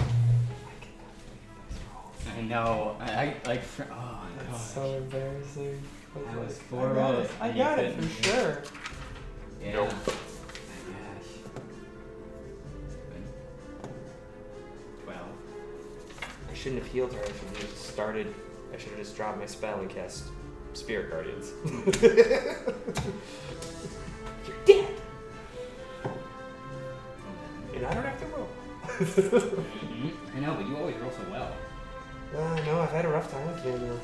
B: I know. I, I like. Fr- oh, God.
D: That's so embarrassing.
B: I was
D: like,
B: four
D: I got
B: rolls
D: it, I
B: and you
D: got it
B: couldn't.
D: for sure.
B: Yeah. Oh
D: Nope.
B: My gosh. Good. Twelve.
D: I shouldn't have healed her. I should have just started. I should have just dropped my spell and cast Spirit Guardians. You're dead, and I don't have to roll.
B: Mhm. I know, but you always roll so well.
D: Uh, no, I've had a rough time with Daniel.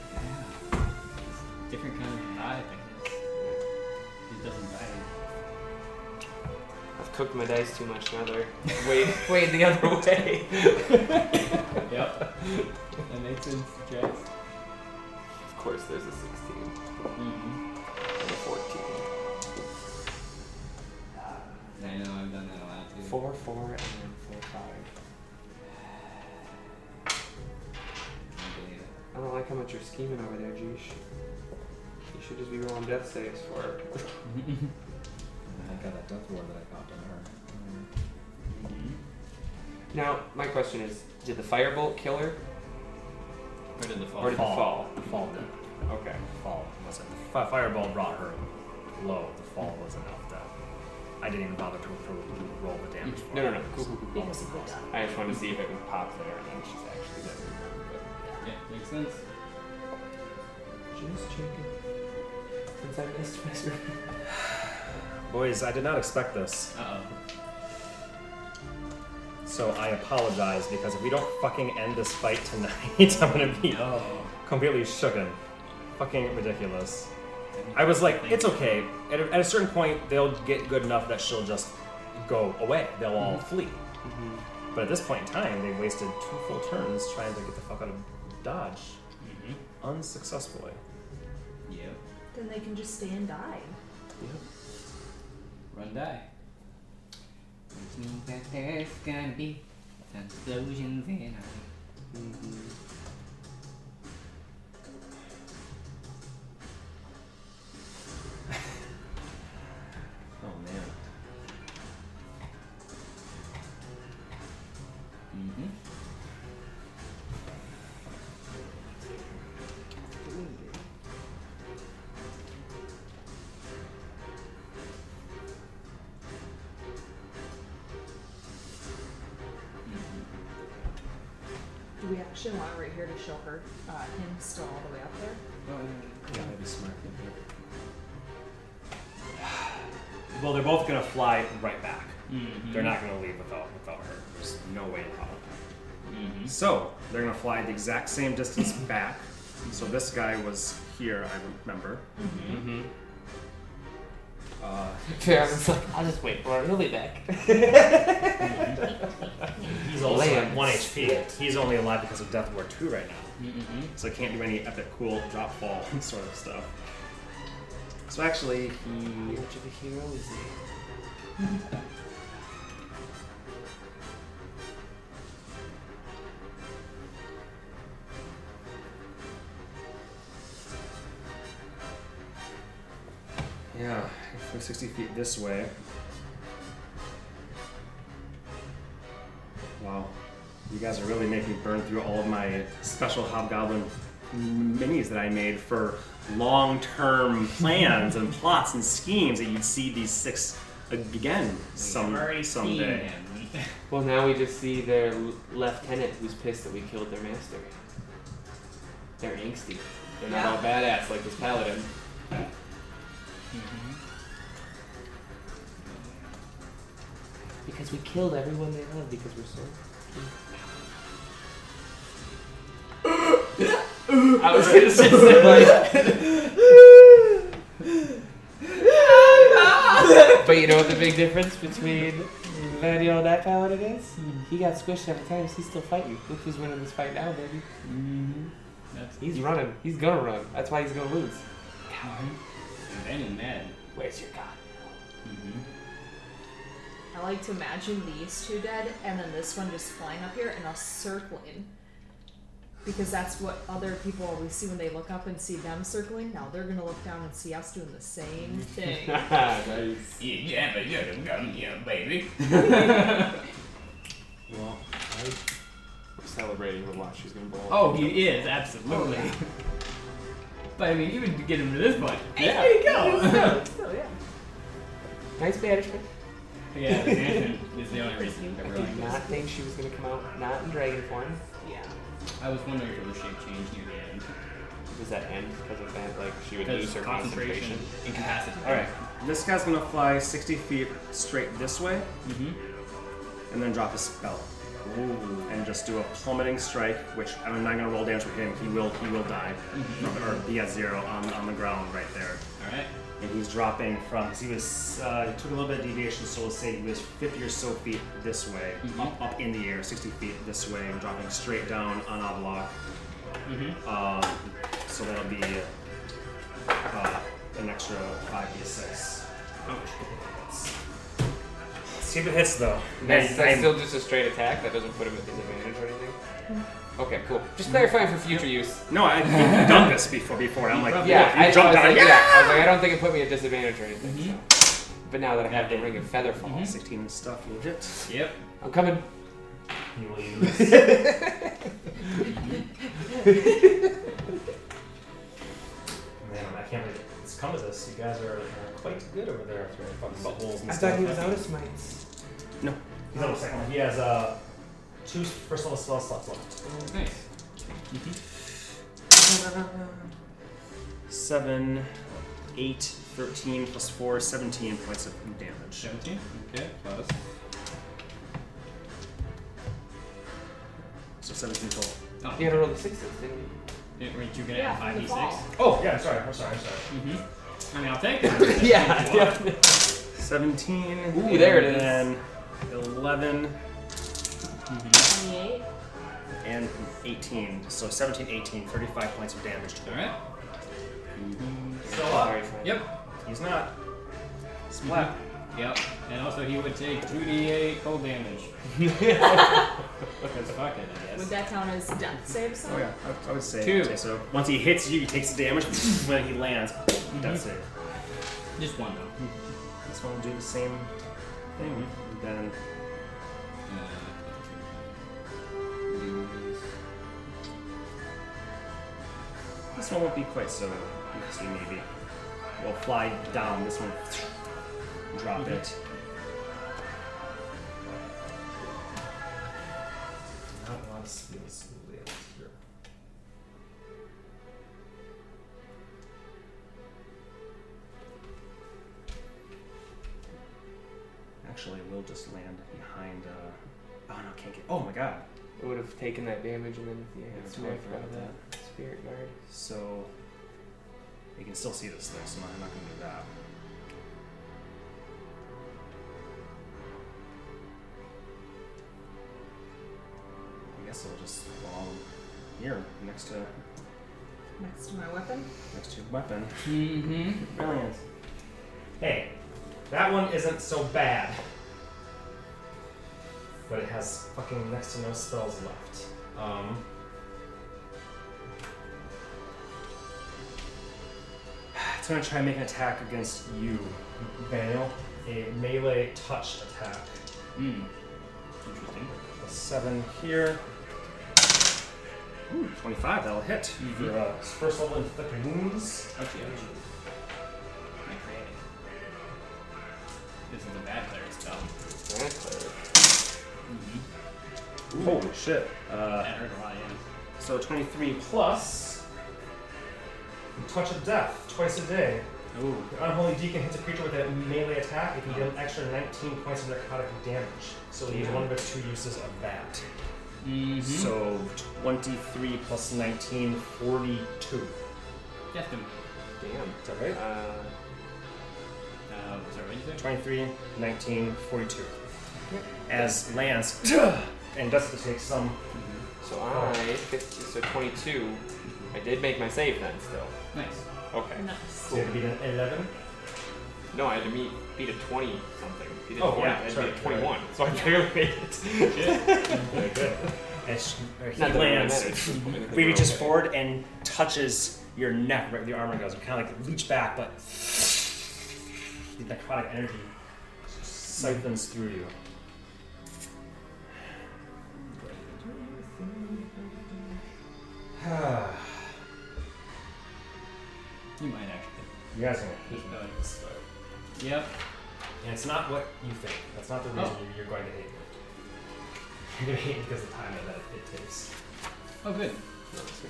B: Different kind of vibe, I guess. It doesn't vibe.
D: I've cooked my dice too much. Now they're way, way the other way.
B: Yep. that makes sense, Jax.
D: Of course, there's a 16
B: Mm-hmm.
D: and a 14. Uh,
B: I know, I've done that a lot too.
D: Four, four, and then four, five.
B: Can't believe it.
D: I don't like how much you're scheming over there, Jeesh. You should just be rolling death saves for her.
H: I got that death ward that I popped on her.
B: Mm-hmm.
D: Now, my question is, did the firebolt kill her,
B: Or did the fall?
D: or did
B: fall.
D: the
C: The fall did.
D: fall? Okay.
C: The Mm-hmm. fall wasn't. The fi- fireball brought her low. The fall was enough that I didn't even bother to, to roll the damage. for
D: No,
C: it.
D: no, no. Cool, cool, cool.
F: Because of the dot.
D: I just wanted to see if it would pop there, and then she's actually dead.
B: Yeah, makes sense.
D: Just checking. Since I missed my survey.
C: Boys, I did not expect this,
B: Uh
C: so I apologize because if we don't fucking end this fight tonight, I'm gonna be
B: oh.
C: completely shooken. Fucking ridiculous. I was like, it's okay. At a, at a certain point, they'll get good enough that she'll just go away. They'll all flee. But at this point in time, they wasted two full turns trying to get the fuck out of Dodge
B: Mm-hmm.
C: unsuccessfully.
B: Yep.
F: Then they can just stay and die.
B: Run die. Just know that there's gonna be an explosion then.
K: Oh man.
B: Mm-hmm.
F: Do we actually want right here to show her, uh, him still all the way up there?
C: Yeah, that'd be smart. Well, they're both gonna fly right back.
B: Mm-hmm.
C: They're not gonna leave without without her. There's no way in hell.
B: Mm-hmm.
C: So they're gonna fly the exact same distance back. So this guy was here, I remember.
D: Mm-hmm.
C: Uh,
D: Yeah, I was like, I'll just wait for her. He'll be back.
C: he's also
D: Land.
C: at one HP. He's only alive because of Death War Two right now,
B: Mm-hmm.
C: so I can't do any epic cool drop fall sort of stuff. So actually, he
D: Which of a hero is he?
C: yeah, if we're sixty feet this way. Wow, you guys are really making me burn through all of my special hobgoblin minis that I made for long-term plans and plots and schemes that you'd see these six again some someday.
D: Well, now we just see their l- lieutenant who's pissed that we killed their master. They're angsty. They're not all badass like this paladin. Because we killed everyone they love because we're so. I was gonna say something like. but you know what the big difference between that and that paladin is? He got squished seven times. He's still fighting. Look who's winning this fight now, baby.
B: Mm-hmm. That's
D: He's running. He's gonna run. That's why he's gonna lose.
B: mm-hmm. Ben and Mad.
D: Where's your god?
B: Mm-hmm.
F: I like to imagine these two dead and then this one just flying up here and us circling. Because that's what other people always see when they look up and see them circling. Now they're gonna look down and see us doing the same thing.
D: nice.
B: Yeah, yeah, but you're the gun, yeah, baby.
D: Well, I'm celebrating the watch she's gonna blow.
B: Oh, he is absolutely. but I mean, even to get him to this point, hey,
D: Yeah.
B: there you go.
F: so Oh, yeah.
D: nice banishment.
B: yeah, the mansion is the only reason that
D: I
B: we're
D: did
B: like
D: not
B: this.
D: think she was gonna come out not in dragon form.
F: Yeah.
B: I was wondering if it was shape change near the end
D: Does that end because of that? Like she would
B: because
D: lose her
B: concentration,
D: concentration.
B: incapacity.
C: All right, this guy's gonna fly 60 feet straight this way,
B: Mm-hmm.
C: and then drop a spell, and just do a plummeting strike. Which I'm not gonna roll damage with him. He will, he will die, or be at zero on, on the ground right there.
B: All right.
C: And he's dropping from. 'cause He was uh, took a little bit of deviation, so we'll say he was 50 or so feet this way,
B: Mm-hmm.
C: up, up in the air, 60 feet this way, and dropping straight down on a block.
B: Mm-hmm.
C: Um, so that'll be uh, an extra 5d6.
B: Oh,
C: See if it hits though.
D: That's,
C: I-
D: that's still just a straight attack. That doesn't put him at disadvantage or anything. Okay, cool. Just clarifying for future use.
C: no, I've done this before. Before and I'm like,
D: Yeah,
C: "Look,
D: I, I
C: you
D: was
C: jump
D: like,
C: down.
D: yeah!
C: yeah!
D: I was like, I don't think it put me at disadvantage or anything. so. But now that I have the ring of feather fall,
C: 16 and stuff will hit.
B: Yep.
D: I'm coming.
H: He will use. Man, I can't believe it's come to this. You guys are uh, quite good over there after fucking buttholes and
D: I
H: stuff.
D: thought he was out of smites.
H: He's almost second. He has uh, two first level spell slots left.
B: Nice.
C: Seven, eight, thirteen plus four, seventeen points of damage.
B: 17. Okay, plus.
C: So 17 total.
B: Oh,
D: You had to roll the sixes, didn't you?
B: It- Weren't you gonna
F: Yeah,
B: add
F: from the
B: 5d6?
F: fall.
H: Oh, yeah, I'm sorry. I'm sorry. I'm sorry.
B: Mm-hmm. I mean, I'll take that.
D: Yeah,
B: yeah.
C: 17.
D: Ooh, there it is.
C: And then 11
F: 28.
C: and 18. So 17, 18, 35 points of damage to him.
B: Alright.
H: So, uh,
D: Sorry, friend.
B: Yep.
C: He's not. Splat.
B: Yep. And also, he would take 2d8 cold damage. Because fuck it, I
F: Would
B: guess.
F: that count as death save
C: Oh,
F: someone?
C: yeah. I, I would say.
B: Two.
C: I'd say so once he hits you, he takes the damage. when he lands, he does it.
B: Just one, though.
C: Mhm. This one will do the same thing. And then
B: Uh,
C: This one won't be quite so messy, maybe. We'll fly down this one, drop it.
H: not a lot of skills really out here.
C: Actually, we'll just land behind. Uh... Oh no, can't get. Oh my god.
D: It would have taken that damage and then yeah,
C: Yeah,
D: it's
C: totally
D: smacked
C: forgot
D: out of
C: about
D: that spirit guard.
C: So you can still see this thing, so I'm not gonna do that. I guess it'll just fall here next to
F: Next to my weapon.
C: next to weapon.
D: Mm-hmm.
C: Brilliant.
H: Hey, that one isn't so bad. But it has fucking next to no spells left. Um.
C: It's gonna try and make an attack against you.
H: Daniel, a melee touch attack.
B: Hmm. Interesting.
C: A seven here. Ooh, 25, that'll hit.
H: Your uh, first level inflict wounds.
B: Ouchie, ouchie. My credit. This is a bad cleric spell.
C: Holy shit.
B: That
C: Uh,
B: hurt a lot, yeah.
C: so 23
H: Plus, touch of death twice a day.
C: Oh.
B: Ooh.
H: Your unholy deacon hits a creature with a melee attack. It can deal an extra 19 points of narcotic damage. So we use one of its two uses of that.
B: Mm-hmm.
C: So 23 plus 19, 42.
B: Death him.
D: Damn.
C: Is that right?
D: Uh,
B: Uh, sorry, what did you say?
C: 23, 19, 42. As Lance, and Dusty takes some.
D: so I 50, so 22. I did make my save then still.
B: Nice.
D: Okay.
F: Nice.
H: So you have to beat an 11.
D: No, I had to meet, beat a 20 something. Beat a
H: Oh,
D: 20,
H: yeah,
D: I had to
H: sorry,
D: beat a 21, so I barely made it.
H: Very good.
C: As or he
D: Not that it really
C: lands,
D: matters.
C: he reaches forward and touches your neck, right? where The armor goes. Kind of like reach back, but the necrotic energy siphons through you.
B: You might actually.
H: You guys are gonna
B: There's
H: hate
B: no
H: me.
B: idea. Yep.
H: And it's not what you think. That's not the reason you you're going to hate me. You're gonna hate me because of the time that it takes.
B: Oh, good.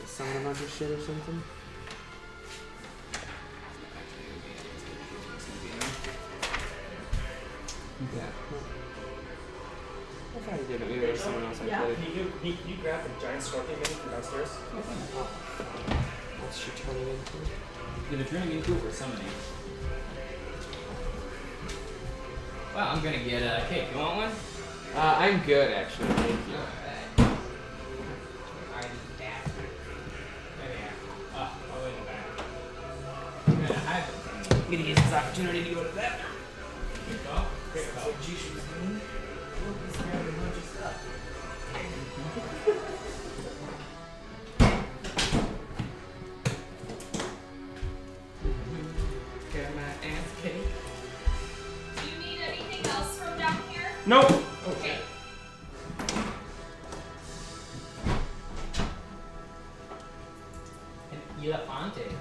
D: Summon a bunch of shit or something? Yeah. I thought he did it. Maybe there was someone else I
F: Yeah.
D: played.
H: Can you, can you grab the giant scorpion mini from downstairs?
D: Oh. What's she turning into?
B: Did it turn into or summoning? Well, I'm gonna get a cake. You want one?
D: Uh, I'm good, actually. Thank you.
B: Alright. I need that. There we are. Ah, I'll wait in the back. I'm gonna hide it.
D: I'm gonna get this opportunity to go to that.
B: Good call. Great call.
D: Got my ass cake.
F: Do you need anything else from down here?
C: Nope.
F: Okay.
L: Elefante.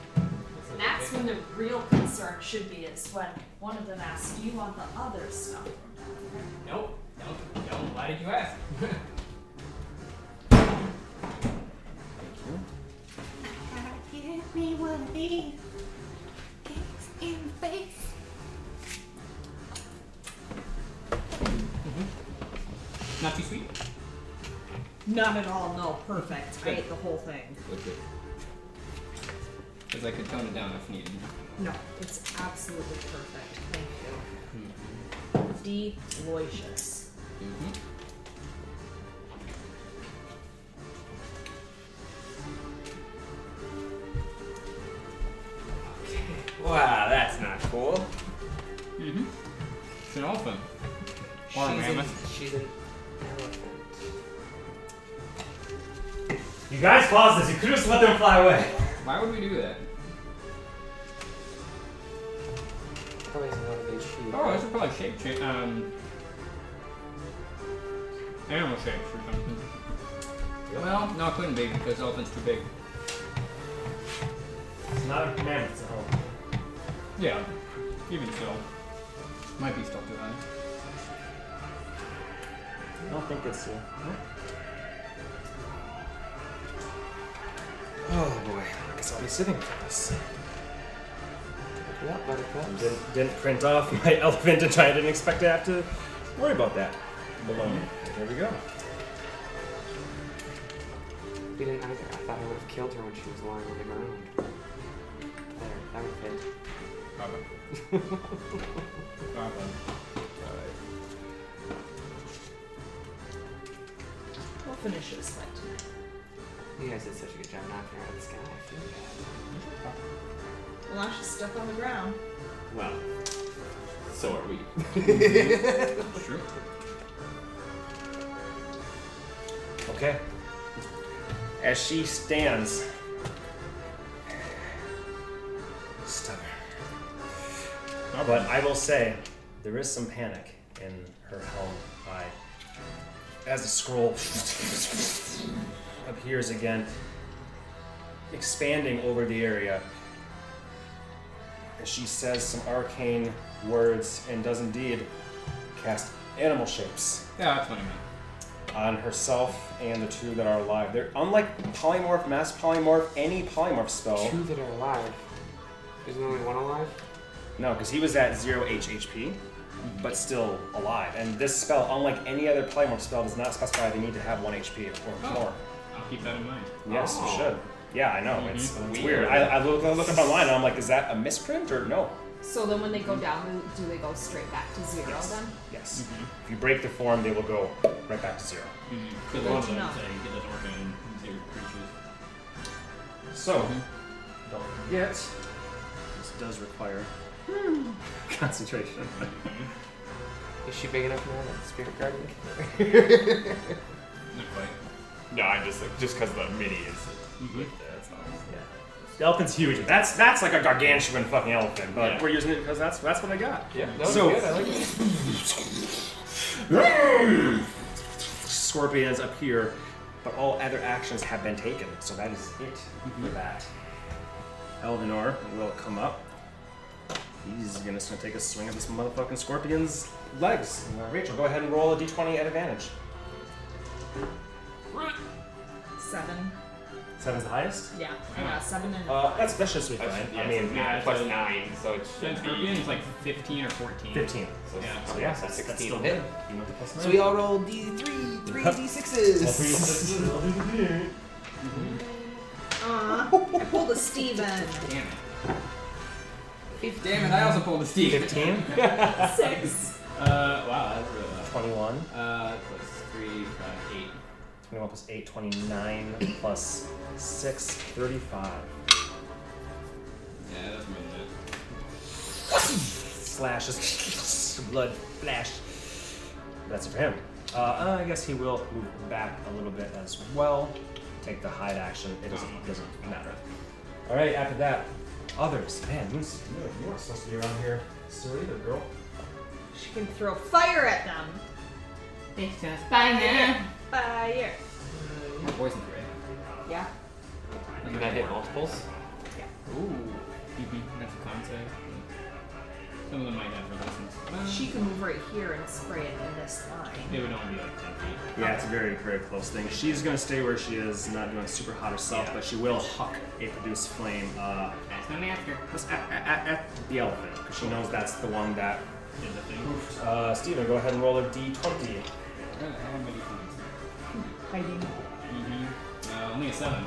L: That's a
F: That's
L: big-
F: when the real concern should be is when one of them asks, "Do you want the other stuff?" from Daphne?"
L: Nope. Nope. Nope. Why did you ask?
M: Give me one of these. Kicks in the face.
B: Not too sweet.
F: Not at all. No, perfect. I ate the whole thing.
B: Look good. Because I could tone it down if needed.
F: No, it's absolutely perfect. Thank you. Delicious.
D: Mm-hmm. Wow, that's not cool.
B: Mm-hmm. It's an elephant. Or a
D: she's, an,
B: mammoth.
D: she's an elephant.
C: You guys pause this. You could just let them fly away.
B: Why would we do that?
D: Probably has a lot of HP.
B: Oh, this is probably shape change. Um, animal shapes or something. Well, no, it couldn't be because the elephant's too big.
C: It's not a mammoth, it's a hell.
B: Yeah, even still, might be still too high.
C: I don't think it's a.
N: Oh boy, I guess I'll be sitting for this.
D: Yeah, buttercups.
C: Didn't, didn't print off my elephant and I didn't expect to have to worry about that. Baloney. There we go.
D: We didn't either. I thought I would have killed her when she was lying on the ground. There, that would fit.
B: Baba. Baba. Alright.
F: We'll finish this fight tonight.
D: You guys did such a good job knocking her out of the sky. I feel bad.
F: Well, now she's stuck on the ground.
C: Well, so are we.
B: True.
C: Okay. As she stands, stubborn. But I will say, there is some panic in her held eye. As the scroll appears again, expanding over the area, as she says some arcane words and does indeed cast animal shapes
B: Yeah, that's what I meant.
C: on herself and the two that are alive. They're unlike polymorph, mass polymorph, any polymorph spell.
D: Two that are alive. Isn't there only one alive?
C: No, because he was at zero HHP, but still alive. And this spell, unlike any other polymorph spell, does not specify they need to have one HP or
B: Oh.
C: more.
B: I'll keep that in mind.
C: Yes,
D: Oh.
C: you should. Yeah, I know. It's,
B: Mhm.
C: it's
B: Weird.
C: Mm-hmm. weird. I, I look, I look up online and I'm like, is that a misprint or no?
F: So then, when they go down, do they go straight back to zero? Then
C: Yes. If you break the form, they will go right back to zero.
B: Mm-hmm. Good
F: Good
B: luck
F: to
B: with
F: know.
B: that. It doesn't work on zero creatures.
C: So, don't forget, this does require concentration.
D: Is she big enough now that the spirit guardian?
B: Not quite.
L: No, I'm just like just because the mini is.
B: Mm-hmm.
L: That's not.
C: The elephant's huge. That's that's like a gargantuan fucking elephant, but
B: Yeah.
C: we're using it because that's that's what I got.
D: Yeah, that was
C: So-
D: good. I like it.
C: Scorpions appear, but all other actions have been taken, so that is it for
L: Mm-hmm.
C: that. Elvinor will come up. He's gonna, just gonna take a swing at this motherfucking scorpion's legs. Uh, Rachel, go ahead and roll a d20 at advantage.
F: seven.
C: Seven's the highest.
F: Yeah, yeah, seven and
C: Uh, that's that's just fine. I mean,
L: nine,
B: plus
L: plus nine, so it
B: Yeah,
L: should
B: scorpion
L: be.
B: is like 15 or 14.
C: 15.
L: So
B: Yeah.
C: So yeah, so that's, that's
D: 16
C: still
D: hit.
C: You want the plus
D: So we all rolled D3, three D6s.
C: nine?
F: Aw, I pulled a Steven.
B: Damn it. Damn it, I also pulled a Steve.
C: 15?
F: Six.
B: Uh, wow, that's really low.
C: 21.
B: Uh, plus 3, uh, 8.
C: 21 plus 8, 29 plus 6, 35.
B: Yeah, that's more than that.
C: Slashes. Blood flash. That's it for him. Uh, I guess he will move back a little bit as well. Take the hide action. It doesn't, it doesn't matter. All right, after that, others. Man, who's you weren't supposed to be around here. Still either, girl.
F: She can throw fire at them. Fire.
B: My voice is great.
F: Yeah.
D: Can I hit multiples?
B: Some of them might have resistance. Well,
F: She can move right here and spray it in this line.
B: They would only be like 10 feet.
O: Yeah, it's a very, very close thing. She's gonna stay where she is, not doing super hot herself,
B: Yeah.
O: but she will huck a produce flame. Uh,
B: That's not after.
O: let's at, at, at the elephant, because she knows that's the one that.
B: Is the thing.
C: Uh, Steven, go ahead and roll a d20.
B: Really? How many points?
F: Hiding.
B: Mm-hmm. Uh, only a 7.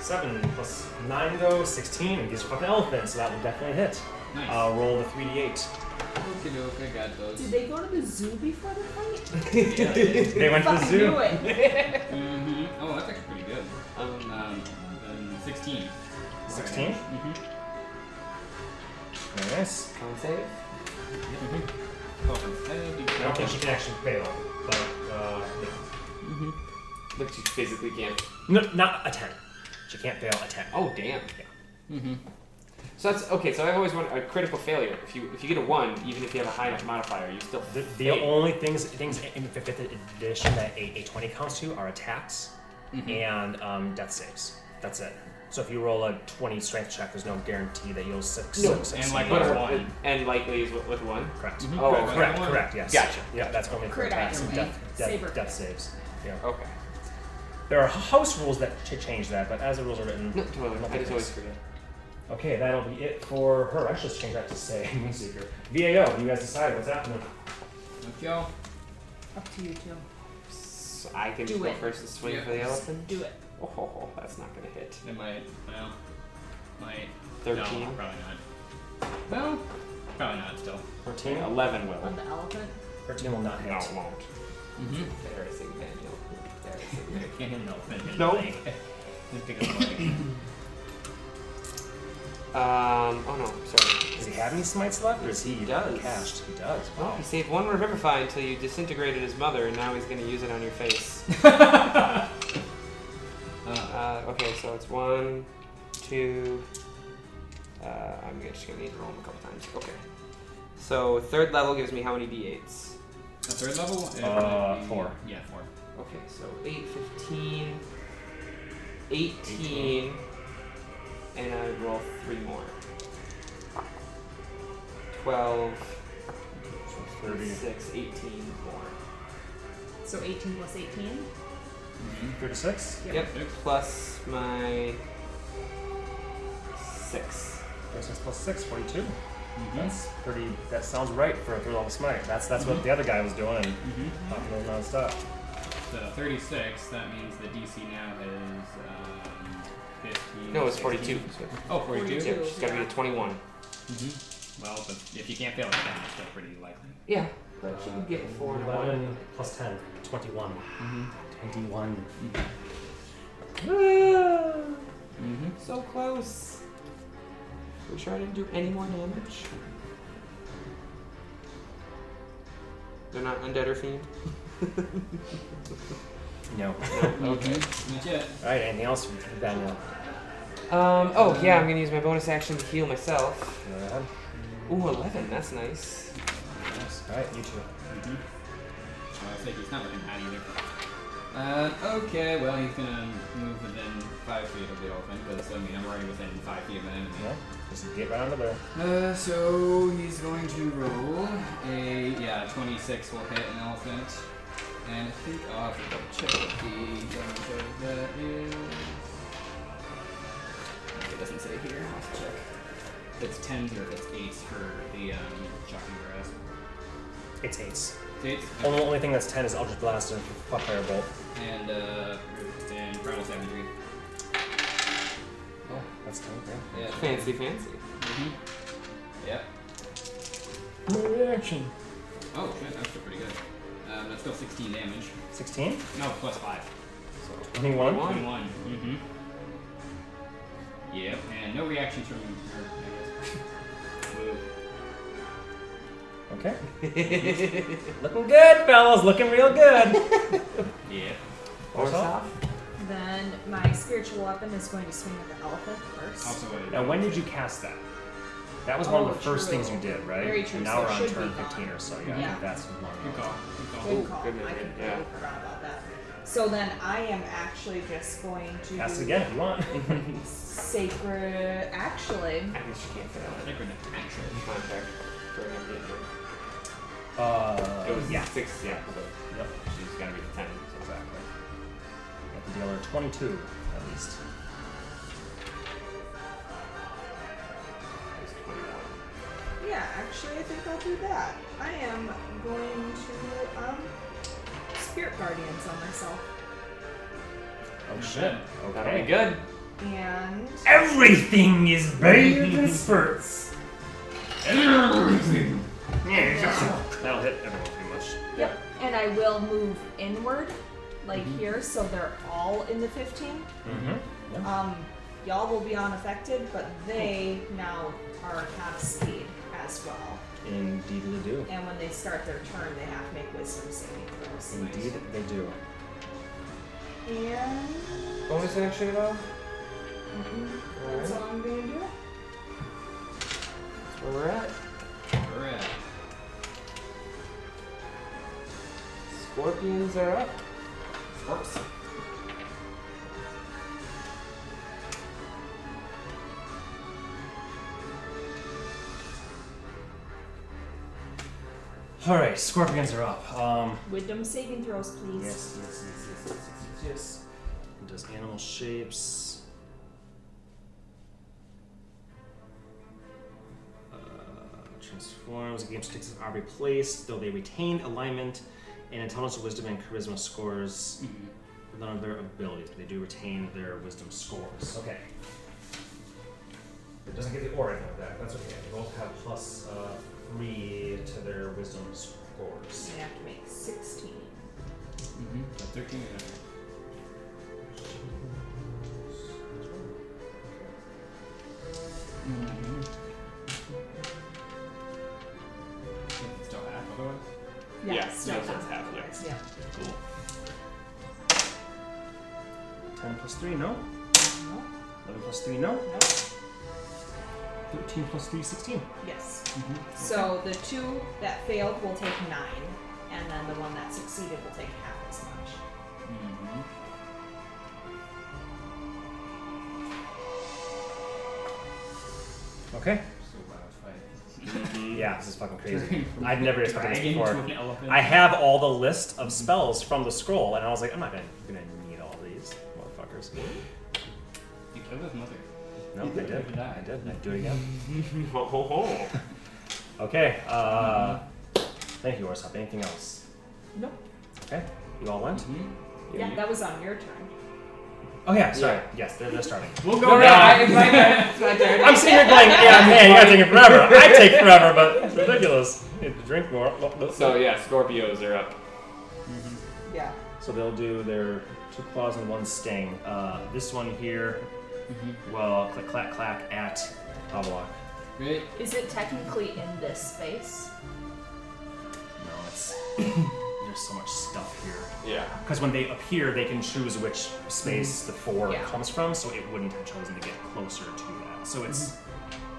C: 7 plus 9 though, 16. These are fucking elephants, so that will definitely hit.
B: Nice.
D: Oh.
C: Uh, roll the 3d8.
B: Okay, okay, got those.
F: Did they go to the zoo before the fight?
C: They went to the
F: Fucking
C: zoo.
F: knew it.
B: Mm-hmm. Oh, that's actually pretty good. Um, um, um, 16.
C: 16.
B: Mm-hmm.
C: Very nice.
D: Con save. Oh,
C: I don't think she can actually fail, but uh, yeah.
D: Look, you physically can't.
C: no, not a 10. She can't fail a 10.
D: Oh damn. So that's okay. So I've always wanted a critical failure. If you if you get a one, even if you have a high enough modifier, you still
C: The, the
D: fail.
C: only things things in the fifth edition that a, a twenty counts to are attacks
D: Mm-hmm.
B: Mm-hmm.
C: and um, death saves. That's it. So if you roll a twenty strength check, there's no guarantee that you'll six.
D: No,
B: and like
D: But
B: with
D: are-
B: one.
D: and likely is with, with one.
C: correct.
D: Oh,
B: Correct.
D: okay.
C: Correct.
B: One.
C: Correct. Yes.
D: Gotcha.
C: Yeah, that's only for
F: Crit
C: attacks
F: either
C: and
F: way.
C: death,
F: Saber
C: death,
F: crit.
C: death saves. Yeah.
D: Okay.
C: There are house rules that ch- change that, but as the rules are written,
D: No, totally. I
C: nothing
D: just always
C: is.
D: forget.
C: Okay, that'll be it for her. I should just change that to say Moonseeker. VAO, you guys decide what's happening.
B: Let's go.
F: Up to you two.
D: So I can
F: Do
D: go
F: it.
D: first and swing
B: Yeah.
D: for the elephant.
F: Do it.
D: Oh, ho, ho, that's not gonna hit.
B: It might, well, might. No,
D: Thirteen.
B: probably not. Well, probably not still.
C: 13?
D: Eleven will.
F: On the elephant.
C: 13 will not hit.
D: No, it won't.
B: Mm-hmm.
D: Embarrassing, Daniel. Embarrassing.
B: Can't hit an elephant.
D: No.
B: Like, just pick up like,
D: Um. Oh no. Sorry.
C: Does he have any smites left, or is he
D: He does.
C: cashed? He does.
D: Oh,
C: Wow.
D: he saved one revivify until you disintegrated his mother, and now he's gonna use it on your face. uh, okay, so it's one, two. Uh, I'm just gonna need to roll him a couple times. Okay. So third level gives me how many d8s?
B: a third level? It'd
C: Uh,
B: probably be-
C: four.
B: Yeah, four.
D: Okay, so 8, 15, 18, and I would roll 3 more. 12,
C: 30,
D: 6, 18 more.
F: So 18 plus 18.
B: Mm-hmm.
C: 36?
F: Yeah.
D: Yep,
B: Six.
D: plus my 6.
C: 36 plus 6, 42.
B: Mm-hmm.
C: That's pretty, that sounds right for a third level smite. That's that's
D: Mm-hmm.
C: what the other guy was doing, and
B: Mm-hmm.
C: popping them nonstop.
B: So 36, that means the DC now is um, 15.
D: No, it's
B: 16.
D: 42.
B: Oh, 42?
D: Yep, she's gotta be a 21.
B: Mm-hmm. Well, but if you can't fail it, then it's still pretty likely.
D: Yeah, but she would get a 4 and a 1.
C: 11 plus 10, 21. 21.
B: Mm-hmm.
D: So close. I'm sure I didn't do any more damage. They're not undead or fiend.
C: No.
B: Okay. Mm-hmm. That's it.
C: Alright, anything else from Daniel?
D: Um, oh yeah, I'm gonna use my bonus action to heal myself.
C: Go ahead.
D: Ooh, 11, that's nice.
C: Alright, you two.
B: Mm-hmm. Well, I think he's not looking bad either. Uh, okay, well, he's gonna move within 5 feet of the elephant, but so, I mean, I'm already within 5 feet of an enemy.
C: Yeah, just get right under there.
B: Uh, so he's going to roll a yeah, 26 will hit an elephant, and I think I'll have to double check what the damage of that is. It doesn't say here. I'll have to check. If it's tens or if it's eights for the um, shocking grasp.
C: It's 8s.
B: It's eights.
C: Only, only thing that's 10 is Eldritch Blast and Fuck Firebolt.
B: And uh, and primal savagery.
C: Yeah, that's 10, yeah.
B: Yeah.
D: Fancy, fancy.
B: hmm Yep.
C: Reaction.
B: Oh shit, that's still pretty good. Um, that's still 16 damage.
C: 16?
B: No, plus five.
C: 21?
D: One.
B: One. Mm-hmm. Yep, and no reactions from her.
C: Okay. looking good, fellas. Looking real good.
B: Yeah.
D: Or
C: Orsov?
F: Then my spiritual weapon is going to swing at the elephant first.
B: Also, uh, what
C: Now, when did you cast that? That was one of
F: Oh,
C: the first
F: true.
C: things you did, right?
F: Very true,
C: And now
F: so
C: we're
F: it
C: on
F: should
C: turn
F: be gone.
C: 15 or so. Yeah, I
F: Yeah.
C: think that's one.
B: Good call. Good call.
F: Good call.
D: good
F: I
D: memory,
F: completely
D: yeah.
F: forgot about that. So then I am actually just going to
C: Cast it again if you want.
F: sacred. Actually,
D: I guess she can't fail
B: I
D: it.
B: think we're next. Actually.
D: Contact.
P: for him to injure.
C: Uh,
P: It was
C: yeah.
P: six, yeah. So
C: Yep.
P: she's gonna be the ten, exactly.
C: Got the dealer 22 at least.
P: It was twenty-one.
F: Yeah, actually, I think I'll do that. I am going to um, spirit guardians on myself,
C: Oh
B: shit.
P: That'll be
C: Okay.
P: good.
F: and
A: Everything is bathed in spurts.
C: That'll hit everyone pretty much.
F: yep, and I will move inward, like here, so they're all in the 15.
C: Mm-hmm. Yeah.
F: Um, y'all will be unaffected, but they now are half speed as well.
C: Indeed, they do.
F: And when they start their turn, they have to make wisdom saving throws.
C: Indeed, they do.
F: And
D: Bonus action at all?
F: that's all I'm gonna do.
D: That's where we're at.
B: Alright.
D: Scorpions are up.
B: Scorps.
C: All right, scorpions are up. Um,
F: Wisdom saving throws, please.
C: yes, yes, yes, yes, yes, yes, yes. It does animal shapes. Uh, transforms. The game sticks are replaced, though they retain alignment and intelligence, wisdom, and charisma scores. None of their abilities, but they do retain their wisdom scores.
E: Okay. It doesn't get the aura out of that. That's okay. They both have plus uh, three to their wisdom scores.
F: You have to make 16.
B: Mm-hmm. Thirteen. and a-
C: Mm-hmm.
B: It's Still half otherwise.
F: Yeah,
P: Yeah,
F: it's
P: yeah,
F: not
P: so it's
F: half,
P: half, yeah.
F: Yeah.
P: Cool.
C: 10 plus 3, no. 11 plus 3, no.
F: No,
C: 13 plus 3, 16.
F: Yes. So the two that failed will take nine, and then the one that succeeded will take half as much.
B: Mm-hmm.
C: Okay.
B: So wild fight.
C: Yeah, this is fucking crazy. I've never expected this
B: Dragon to
C: before.
B: an elephant.
C: I have all the list of spells from the scroll, and I was like, I'm not gonna, gonna need all these motherfuckers.
B: You killed his mother.
C: No, I did. I did. I do it again.
P: Ho ho ho.
C: Okay. Uh, thank you, Orsop. Anything else?
F: Nope.
C: Okay. You all went.
B: Hmm?
C: You-
F: Yeah,
C: you-
F: that was on your turn.
C: Oh yeah. Sorry. Yes, they're, they're starting.
B: We'll
D: No,
B: go
D: no,
B: down.
D: I, it's my turn. It's my turn.
C: I'm sitting here going, yeah, man, you gotta take it forever. I take forever, but it's ridiculous. You have to drink more.
P: So yeah, Scorpios are up.
F: Yeah.
C: So they'll do their two claws and one sting. Uh, this one here will click clack clack at Avalok.
B: Great.
F: Is it technically in this space?
C: No, it's there's so much stuff here.
P: Yeah.
C: Because when they appear, they can choose which space the four
F: Yeah.
C: comes from, so it wouldn't have chosen to get closer to that. So it's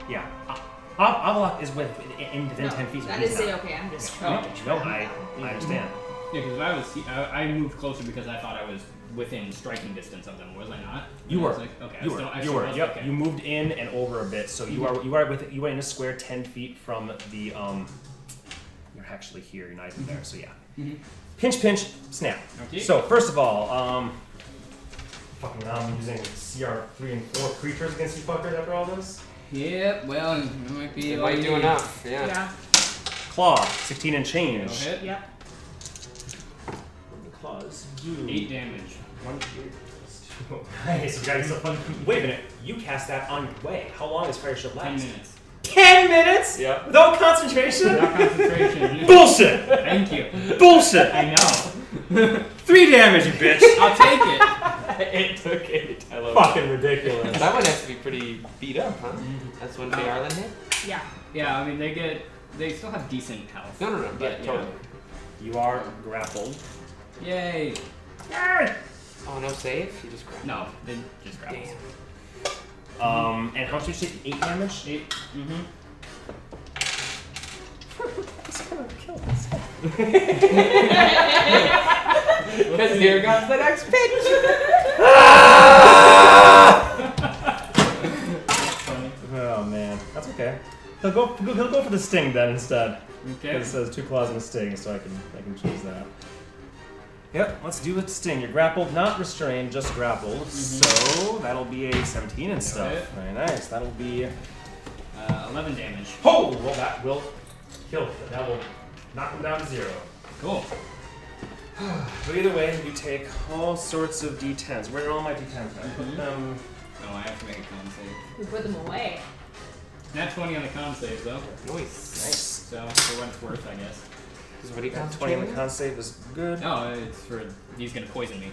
C: yeah. A- A- Avalok is with in, in- within
F: no,
C: ten feet. so
F: That
C: he's
F: is
C: not-
F: okay. I'm just
C: No,
F: trying to
C: no, I, I understand.
B: Yeah, because I was, I, I moved closer because I thought I was within striking distance of them. Was I not?
C: You
B: And I
C: were.
B: was like, okay. I
C: You
B: still,
C: were.
B: I
C: You
B: still
C: were.
B: was,
C: Yep.
B: okay. Mm-hmm.
C: You moved in and over a bit, so you are you are with you are in a square ten feet from the um. You're actually here. You're not even there. So yeah. Pinch, pinch, snap.
B: Mm-hmm. Okay.
C: So first of all, um,
E: Fucking now I'm using CR three and four creatures against you fuckers after all this.
B: Yep. Well, it might be.
D: It
B: all
D: might
B: you
D: do
B: need.
D: enough. Yeah.
F: Yeah.
C: claw, sixteen and
B: It'll
C: change.
B: hit.
F: Yep.
E: The claws do
B: Eight damage.
E: one creature plus two.
C: Nice. so we got yourself fun. Wait a minute. You cast that on your way. How long does fire shield
B: Ten
C: last?
B: minutes.
C: Ten minutes.
P: Yep.
C: Without concentration.
B: Without concentration.
C: Bullshit.
B: Thank you.
C: Bullshit.
B: I know.
C: Three damage, you bitch.
B: I'll take it.
P: it took eight. I love
E: Fucking ridiculous.
D: That one has to be pretty beat up, huh? That's when Fiarlan hit?
F: Yeah.
B: Yeah. I mean, they get. They still have decent health.
D: No, no, no.
B: But,
D: Yeah,
B: yeah.
D: totally.
C: You are grappled.
B: Yay.
D: Oh, no save? You just grabbed
B: No, they just grab.
D: Damn.
C: Um, and how much did you say? Eight damage.
B: Eight. Mm-hmm.
D: Because here comes the next pitch!
C: Oh man, that's okay. He'll go, he'll go for the sting then instead.
B: Okay.
C: It says two claws and a sting, so I can I can choose that. Yep, let's do with sting. You're grappled, not restrained, just grappled. So that'll be a 17 and stuff.
B: it.
C: Very nice. That'll be
B: Uh, 11 damage.
Q: Oh, well, that will kill him. That will knock him down to zero.
B: Cool.
C: But either way, you take all sorts of d10s. Where are all my d10s? I put
D: Mm-hmm.
B: Mhm.
C: them.
B: Oh, I have to make a con save.
F: We put them away.
B: Nat 20 on the con save, though.
D: Nice.
C: Nice.
B: So, for what it's worth, I guess.
D: This is what he got.
C: 20 on the con save is good.
B: No, it's for. He's gonna poison me.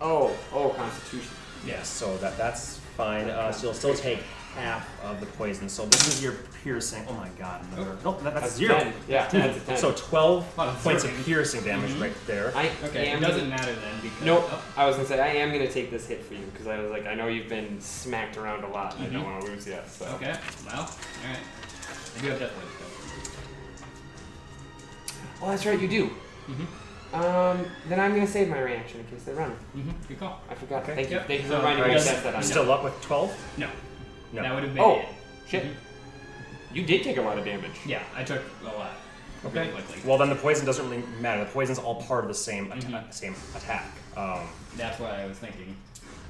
D: Oh, oh, Constitution.
C: Yes, so that that's fine. Uh, so you'll still take half of the poison. So this is your piercing. Oh my god, another. Nope, that, that's, zero.
D: Ten. Yeah, that's a ten.
C: So 12
B: Well, that's
C: points of
B: thirteen.
C: piercing damage
B: Mhm.
C: right there.
D: Mm-hmm. I
B: Okay,
D: am
B: it doesn't matter then because.
D: Nope.
B: Oh,
D: I was gonna say I am gonna take this hit for you because I was like I know you've been smacked around a lot. and I
B: Mhm.
D: don't want to lose yet. So
B: okay. Well, alright. I do have death wave, though.
D: Oh, that's right, you do. Um, then I'm gonna save my reaction in case they run.
B: Mm-hmm. Good call.
D: I forgot.
C: Okay.
D: Thank you.
B: Yep.
D: Thank you for
B: So,
D: reminding me
C: Alright,
D: to cast that on
C: you're
D: you.
C: still up with 12?
B: No.
C: No.
B: That would have been.
D: Oh,
B: it.
D: shit.
B: Mhm.
D: You did take a lot of damage.
B: Yeah, I took a lot. Really quickly.
C: Well, then the poison doesn't really matter. The poison's all part of the same atta-
D: Mm-hmm.
B: Mhm.
C: same attack. Um,
B: That's what I was thinking.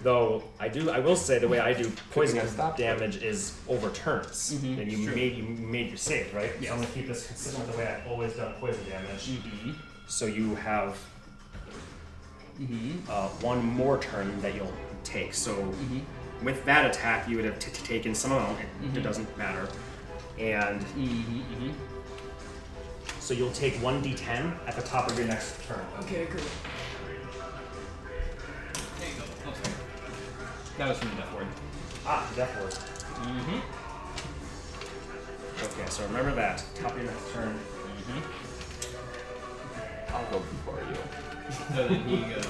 C: though I do, I will say the way I do poison
D: gotta stop.
C: damage is overturns,
B: Mhm,
C: and you
B: true.
C: made you made your save right.
Q: So I'm going to keep this consistent with the way I've always done poison damage.
B: Mm-hmm.
C: So you have
B: Mm-hmm.
C: uh, one more turn that you'll take. So
B: Mhm.
C: with that attack, you would have t- t- taken some amount. It, it
B: Mhm.
C: doesn't matter, and
B: Mm-hmm. Mm-hmm.
C: so you'll take one d10 at the top of your next turn.
B: Okay, great. There you go. Oh, sorry. That was from the death ward.
C: Ah, death ward.
B: Mm-hmm.
C: Okay, so remember that. Top of your next turn.
B: Mm-hmm.
D: I'll go before you.
B: So then he goes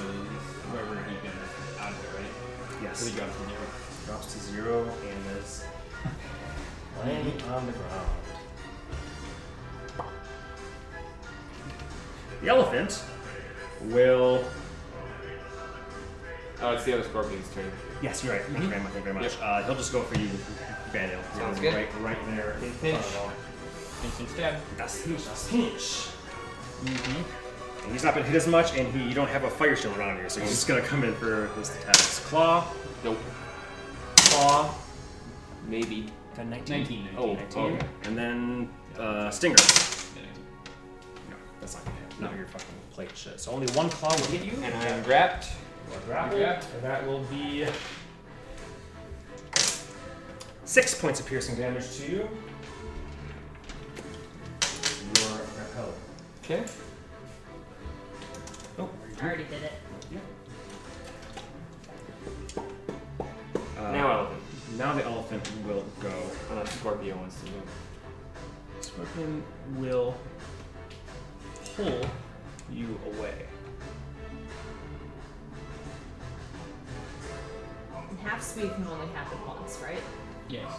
B: wherever he goes out of it, right? So
C: Yes.
B: he drops the zero.
C: drops to zero and is laying on the ground. The elephant will.
D: Oh, it's the other scorpion's turn.
C: Yes, you're right. Thank you very much. Thank you very much.
D: Mm-hmm. Yep.
C: Uh, he'll just go for you, Daniel.
D: Sounds
C: You're
D: good.
C: Right, right there. in
D: Pinch.
C: front of all.
B: Instant stab.
C: That's huge. That's huge.
B: Mm-hmm.
C: And he's not been hit as much, and he you don't have a fire shield around here, so he's just gonna come in for this attack. His claw,
D: Nope.
C: claw.
D: Maybe.
C: Got 19.
B: 19. 19.
D: Oh,
C: 19. And then uh, stinger. No, that's not gonna hit. No, you're fucking plate shit. So only one claw will hit you.
D: And I am grabbed.
Q: Or grapple,
B: Yeah.
Q: and that will be
C: Six points of piercing damage.
Q: damage to you. You are repelled.
D: Okay.
F: I already did it.
C: Uh,
D: now elephant.
C: now the elephant will go.
D: Unless Scorpio wants to move.
C: Scorpion will pull you away.
F: And half speed can only happen once, right?
B: Yes.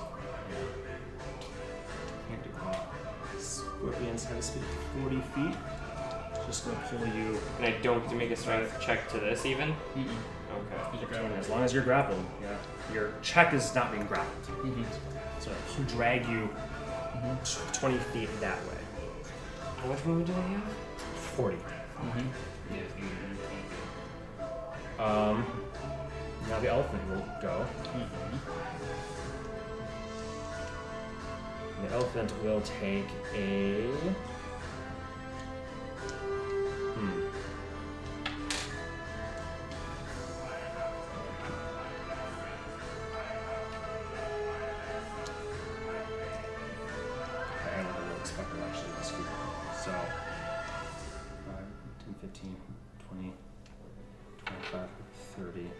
C: Can't do that. Scorpion's head speed 40 feet. Just gonna pull you.
D: And I don't get to make a strength check to this even.
B: Mm-mm.
D: Okay.
B: He's a grab.
C: And as long as you're grappled, yeah, your check is not being grappled.
B: Mm-hmm.
C: So he'll drag you 20 feet that way.
D: How much movement do I have?
C: 40.
B: Mm-hmm.
C: Um, now the elephant will go. The elephant will take a. Hmm. I don't really expect him actually to scoop. So. 5, 10, 15, 20, 25, 30,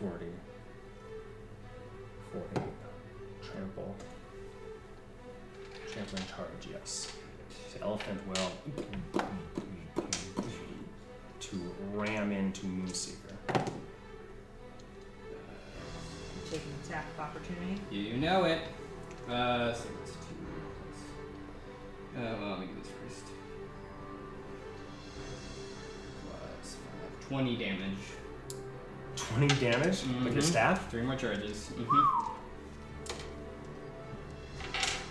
C: 40, 40. Trample. Trampling charge, yes. So elephant will to ram into Moonseeker.
F: Take an attack of opportunity.
B: You know it. Uh, so it's two plus. Uh, well, let me do this first. Plus five. 20 damage.
C: 20 damage with your
B: Mhm.
C: staff?
B: Three more charges. Mm-hmm.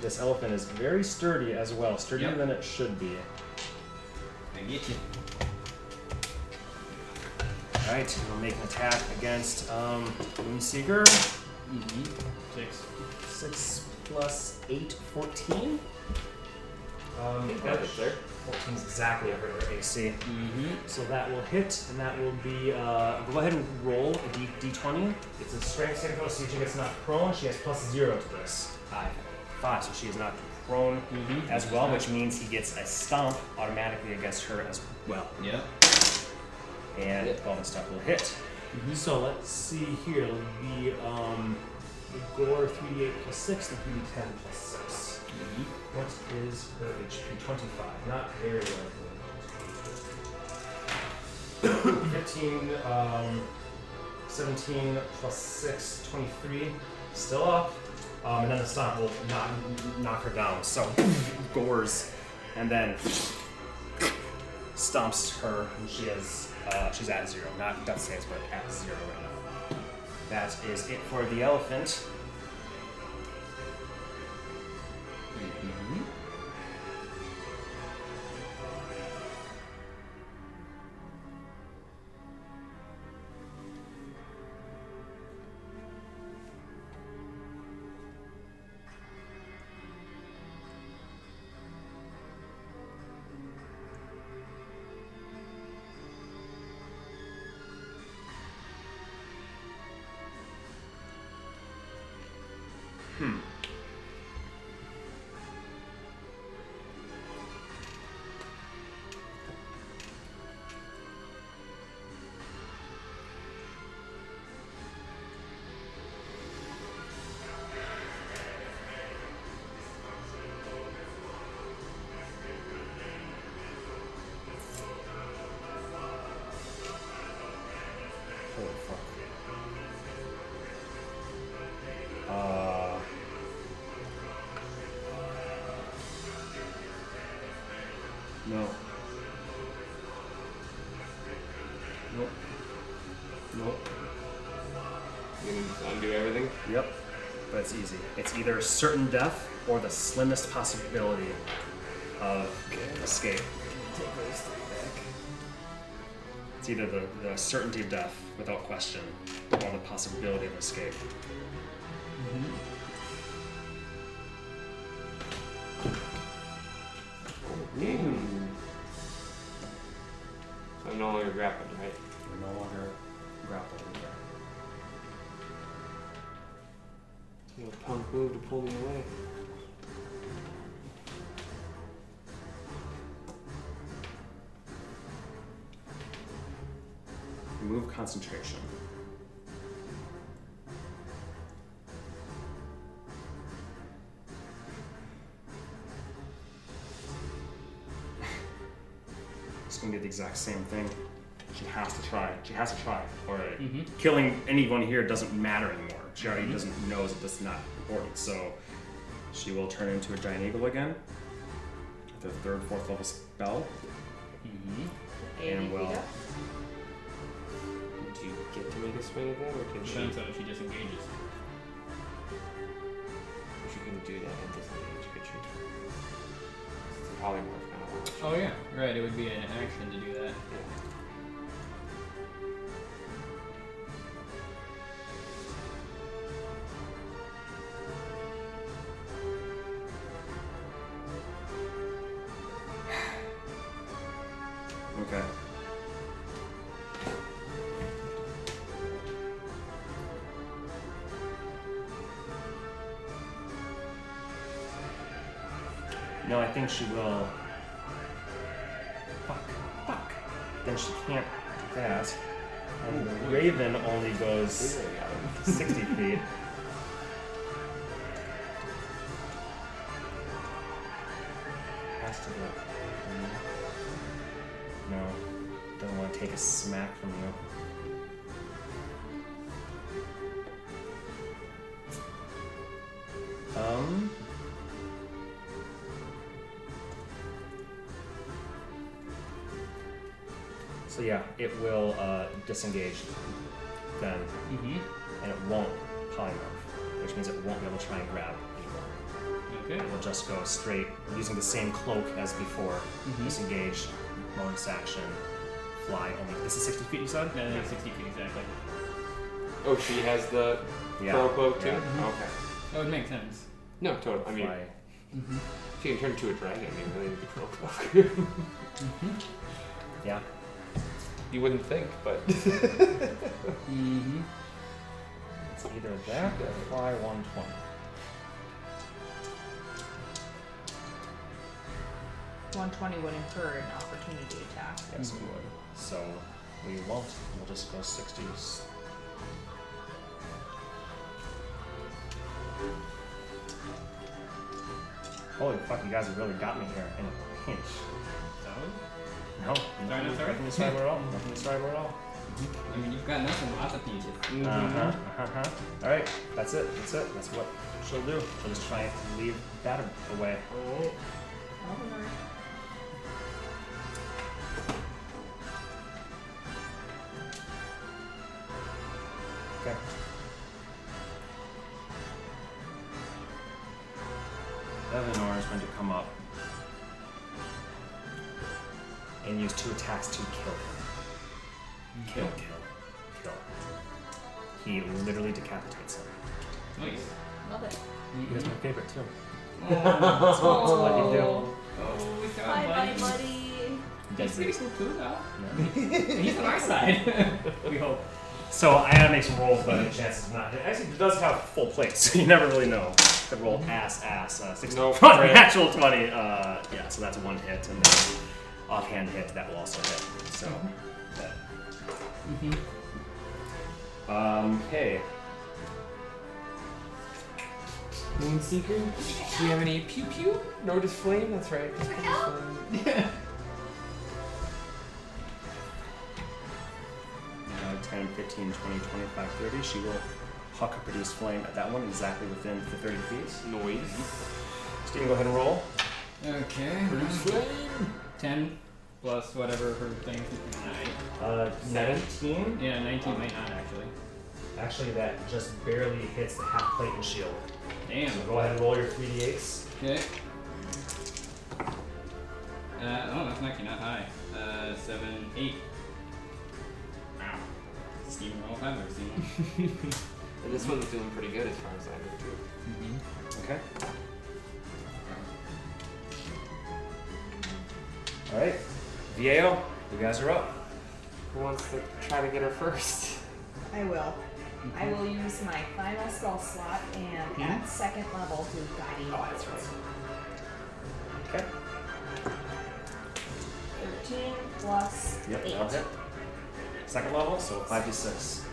C: This elephant is very sturdy as well, sturdier
B: Yep.
C: than it should be.
B: I get you.
C: All right, we'll make an attack against um, Moonseeker.
B: Easy. Six.
C: Six plus eight, 14. Um,
D: That is there.
C: 14 is exactly a regular AC.
B: Mm-hmm.
C: So that will hit, and that will be. Uh, go ahead and roll a D, d20. It's a strength saving throw, so she gets knocked prone. She has plus zero to this. Five. Five, so she is knocked prone
B: Mhm.
C: as well, which means he gets a stomp automatically against her as well.
B: Yep.
C: And all this stuff will hit. Mm-hmm. So let's see here. It'll be um, the gore 3d8 plus 6 and 3d10 plus 6. What is her HP? 25. Not very likely. 15, um, 17 plus 6, 23. Still up. Um, and then the stomp will knock, knock her down. So, gores. And then stomps her, and she is uh, she's at zero. Not death saves, but at zero right now. That is it for the elephant.
B: Mm-hmm.
C: Holy fuck. Uh, no. Nope. Nope.
D: You can just undo everything.
C: Yep. But it's easy. It's either certain death or the slimmest possibility of escape. It's either the, the certainty of death without question or the possibility of escape.
D: Mm-hmm. So I'm no longer grappling, right?
C: We're no longer grappled either.
R: You know, punk move to pull me away.
C: Remove concentration. It's gonna be the exact same thing. She has to try. She has to try. Or killing anyone here doesn't matter anymore. She already doesn't knows that that's not important. So she will turn into a giant eagle again. With her third, fourth level spell.
B: Mm-hmm.
F: Eighty feet
C: well.
F: up.
D: Do you get to make a swing at that, or can she?
B: Depends on if she disengages.
D: She can do that and disengage, could she? It's a polymorph now.
B: Oh yeah. Right. It would be an action to do that.
C: Okay. No, I think she will. Fuck, fuck. Then she can't do that. And the Raven only goes 60 feet. Has to go. No. Doesn't want to take a smack from you. Um. So yeah, it will uh, disengage then,
B: Mm-hmm.
C: and it won't polymorph, which means it won't be able to try and grab anymore.
B: Okay.
C: We'll just go straight using the same cloak as before. Disengage, bonus action, fly. Only this is 60 feet. You said?
B: That is 60 feet exactly.
D: Oh, she has the
C: Yeah.
D: pearl cloak too.
C: Yeah.
D: Okay.
B: That would make sense.
D: No, totally. I mean,
C: Fly.
B: Mm-hmm.
D: she can turn into a dragon. I mean, really, the pearl cloak.
C: Yeah.
D: you wouldn't think, but
B: Mm-hmm.
C: It's either that or fly 120.
F: One twenty would incur an opportunity attack.
C: Yes, we would. So we won't. We'll just go 60s. Holy fuck, you guys have really got me here in a pinch.
B: So,
C: No,
B: Sorry, no, sorry.
C: nothing this driver at all. Nothing this driver at all.
B: I mean, you've got nothing lots of pieces.
C: Uh-huh, uh-huh. All right, that's it. That's it. That's what she'll do. She'll just try and leave that away.
F: Alright.
C: Okay. Eleanor is going to come up and use two attacks to kill him. Kill, kill, kill. He literally decapitates him.
B: Nice.
F: Love it.
C: That's my favorite too.
B: Oh,
C: what you do.
B: oh, we got
S: Bye bye,
B: one.
S: buddy.
B: He's pretty cool too, though. He's on our side. we hope.
C: So I gotta make some rolls, but the chances is not. It actually does have full plates, so you never really know. Could roll ass ass. Uh, six,
D: No, right.
C: natural twenty. Uh, yeah, so that's one hit, and then offhand hit that will also hit. So. that- Um. Hey.
M: Moonseeker? Do you have any pew pew? Notice flame? That's right. Notice flame.
C: Uh, 10, 15, 20, 25, 30. She will huck a produce flame at that one exactly within the 30 feet.
D: noise.
C: Steven, go ahead and roll.
B: Okay. Ten plus whatever her thing is. Nine.
C: Uh, 19.
B: Yeah, nineteen might not actually.
C: Actually, that just barely hits the half plate and shield.
B: Damn.
C: Go ahead and roll your 3d8s.
B: Okay. Uh, oh, that's actually not high. Uh, seven, eight. Wow. Steam roll. I've never seen one.
D: And this one's doing pretty good as far as I know too.
C: Okay. All right. Vieo, you guys are up.
M: Who wants to try to get her first?
F: I will. I will use my final spell slot and at second level do guiding. Oh, that's right.
C: Okay.
F: Thirteen plus
C: Yep,
F: eight.
C: that'll hit. Second level, so 5d6.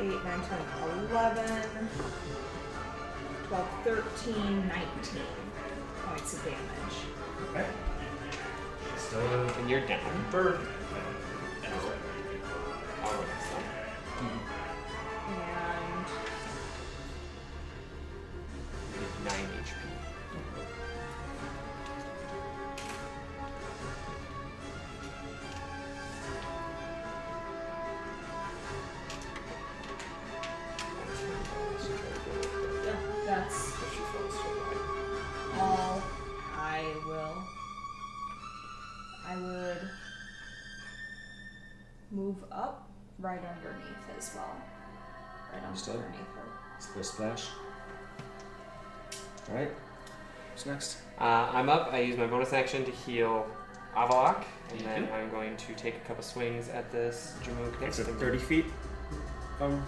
F: Eight, nine, ten, eleven, twelve, thirteen, nineteen points of damage.
C: Okay. Still
D: And you're down.
C: bird.
D: All right. So.
F: And
D: Nine HP.
F: yeah, that's all I will. I would move up right underneath as well. Right
C: Understood.
F: underneath her.
C: Splish splash. All right. What's next?
D: Uh, I'm up. I use my bonus action to heal Avalok, and then I'm going to take a couple swings at this Jamook.
C: It's
D: next
C: a
D: to me.
C: 30 feet. Um,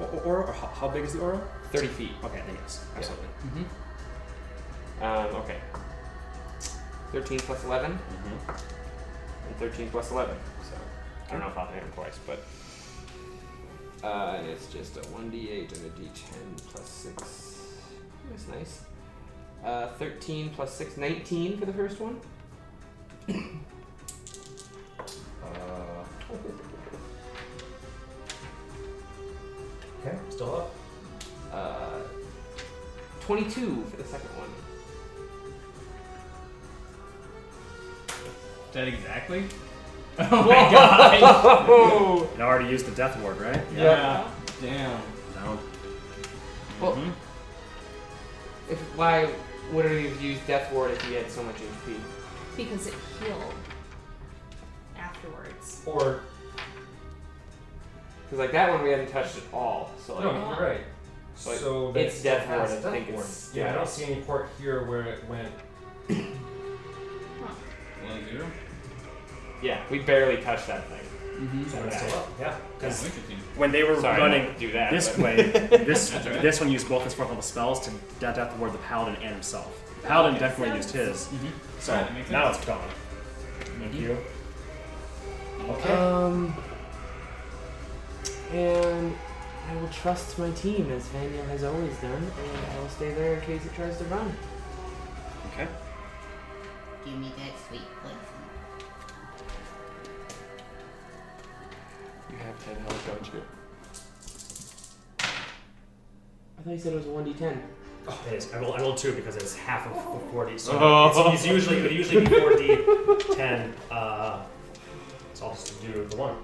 C: o- aura? Or how, how big is the aura?
D: 30 feet.
C: Okay, I think yes. Absolutely.
D: Um, okay. 13 plus 11,
C: Mm-hmm.
D: and 13 plus 11. So, I don't know if I'll hit him twice, but. Uh, and it's just a 1d8 and a d10 plus 6. That's nice. Uh, 13 plus 6, 19 for the first one.
C: Uh, okay, still up.
D: Uh, 22 for the second one.
B: Is that exactly? Oh my god!
D: Oh!
C: It already used the death ward, right?
B: yeah. Damn.
C: Down.
D: Well, If why wouldn't he have used Death Ward if he had so much HP?
F: because it healed afterwards.
H: Or
D: Because like that one we hadn't touched at all. So like
H: no, you're right.
D: Like,
H: so
D: it's
H: that's
D: Death Ward,
H: that's
D: I
H: Death
D: think
H: Ward.
D: it's-
H: yeah, I
D: yeah.
H: don't see any part here where it went.
B: One zero.
D: yeah, we barely touched that thing.
B: Mm-hmm.
H: So it's still up. Yeah,
B: That's
H: because
B: interesting.
C: When they were
D: Sorry,
C: running
D: I don't do that.
C: this
D: but-
C: way, this
B: That's all right.
C: this one used both his fourth level spells to death death ward the paladin and himself. Paladin
F: Okay.
C: definitely used his.
B: Mhm.
C: So
B: Alright, that makes
C: now
B: sense.
C: it's gone.
H: thank you.
C: Okay.
D: Um, and I will trust my team as Vaniel has always done, and I will stay there in case it tries to run.
C: okay.
M: Give me that sweet poison.
D: You have 10 health, don't you? I thought you said it was a 1d10.
H: Oh, it is. I rolled, I rolled two because it's half of of 40. So it's, it's usually it would usually be 4d 10. Uh, so I'll just do the one.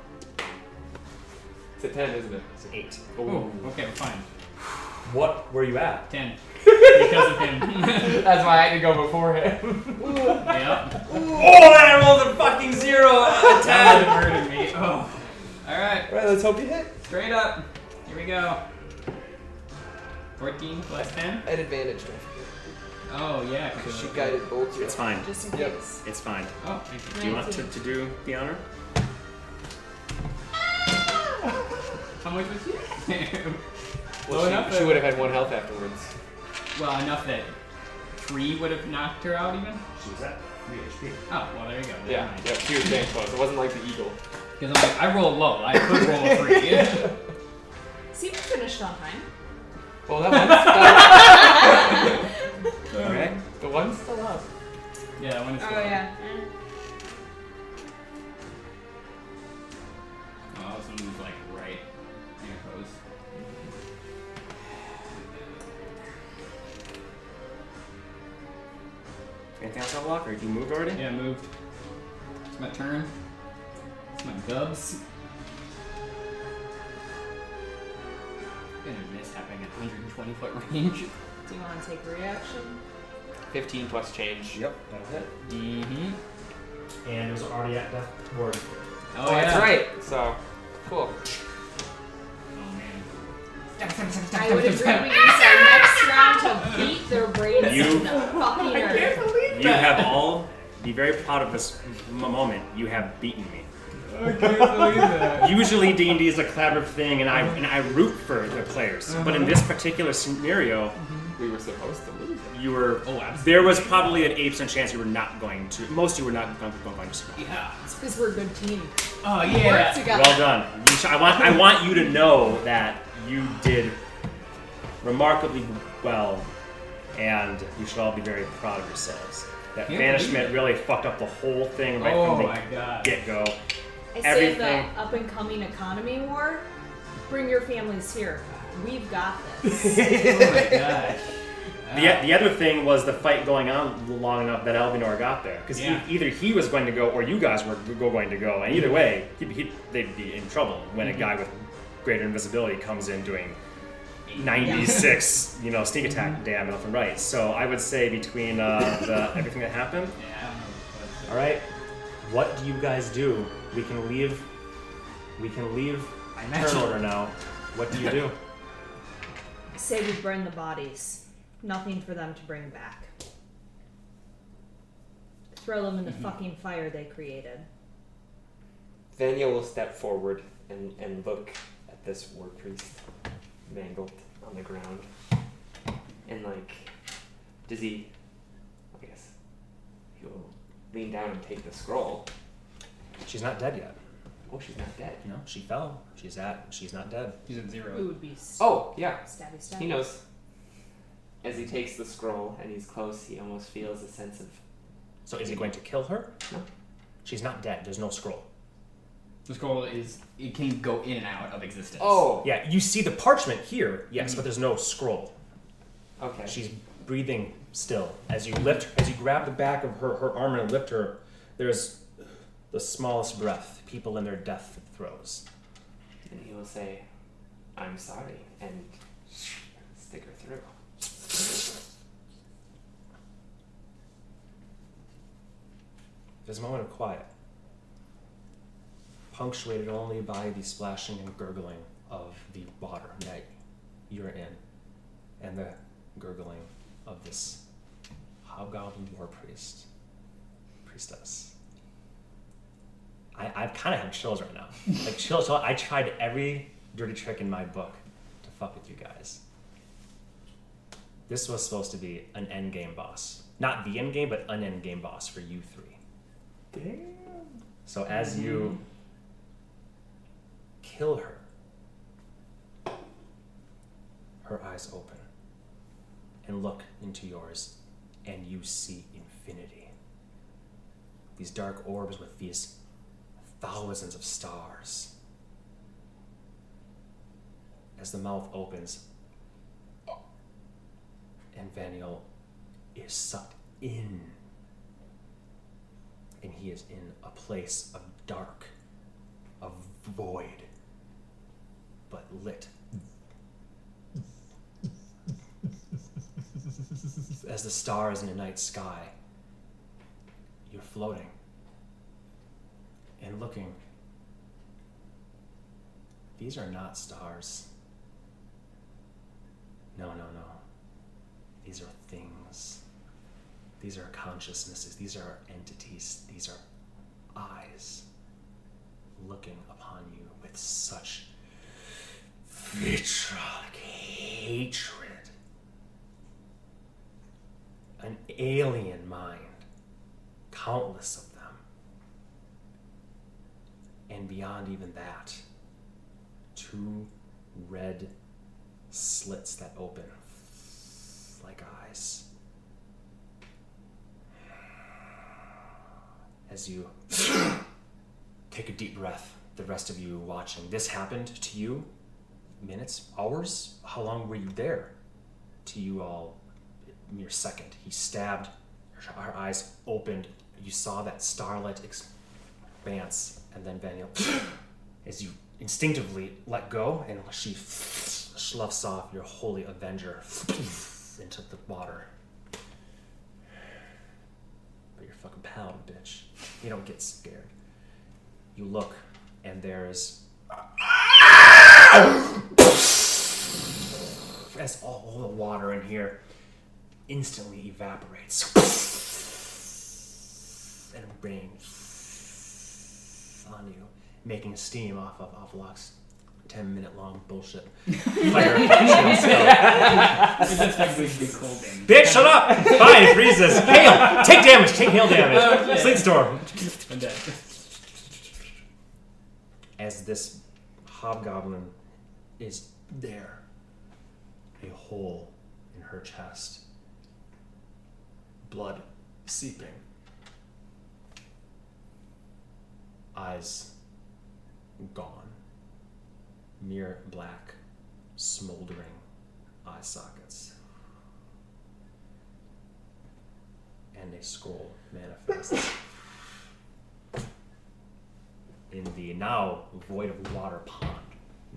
D: It's a 10, isn't it?
H: It's an eight.
B: Oh, okay, fine.
H: What were you at?
B: Ten. because of him.
D: That's why I had to go before him.
B: yep.
H: Oh, and I rolled a fucking zero. A
B: That murdered me. Oh. All right.
D: Alright, let's hope you hit.
B: Straight up. Here we go. 14 plus 10.
D: At advantage, don't forget.
B: Oh, yeah.
D: 'cause
B: cool.
D: she guided bolts.
C: It's fine.
F: Just in
D: Yep.
F: case.
C: It's fine.
B: Oh, thank you.
C: Do you want to, to do the honor?
B: How much was you? Low
D: Well,
B: enough
D: she, she
B: that-
D: would have had one health afterwards.
B: well, enough that three would have knocked her out even?
H: She was at 3 HP.
B: Oh, well, there you go.
D: Yeah, yeah, she was dang close. It wasn't like the eagle.
B: Because I'm like, I roll low. I could roll a three.
F: See, we finished on time.
D: Well, that one's still
C: Okay.
D: The one's still up.
B: yeah, when it's
F: Oh
B: low.
F: yeah.
B: Oh, someone's like right near close.
C: Anything else on lock or you moved already?
B: Yeah, moved. It's my turn. It's my dubs. Gonna miss having a 120 foot range.
F: Do you want to take reaction?
D: 15 plus change.
C: Yep.
H: That'll hit.
B: Mm-hmm.
H: And it was already at death ward.
B: Oh,
D: Oh,
B: yeah.
D: that's right. So, cool.
B: Oh man.
F: I would agree we use our next round to beat their brains
C: You-
F: in the fucking earth.
C: You have all. Be very proud of this m- moment. You have beaten me. Usually D and D is a collaborative thing, and I and I root for the players. But in this particular scenario,
D: We were supposed to lose it.
C: you were.
B: Oh, absolutely.
C: There was probably an 8% chance you were not going to. Most you were not going to go going to survive.
B: Yeah.
F: It's because we're a good team.
B: Oh
F: We work
B: yeah.
F: together.
C: Well done. You sh- I want I want you to know that you did remarkably well, and you should all be very proud of yourselves. That
B: Can't
C: banishment really fucked up the whole thing right
B: Oh
C: from
B: my
C: the
B: god.
C: get go.
F: I say
C: everything.
F: the up and coming economy war. Bring your families here. We've got this.
B: Oh my gosh. Ah. Uh,
C: The, the other thing was the fight going on long enough that Elvinor got there because
B: Yeah.
C: either he was going to go or you guys were go- going to go, and either way, he'd, he'd, they'd be in trouble when
B: Mm-hmm.
C: a guy with greater invisibility comes in doing 96, you know, sneak attack
B: Mm-hmm.
C: damn left and right. So I would say between uh, the, everything that happened.
B: Yeah, I don't know uh, what
C: All right, what do you guys do? We can leave. We can leave.
B: I
C: Turn
B: imagine-
C: order now. What do you do?
F: Say we burn the bodies. Nothing for them to bring back. Throw them in the fucking fire they created.
D: Vanya will step forward and, and look at this war priest mangled on the ground. And like, does he, I guess, he'll lean down and take the scroll.
C: She's not dead yet.
D: Oh, she's not dead.
C: No, she fell. She's at. She's not dead.
B: She's at
F: It
B: zero.
F: would be s-
D: Oh, yeah.
F: stabby stabby.
D: He knows. As he takes the scroll and he's close, he almost feels a sense of,
C: So is he going to kill her? She's not dead. There's no scroll.
B: The scroll is it can go in and out of existence.
D: oh,
C: Yeah, you see the parchment here, yes, but there's no scroll.
D: okay.
C: She's breathing still. As you lift, as you grab the back of her, her armor and lift her, there's the smallest breath. People in their death throes.
D: And he will say, I'm sorry, and stick her through.
C: There's a moment of quiet, punctuated only by the splashing and gurgling of the water that you're in, and the gurgling of this hobgoblin war priest, priestess. I, I kind of have chills right now. Like chills. so I tried every dirty trick in my book to fuck with you guys. This was supposed to be an end game boss, not the end game, but an end game boss for you three.
T: Damn.
C: So as you kill her, her eyes open and look into yours, and you see infinity. These dark orbs with these thousands of stars. As the mouth opens, and Vaniel is sucked in and he is in a place of dark, of void, but lit. As the stars in the night sky, you're floating and looking. These are not stars. No, no, no. These are things. These are consciousnesses. These are entities. These are eyes looking upon you with such vitriolic hatred. An alien mind, countless of them. And beyond even that, two red slits that open like eyes. as you take a deep breath, the rest of you watching. This happened to you minutes, hours? How long were you there? To you all, mere second. He stabbed, her eyes opened. You saw that starlit expanse, and then Vaniel, as you instinctively let go, and she sloughs off your holy avenger into the water. But you're fucking pound, bitch. You don't get scared. You look, and there's. As all the water in here instantly evaporates and rains on you, making steam off of Avlok's 10 minute long bullshit fire action spell.
B: It's effectively big cold damage.
C: Bitch, shut up! Fine, it freezes. Hail! Take damage, take hail damage. Sleet storm.
B: I'm dead.
C: As this hobgoblin is there, a hole in her chest, blood seeping, eyes gone, mere black, smoldering eye sockets. and a scroll manifests. In the now void of water pond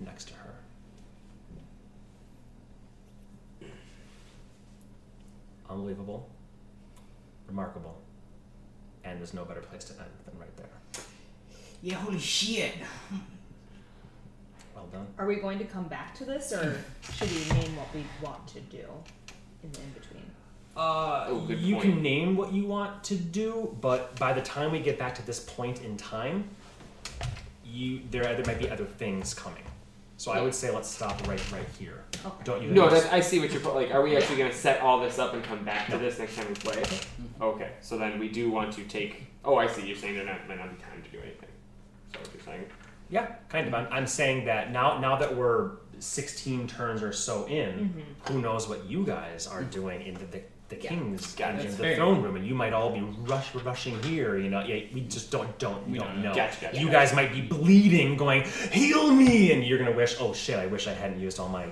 C: next to her. Unbelievable, remarkable, and there's no better place to end than right there.
U: Yeah, holy shit.
C: Well done.
F: Are we going to come back to this, or should we name what we want to do in the in between?
C: Uh,
D: Oh, good
C: you
D: point.
C: can name what you want to do, but by the time we get back to this point in time, you there there might be other things coming. So I would say let's stop right right here.
F: Okay.
C: Don't you?
D: No,
C: think?
D: that's, I see what you're put. Like, are we actually going to set all this up and come back to
C: No.
D: this next time we play?
A: Mm-hmm.
D: Okay, so then we do want to take. Oh, I see. You're saying there not, might not be time to do anything. So what you're saying.
C: yeah, kind of. I'm, I'm saying that now now that we're 16 turns or so in, who knows what you guys are doing in the, the, the king's
D: Gotcha.
C: in
B: That's
C: the
B: fair.
C: throne room, and you might all be rush rushing here. You know, yeah, we just don't don't we
B: We
C: don't
B: don't
C: know.
B: know.
D: Gotcha, gotcha,
C: you
D: gotcha.
C: guys might be bleeding, going heal me, and you're gonna wish, oh shit, I wish I hadn't used all my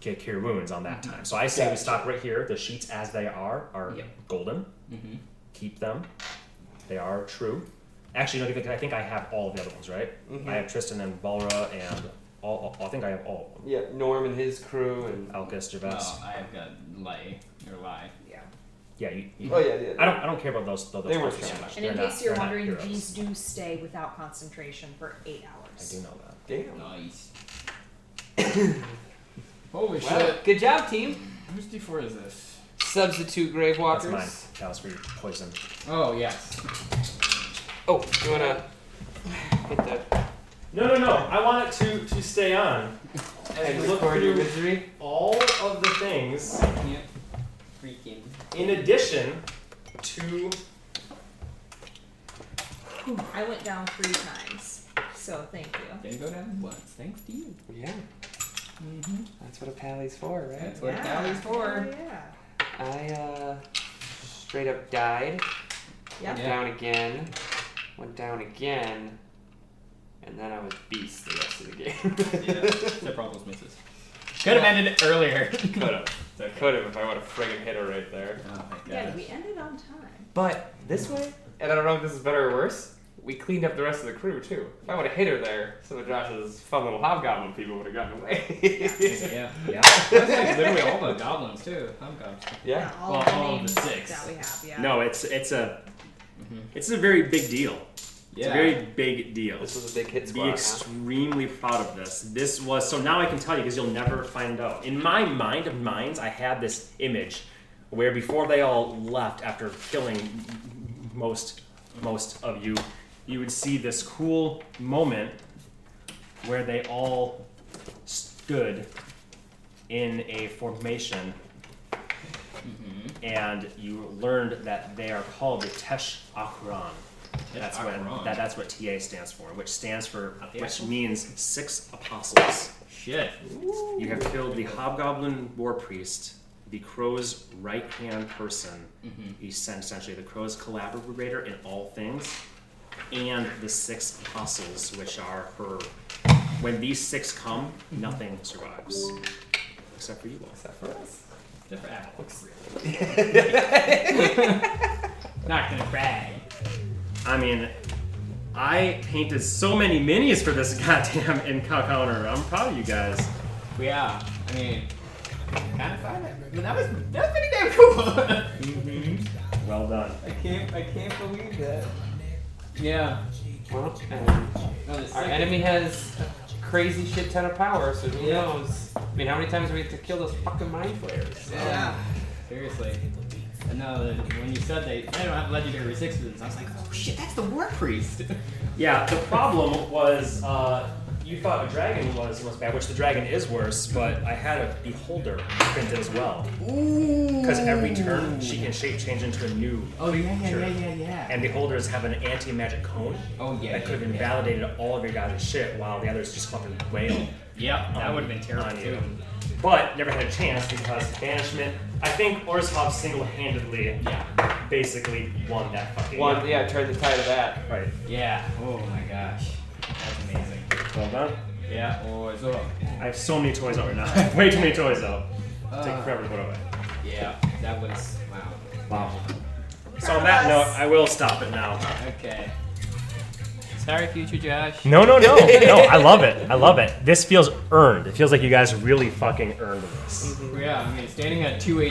C: ki- cure wounds on that time. So I say we
D: Gotcha.
C: stop right here. The sheets as they are are
B: Yep.
C: golden.
B: Mm-hmm.
C: Keep them. They are true. Actually, no, because I think I have all the other ones, right? I have Tristan and Balra and all, all. I think I have all of them.
D: Yeah, Norm and his crew and
B: Oh,
C: Alcus, Gervais.
B: Well, I've got lay or lie.
F: Yeah.
A: Yeah, you, you,
P: Oh, yeah, yeah.
A: I don't. I don't care about those. Those
P: They weren't
A: classes so
P: heroes.
A: much.
F: And in
A: They're
F: case
A: not-
F: you're
A: they're not
F: wondering,
A: heroes.
F: G's do stay without concentration for eight
A: I
F: hours.
A: do know that.
P: Damn.
B: Nice. Holy
D: Well,
B: shit.
D: good job, team.
B: Whose D4 is this?
D: Substitute grave
A: That's
D: walkers.
A: mine. That was for your poison.
B: Oh, yes.
D: Oh, you wanna hit the
E: No, no, no. I want it to, to stay on.
D: and
E: As we look
D: record your
E: through
D: misery?
E: all of the things
B: Yep.
D: Freaking.
E: in addition to.
F: I went down three times, so thank you.
B: Did I go down once? Thanks to you.
D: Yeah.
B: Mm-hmm.
D: That's what a pally's for, right?
B: That's what
F: yeah.
B: Callie's for.
F: Oh, yeah.
D: I uh straight up died.
F: Yep.
D: Went down again. Went down again. And then I was beast the rest of the game.
B: Yeah. Except for all those misses. Could have ended it earlier.
P: Could have.
B: It's okay.
P: Could have if I would have friggin' hit her right there.
B: Oh my
F: Yeah,
B: god.
F: we ended on time.
P: But this way,
D: and I don't know if this is
P: better or worse, we cleaned up the rest of the crew too. If I would have hit her there, some of Josh's fun little hobgoblin people would have gotten away.
B: Yeah.
A: Yeah.
B: That's like literally all the goblins too. Oh, I'm goblins.
P: yeah.
F: all
B: Well,
F: of the
B: all of the
F: names
B: six.
F: that we have. Yeah.
C: No, it's it's a
E: Mm-hmm.
C: it's a very big deal. It's a very big deal.
P: This was a big hit
C: Be
P: squad. huh?
C: extremely proud of this. This was so now I can tell you because you'll never find out. In my mind of minds, I had this image where before they all left after killing most most of you, you would see this cool moment where they all stood in a formation and you learned that they are called the Tesh Akron. That's what
B: Akron.
C: that, that's what TA stands for, which stands for
B: the
C: which
B: Akron?
C: means six apostles.
B: Shit.
C: You have killed the hobgoblin war priest, the crow's right hand person, he's essentially the crow's collaborator in all things, and the six apostles, which are her. When these six come, nothing survives. Except for you all.
P: Except for us.
B: Except for Alex. Not gonna brag.
C: I mean, I painted so many minis for this goddamn Incal counter. I'm proud of you guys.
B: But yeah, I mean, kind of fun. I mean, that was that was pretty damn cool.
C: Well done.
B: I can't I can't believe that. Yeah.
D: Well, um,
B: No, the
D: Our
B: second-
D: enemy has a crazy shit ton of power, so who
B: Yeah.
D: knows? I mean, how many times do we have to kill those fucking mind flayers?
B: Yeah. Um, Seriously. And no, the- when you said they, they don't have legendary resistance, I was like, oh shit, that's the war priest.
C: Yeah, the problem was uh, you thought a dragon was was bad, which the dragon is worse. But I had a beholder printed as well, because every turn she can shape change into a new.
B: Oh yeah, yeah,
C: creature.
B: yeah, yeah, yeah.
C: And beholders have an anti-magic cone
B: oh yeah.
C: that could have invalidated all of your guys' shit, while the others just fucking wail.
B: Yep, that
C: on-
B: would have been terrible
C: on you.
B: too.
C: But never had a chance because banishment. I think Orzhov single-handedly
B: Yeah.
C: basically won that fucking
D: One, yeah, turn the tide of that.
C: Right.
B: Yeah. Oh my gosh. That's amazing.
C: Well done.
B: Yeah. Oh, Or so.
C: I have so many toys out right now. I have way too many toys out. Take
B: Uh,
C: forever to put away.
B: yeah. That was wow.
C: Wow. So on that note, I will stop it now.
B: Okay. Sorry, future Josh.
C: No, no, no, no! I love it. I love it. This feels earned. It feels like you guys really fucking earned this.
B: Yeah, I mean, standing at two